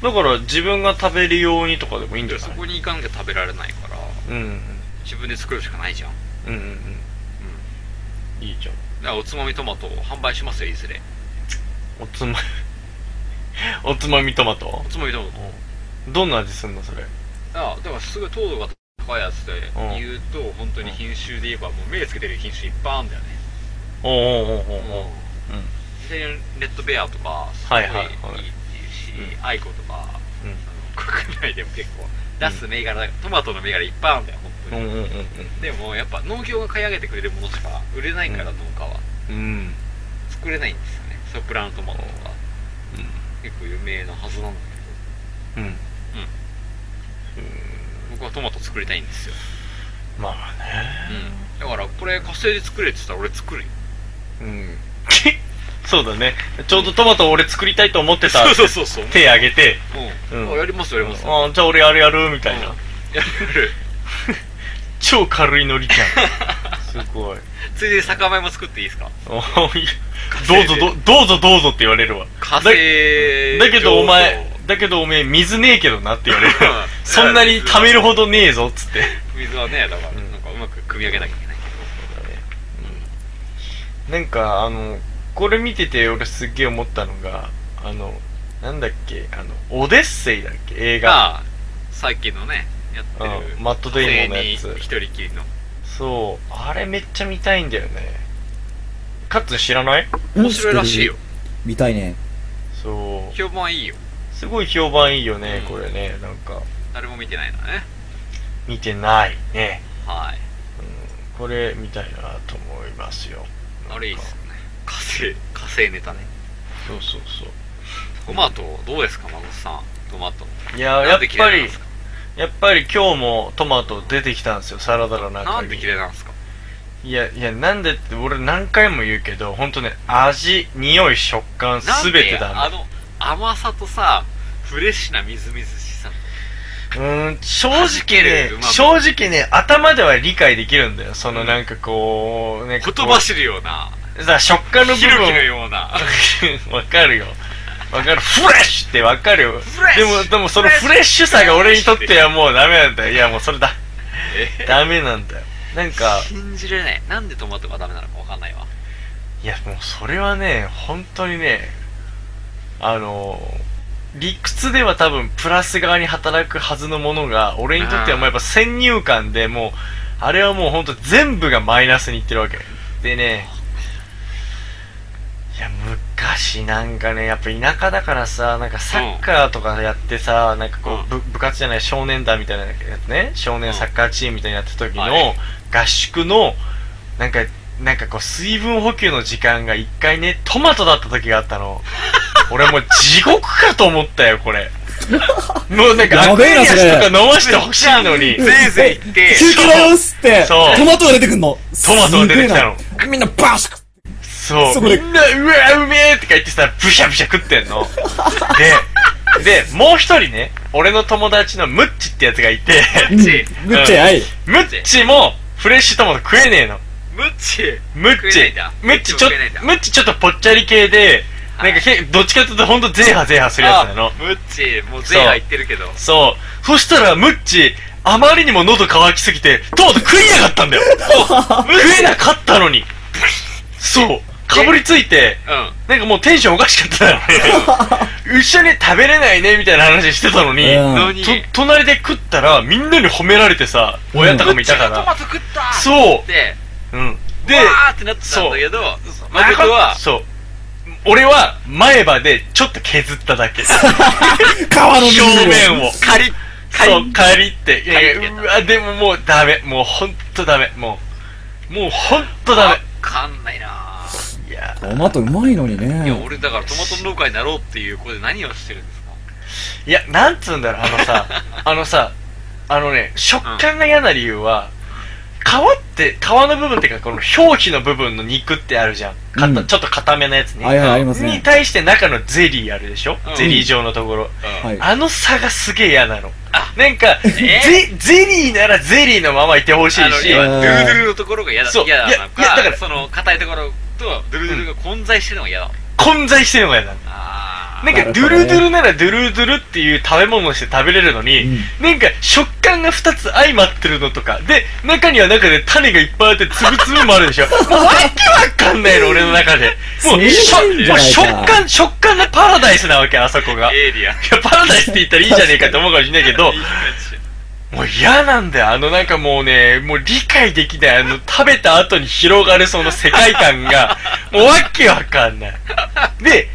S4: だから自分が食べる用にとかでもいいんじゃ
S2: そ
S4: ない
S2: こに行かなきゃ食べられないから
S4: うんうん
S2: 自分で作るしかないじゃん、うん、
S4: うんうんうんいいじゃん
S2: だからおつまみトマトを販売しますよいずれ
S4: おつま おつまみトマト
S2: おつまみトマト
S4: どんな味すんのそれ
S2: あだからすごい糖度が高いやつで
S4: ん
S2: 言うと、本当に品種で言えばもう目つけてる品種いっぱいあるんだよね、
S4: おうおうおうおうおう
S2: でレッドベアとかすご
S4: はいい
S2: いい
S4: はいはい
S2: っていうし、アイコとか、
S4: うん
S2: あの国内でも結構出す銘柄だからトマトの銘柄いっぱいあるんだよ本当
S4: う
S2: に、
S4: んうんうん
S2: でもやっぱ農業が買い上げてくれるものしか売れないから
S4: う
S2: 農
S4: ん
S2: 家は
S4: うんうん
S2: 作れないんですよねソプラノトマトとか結構有名なはずなんだ
S4: うんうん
S2: けどうん僕はトマト作りたいんですよ、
S4: まあね
S2: うん、だからこれ火星で作れって言ったら俺作るよ
S4: うんそうだねちょうどトマト俺作りたいと思ってた
S2: そう そうそうそう
S4: 手挙げて
S2: うん、
S4: う
S2: あ
S4: ん
S2: やりますやります、
S4: あじゃあ俺やるやるみたいな、
S2: うんやる
S4: 超軽いノリちゃん すごい
S2: ついでに酒米も作っていいですか
S4: おいどうぞどどうぞどうぞって言われるわ
S2: 火星
S4: だだけどお前だけどおめえ水ねえけどなって言わ れるわ そんなに溜めるほどねえぞっつって
S2: 水はねだからなんかうまく組み上げなきゃいけないけど、
S4: なんかあのこれ見てて俺すっげえ思ったのがあのなんだっけあのオデッセイだっけ映画
S2: が、さっきのね、やってる
S4: う。んマットデイモンのや
S2: 女
S4: つ
S2: 性に一人きりの。
S4: そうあれめっちゃ見たいんだよねカッツン知らない
S2: 面白いらしいよ。
S3: 見たいね。
S4: そう
S2: 評判いいよ。
S4: すごい評判いいよね、
S2: うん
S4: これねなんか
S2: 誰も見てないのね。
S4: 見てないね、
S2: はい。
S4: うん、これ見たいなと思いますよ
S2: あれいいっすよね。火星、火星ネタね。
S4: そうそうそう
S2: トマト、どうですか、孫さん。トマト。
S4: いやーや
S2: な
S4: っ
S2: んで嫌い
S4: ぱ
S2: なん
S4: り
S2: ですか
S4: やっぱり今日もトマト出てきたんですよサラダの中に
S2: なんで嫌いなんですか
S4: いやいやなんでって俺何回も言うけど本当ね味匂い食感
S2: なん
S4: 全てだ
S2: あ
S4: ね
S2: の、甘さとさ、フレッシュなみずみずしさ。
S4: うーん正
S2: 弾け
S4: 直ね
S2: るうまみ
S4: 正直ね頭では理解できるんだよそうの
S2: ん
S4: なんかこうね
S2: ほ
S4: こう
S2: とばしるような、
S4: さ食感の部
S2: ひろきの
S4: 分
S2: ような。
S4: わかるよわかるフレッシュってわかるよ
S2: フレッシ
S4: で
S2: ュ
S4: もでもそのフレッシュさが俺にとってはもうダメなんだよいやもうそれだ
S2: え
S4: ダメなんだよなんか
S2: 信じれない。なんでトマトがダメなのかわかんないわ。
S4: いやもうそれはね本当にねあの理屈では多分プラス側に働くはずのものが俺にとってはもうやっぱ先入観でもうあれはもう本当全部がマイナスにいってるわけでねいや昔なんかねやっぱ田舎だからさなんかサッカーとかやってさ、なんかこう、ぶ部活じゃない少年団みたいなやつね少年サッカーチームみたいにやってた時
S2: うん
S4: の
S2: は
S4: 合宿のなんかなんかこう水分補給の時間が一回ねトマトだった時があっ たの俺もう地獄かと思ったよこれもうなんか
S3: や
S4: ア
S3: べ
S4: ク
S3: え
S4: エ
S3: な
S4: リア
S3: それ
S4: スとか飲ましてほしい のに
S2: ぜいぜい言って、
S3: 休憩だよっつって、
S4: そう
S3: トマトが出てくんの。
S4: トマトが出てきたの
S3: すげえな。みんなバシッ
S4: そう。
S3: そこで
S4: みんな、うわ、うめえとか言ってさ、ブシャブシャ食ってんの。で、で、もう一人ね、俺の友達のムッチってやつがいて、
S3: うん
S2: チ
S3: むっちゃ、はい。
S4: ムッチもフレッシュトマト食えねえの。
S2: ムッチ
S4: ムッ
S2: 食えない
S4: チ
S2: んだ、
S4: ムッチちょ
S2: ムッチも食えないんだ、
S4: ムッチちょっとぽっちゃり系で、なんかけ、どっちかというとほんとゼーハゼーハするやつなの
S2: あ。ムッチもう全員入ってるけど。
S4: そう。そしたら、ムッチ、あまりにも喉乾きすぎて、トマト食いなかったんだよ。食えなかったのに。そう。かぶりついて、
S2: うん。
S4: なんかもうテンションおかしかった よね。一緒に食べれないね、みたいな話してたのに、
S3: うん
S2: のに
S4: と、隣で食ったら、みんなに褒められてさ、
S3: うん
S4: 親とかもいたか
S2: ムッチがト
S4: ら
S2: マ。ト食った
S4: そう
S2: で、
S4: うん。
S2: で、わ
S4: で、
S2: ーってなってたんだけど、誠は、
S4: そう。俺は、前歯でちょっと削っただけ。
S3: 皮の部
S4: 表
S3: 分
S4: 面を。
S2: カリッ、カリ
S4: そう、
S2: ッ、
S4: 帰りって。いやい
S2: 帰り
S4: や、
S2: って
S4: うわ、でももうダメ。もうほんとダメ。もう、もうほんとダ
S2: わかんないなぁ。
S4: メ。いや、
S3: トマトうまいのに
S2: いや、
S3: ね。
S2: 俺だからトマト農家になろうっていう子で何をしてるんですか
S4: いや、なんつうんだろう、あのさ、あのさ、あのね、食感が嫌な理由は、皮って、皮の部分っていうか、この表皮の部分の肉ってあるじゃん。かた
S3: うん
S4: ちょっと固めなやつね。
S3: はいはいありますね
S4: に対して中のゼリーあるでしょ、
S2: うん
S4: ゼリー状のところ。
S3: は
S2: うん
S3: い。
S4: あの差がすげえ嫌なの。
S2: あ
S4: なんか、ゼゼリーならゼリーのままいてほし
S2: あ
S4: い
S2: の、
S4: し、
S2: 要は
S3: うん
S2: ドゥルドゥルのところが嫌だ、
S4: そう
S2: 嫌だなの
S4: いやいやだか
S2: か、
S4: ら
S2: その、硬いところと、ドゥルドゥルが混在してるのが嫌だ。
S4: 混在してるのが嫌なの。
S2: あー
S4: なんか、
S3: な
S4: ド
S3: る
S4: ゥ
S3: ほどね
S4: ルドゥルならドゥルドゥルっていう食べ物をして食べれるのに、なんか、食感が2つ相まってるのとか、で、中には中で種がいっぱいあって、つぶつぶもある でしょ。もうわけわかんないの、俺の中で。もう、
S3: 精
S4: しょ
S3: 神じ
S4: も
S3: ゃ
S4: う
S3: ない
S4: 食
S3: か
S4: 感、食感がパラダイスなわけ、あそこが。い
S2: エイリアン。
S4: や、パラダイスって言ったらいいじゃねえかって思うかもしれないけど
S2: いい、感じ
S4: もう嫌なんだよ。あのなんかもうね、もう理解できない。あの、食べた後に広がるその世界観が、もうわけわかんない。で、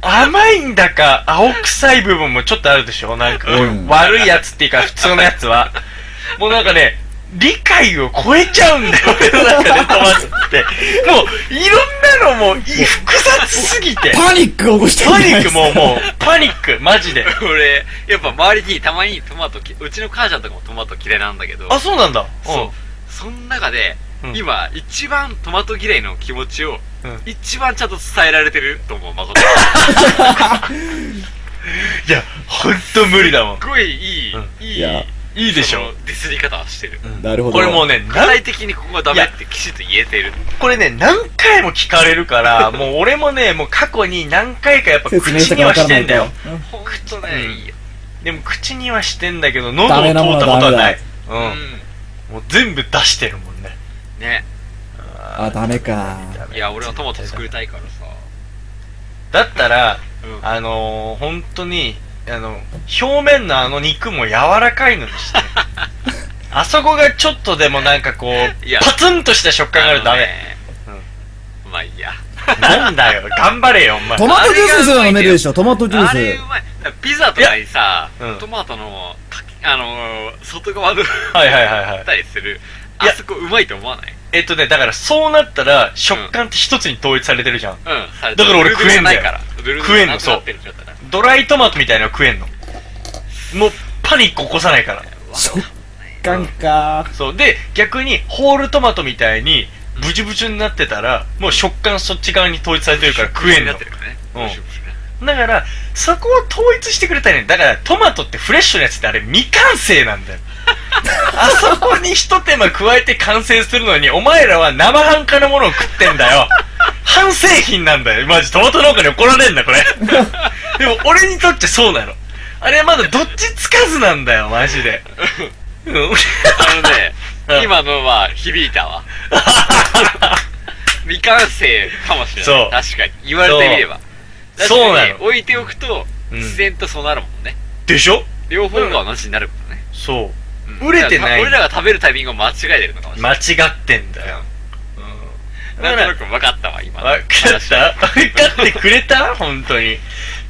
S4: 甘いんだか、青臭い部分もちょっとあるでしょなんか、
S3: うん
S4: 悪いやつっていうか、普通のやつは。もうなんかね、理解を超えちゃうんだよ、俺の中でトマトって。もう、いろんなのもう、い複雑すぎて。
S3: パニックを起こしてるん
S4: パニ
S3: じゃない
S4: ッ
S3: で
S4: ク
S3: すか
S4: もう、もう、パニック、マジで。
S2: 俺、やっぱ周りにたまにトマトき、うちの母ちゃんとかもトマト嫌いなんだけど、
S4: あ、そうなんだ。
S2: そう。その中で、
S4: うん
S2: 今、一番トマト嫌いの気持ちを、
S4: うん。うん
S2: 一番ちゃんと伝えられてると思う、 誠。
S4: いや、ほんと無理だもん
S2: す。ごいいい、
S4: うん
S2: いい、
S3: いや
S4: いいでしょ
S2: そのディスり方をしてる。
S3: なるほど。
S4: これもうね、
S2: 具
S4: な
S2: 体的にここはダメってきちっと言えてる。
S4: これね、何回も聞かれるから、もう俺もね、もう過去に何回かやっぱ口
S3: 説明した
S4: に
S3: かわ
S4: は
S3: か
S4: し
S3: らな
S4: てん
S3: い
S4: だ
S3: か
S4: よ
S3: ら。。
S2: ほんと
S4: う
S2: ね、
S4: ん
S2: いいよ。
S4: でも口にはしてんだけど、喉を
S3: ダ
S4: 通っ
S3: メ
S4: た
S3: な
S4: こ
S3: ものは
S4: とはない。う
S2: うん
S4: ん。もう全部出してるもんね。
S2: ね。
S3: あ、ダメか。
S4: ダね
S2: いや、俺はトマト作りたいからさ。
S4: だったら
S2: うん
S4: あのー、本当にあの表面のあの肉も柔らかいのにして あそこがちょっとでもなんかこ
S2: いや
S4: うパツンとした食感があるとダメ
S2: あのねまあいいや。
S4: なんだよ頑張れよお前
S3: トマトジュースにするの飲めるでしょ、トマトジュー
S2: あれう
S3: ス。
S2: まい。ピザとかにさ
S4: いやうん、
S2: トマトの、かあのー、外側 の、
S4: はいはいはいはい
S2: たりする。
S4: い
S2: あ
S4: や
S2: そこうまいと思わない
S4: えっとねだからそうなったら食感って一つに統一されてるじゃん、
S2: うん。されて
S4: だから
S2: ブ
S4: 俺
S2: ルブルじゃない
S4: 食えん
S2: か
S4: だよ
S2: らブルブル
S4: 食えんの
S2: じゃなくなってる状態だ
S4: ドライトマトみたいなの食えんのもうパニック起こさないから
S3: 食感か。
S4: そうで逆にホールトマトみたいにブチュブチュになってたらもう食感そっち側に統一されてるから食えんの
S2: なってるよね。
S4: う
S2: ブ
S4: ん
S2: ルブルね
S4: だから、そこを統一してくれたいね。だから、トマトってフレッシュなやつってあれ未完成な んだよ。あそこに一手間加えて完成するのに、お前らは生半可なものを食ってんだよ。半製品なんだよ。マジ、トマト農家に怒られんだ、 これ。でも、俺にとってそうなの。あれはまだどっちつかずなんだよ、マジ で。うん
S2: あの
S4: うん
S2: ね、今のは響いたわ。未完成かもしれ
S4: そう
S2: ない。確かに。言われてみれば。
S4: そうなの
S2: 確かに置いておくと、
S4: うん
S2: 自然とそうなるもんね。
S4: でしょ
S2: 両方が同じになるもんね。
S4: そうう。
S2: ん
S4: 売れてない。
S2: 俺らが食べるタイミングを間違えてるのかもしれな
S4: 間
S2: い。
S4: 違ってんだよ。うん。だ
S2: な
S4: か
S2: ん
S4: ら
S2: となく分かったわ、今の。
S4: 分かった分かってくれた本当に。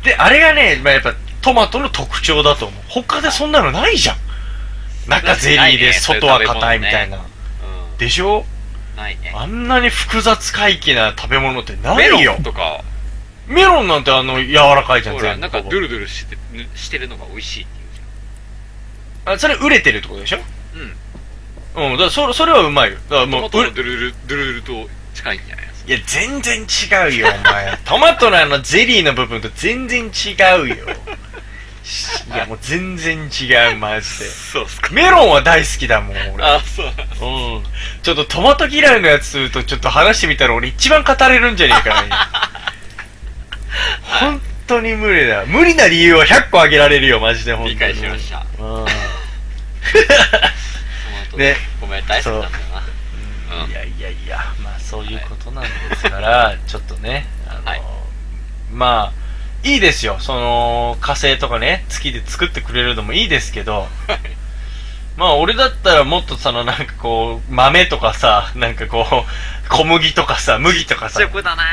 S4: で、あれがね、まあ、やっぱトマトの特徴だと思う。他でそんなのないじゃん。中ゼリ
S2: ない
S4: ー
S2: ね
S4: で外は硬いみ
S2: そういう食べ物ね
S4: たいな。でしょ
S2: うんないね。
S4: あんなに複雑怪奇な食べ物ってな
S2: メ
S4: い
S2: ロ
S4: よ
S2: ン。とか、
S4: メロンなんてあの柔らかいじゃん、
S2: ほら、
S4: 全
S2: なんか
S4: 部
S2: ドゥルドゥルしてぬしてるのが美味しいっていうじ
S4: あそれ売れてるってことでしょ
S2: ゃん。うん。
S4: うん、だからそれそれはうまいよ。だからもう
S2: トマ、トのドゥルドゥル、ドゥルドゥルと近いんじゃない
S4: いや、全然違うよ、お前。 トマトのあのゼリーの部分と全然違うよ。いや、もう全然違う、マジで。
S2: そうっすか。
S4: メロンは大好きだもん、俺。
S2: あ、そうなんだ
S4: うん。ちょっとトマト嫌いのやつとちょっと話してみたら俺一番語れるんじゃねえか な。本当に無理だ。無理な理由は100個あげられるよ、マジで、本当に。
S2: 理解しました。
S4: た。うん。ね
S2: ね、ごめん、大好きなんだよな。うん
S4: い。やいやいや、まあそういうことなんですから、ちょっとね、あの、
S2: はい
S4: まあ、いいですよ、その、火星とかね、月で作ってくれるのもいいですけど、まあ俺だったらもっとそのなんかこう、豆とかさ、なんかこう、小麦とかさ、麦とかさ
S2: そうい、うことだな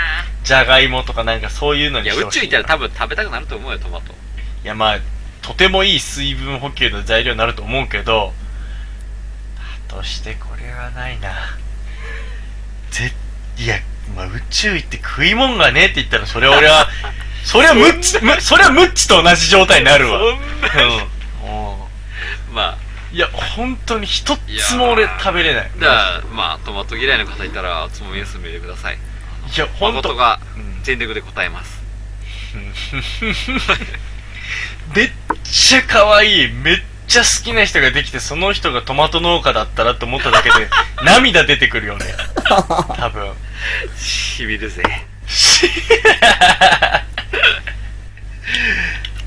S4: じゃがいもとかなんかそういうの
S2: い
S4: に
S2: や、
S4: して
S2: 宇
S4: ほ
S2: 宙
S4: し
S2: 行
S4: い
S2: っ
S4: な
S2: たら多分食べたくなると思うよ、トマト。
S4: いやまあ、とてもいい水分補給の材料になると思うけど、だとしてこれはないな。ぜ、いや、まあ宇宙行って食いもんがねえって言ったら、それは俺 は、それはムッチ、むそれはムッチと同じ状態になるわ。うん。も
S2: まあ、
S4: ういや、本当に一つも俺食べれない。
S2: じゃあ、まあ、トマト嫌いの方いたら、つもみですんでください。
S4: いや、本
S2: 誠
S4: 当
S2: が
S4: うん
S2: 全力で答えます。
S4: めっちゃ可愛いめっちゃ好きな人ができてその人がトマト農家だったらと思っただ けで涙出てくるよね多分
S2: しびるぜ。
S4: っ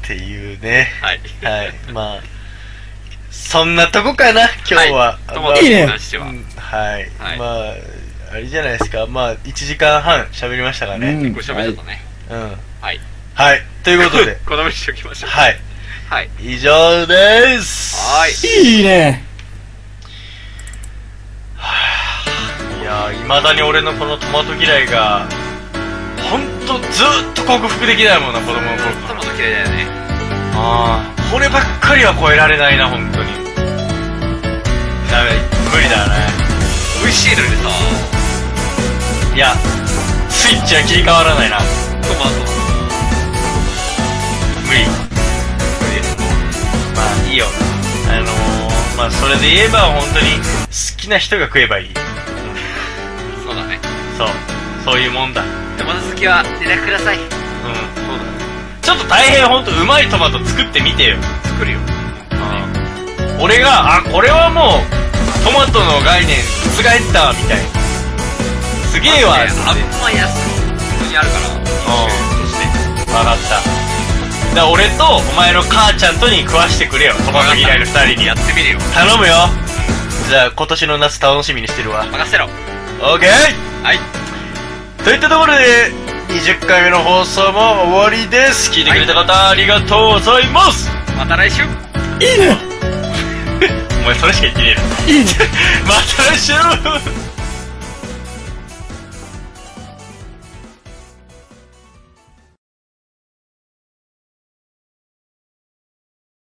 S4: ていうね
S2: はい。
S4: はいまあそんなとこかな今日は、
S2: いトマト
S4: まあ
S2: に関しては。
S4: うんは
S2: は
S4: い、
S2: い
S4: まああれじゃないですかまあ1時間半喋りましたからね
S3: うん
S2: ご喋りだったね。
S4: うん、
S2: はい。
S4: はいということで
S2: このままにしておきましょう。
S4: はい
S2: はい。
S4: 以上です
S2: はい
S3: いいね。
S4: いやいまだに俺のこのトマト嫌いが本当ずーっと克服できないもんな子供の頃
S2: ト
S4: か
S2: マト
S4: ら
S2: 嫌いだよね。
S4: ああこればっかりは超えられないな本当にダメ無理だね
S2: 美味しいのにさ、
S4: いやスイッチは切り替わらないな
S2: トマト。
S4: 無理まあいいよあのー、まあそれで言えば本当に好きな人が食えばいい
S2: そうだね。
S4: そうそういうもんだうん
S2: トマト好きは連絡ください。
S4: そうだちょっと大変本当うまいトマト作ってみてよ
S2: 作るよ。
S4: 俺が、あ、これはもう、トマトの概念覆った、みたいな。すげえわ、
S2: ね
S4: つって
S2: あんま安いの本当にあるから。
S4: ん
S2: 決して。
S4: わかった。だから俺と、お前の母ちゃんとに食わしてくれよ、トマト嫌いの二人に。
S2: やってみるよ。
S4: 頼むよ。じゃあ、今年の夏楽しみにしてるわ。
S2: 任せろ。
S4: オッケー
S2: はい。
S4: といったところで、20回目の放送も終わりです。聞いてくれた方、ありがとうございます
S2: また来週
S4: お前、それしか言ってねえよ。また来週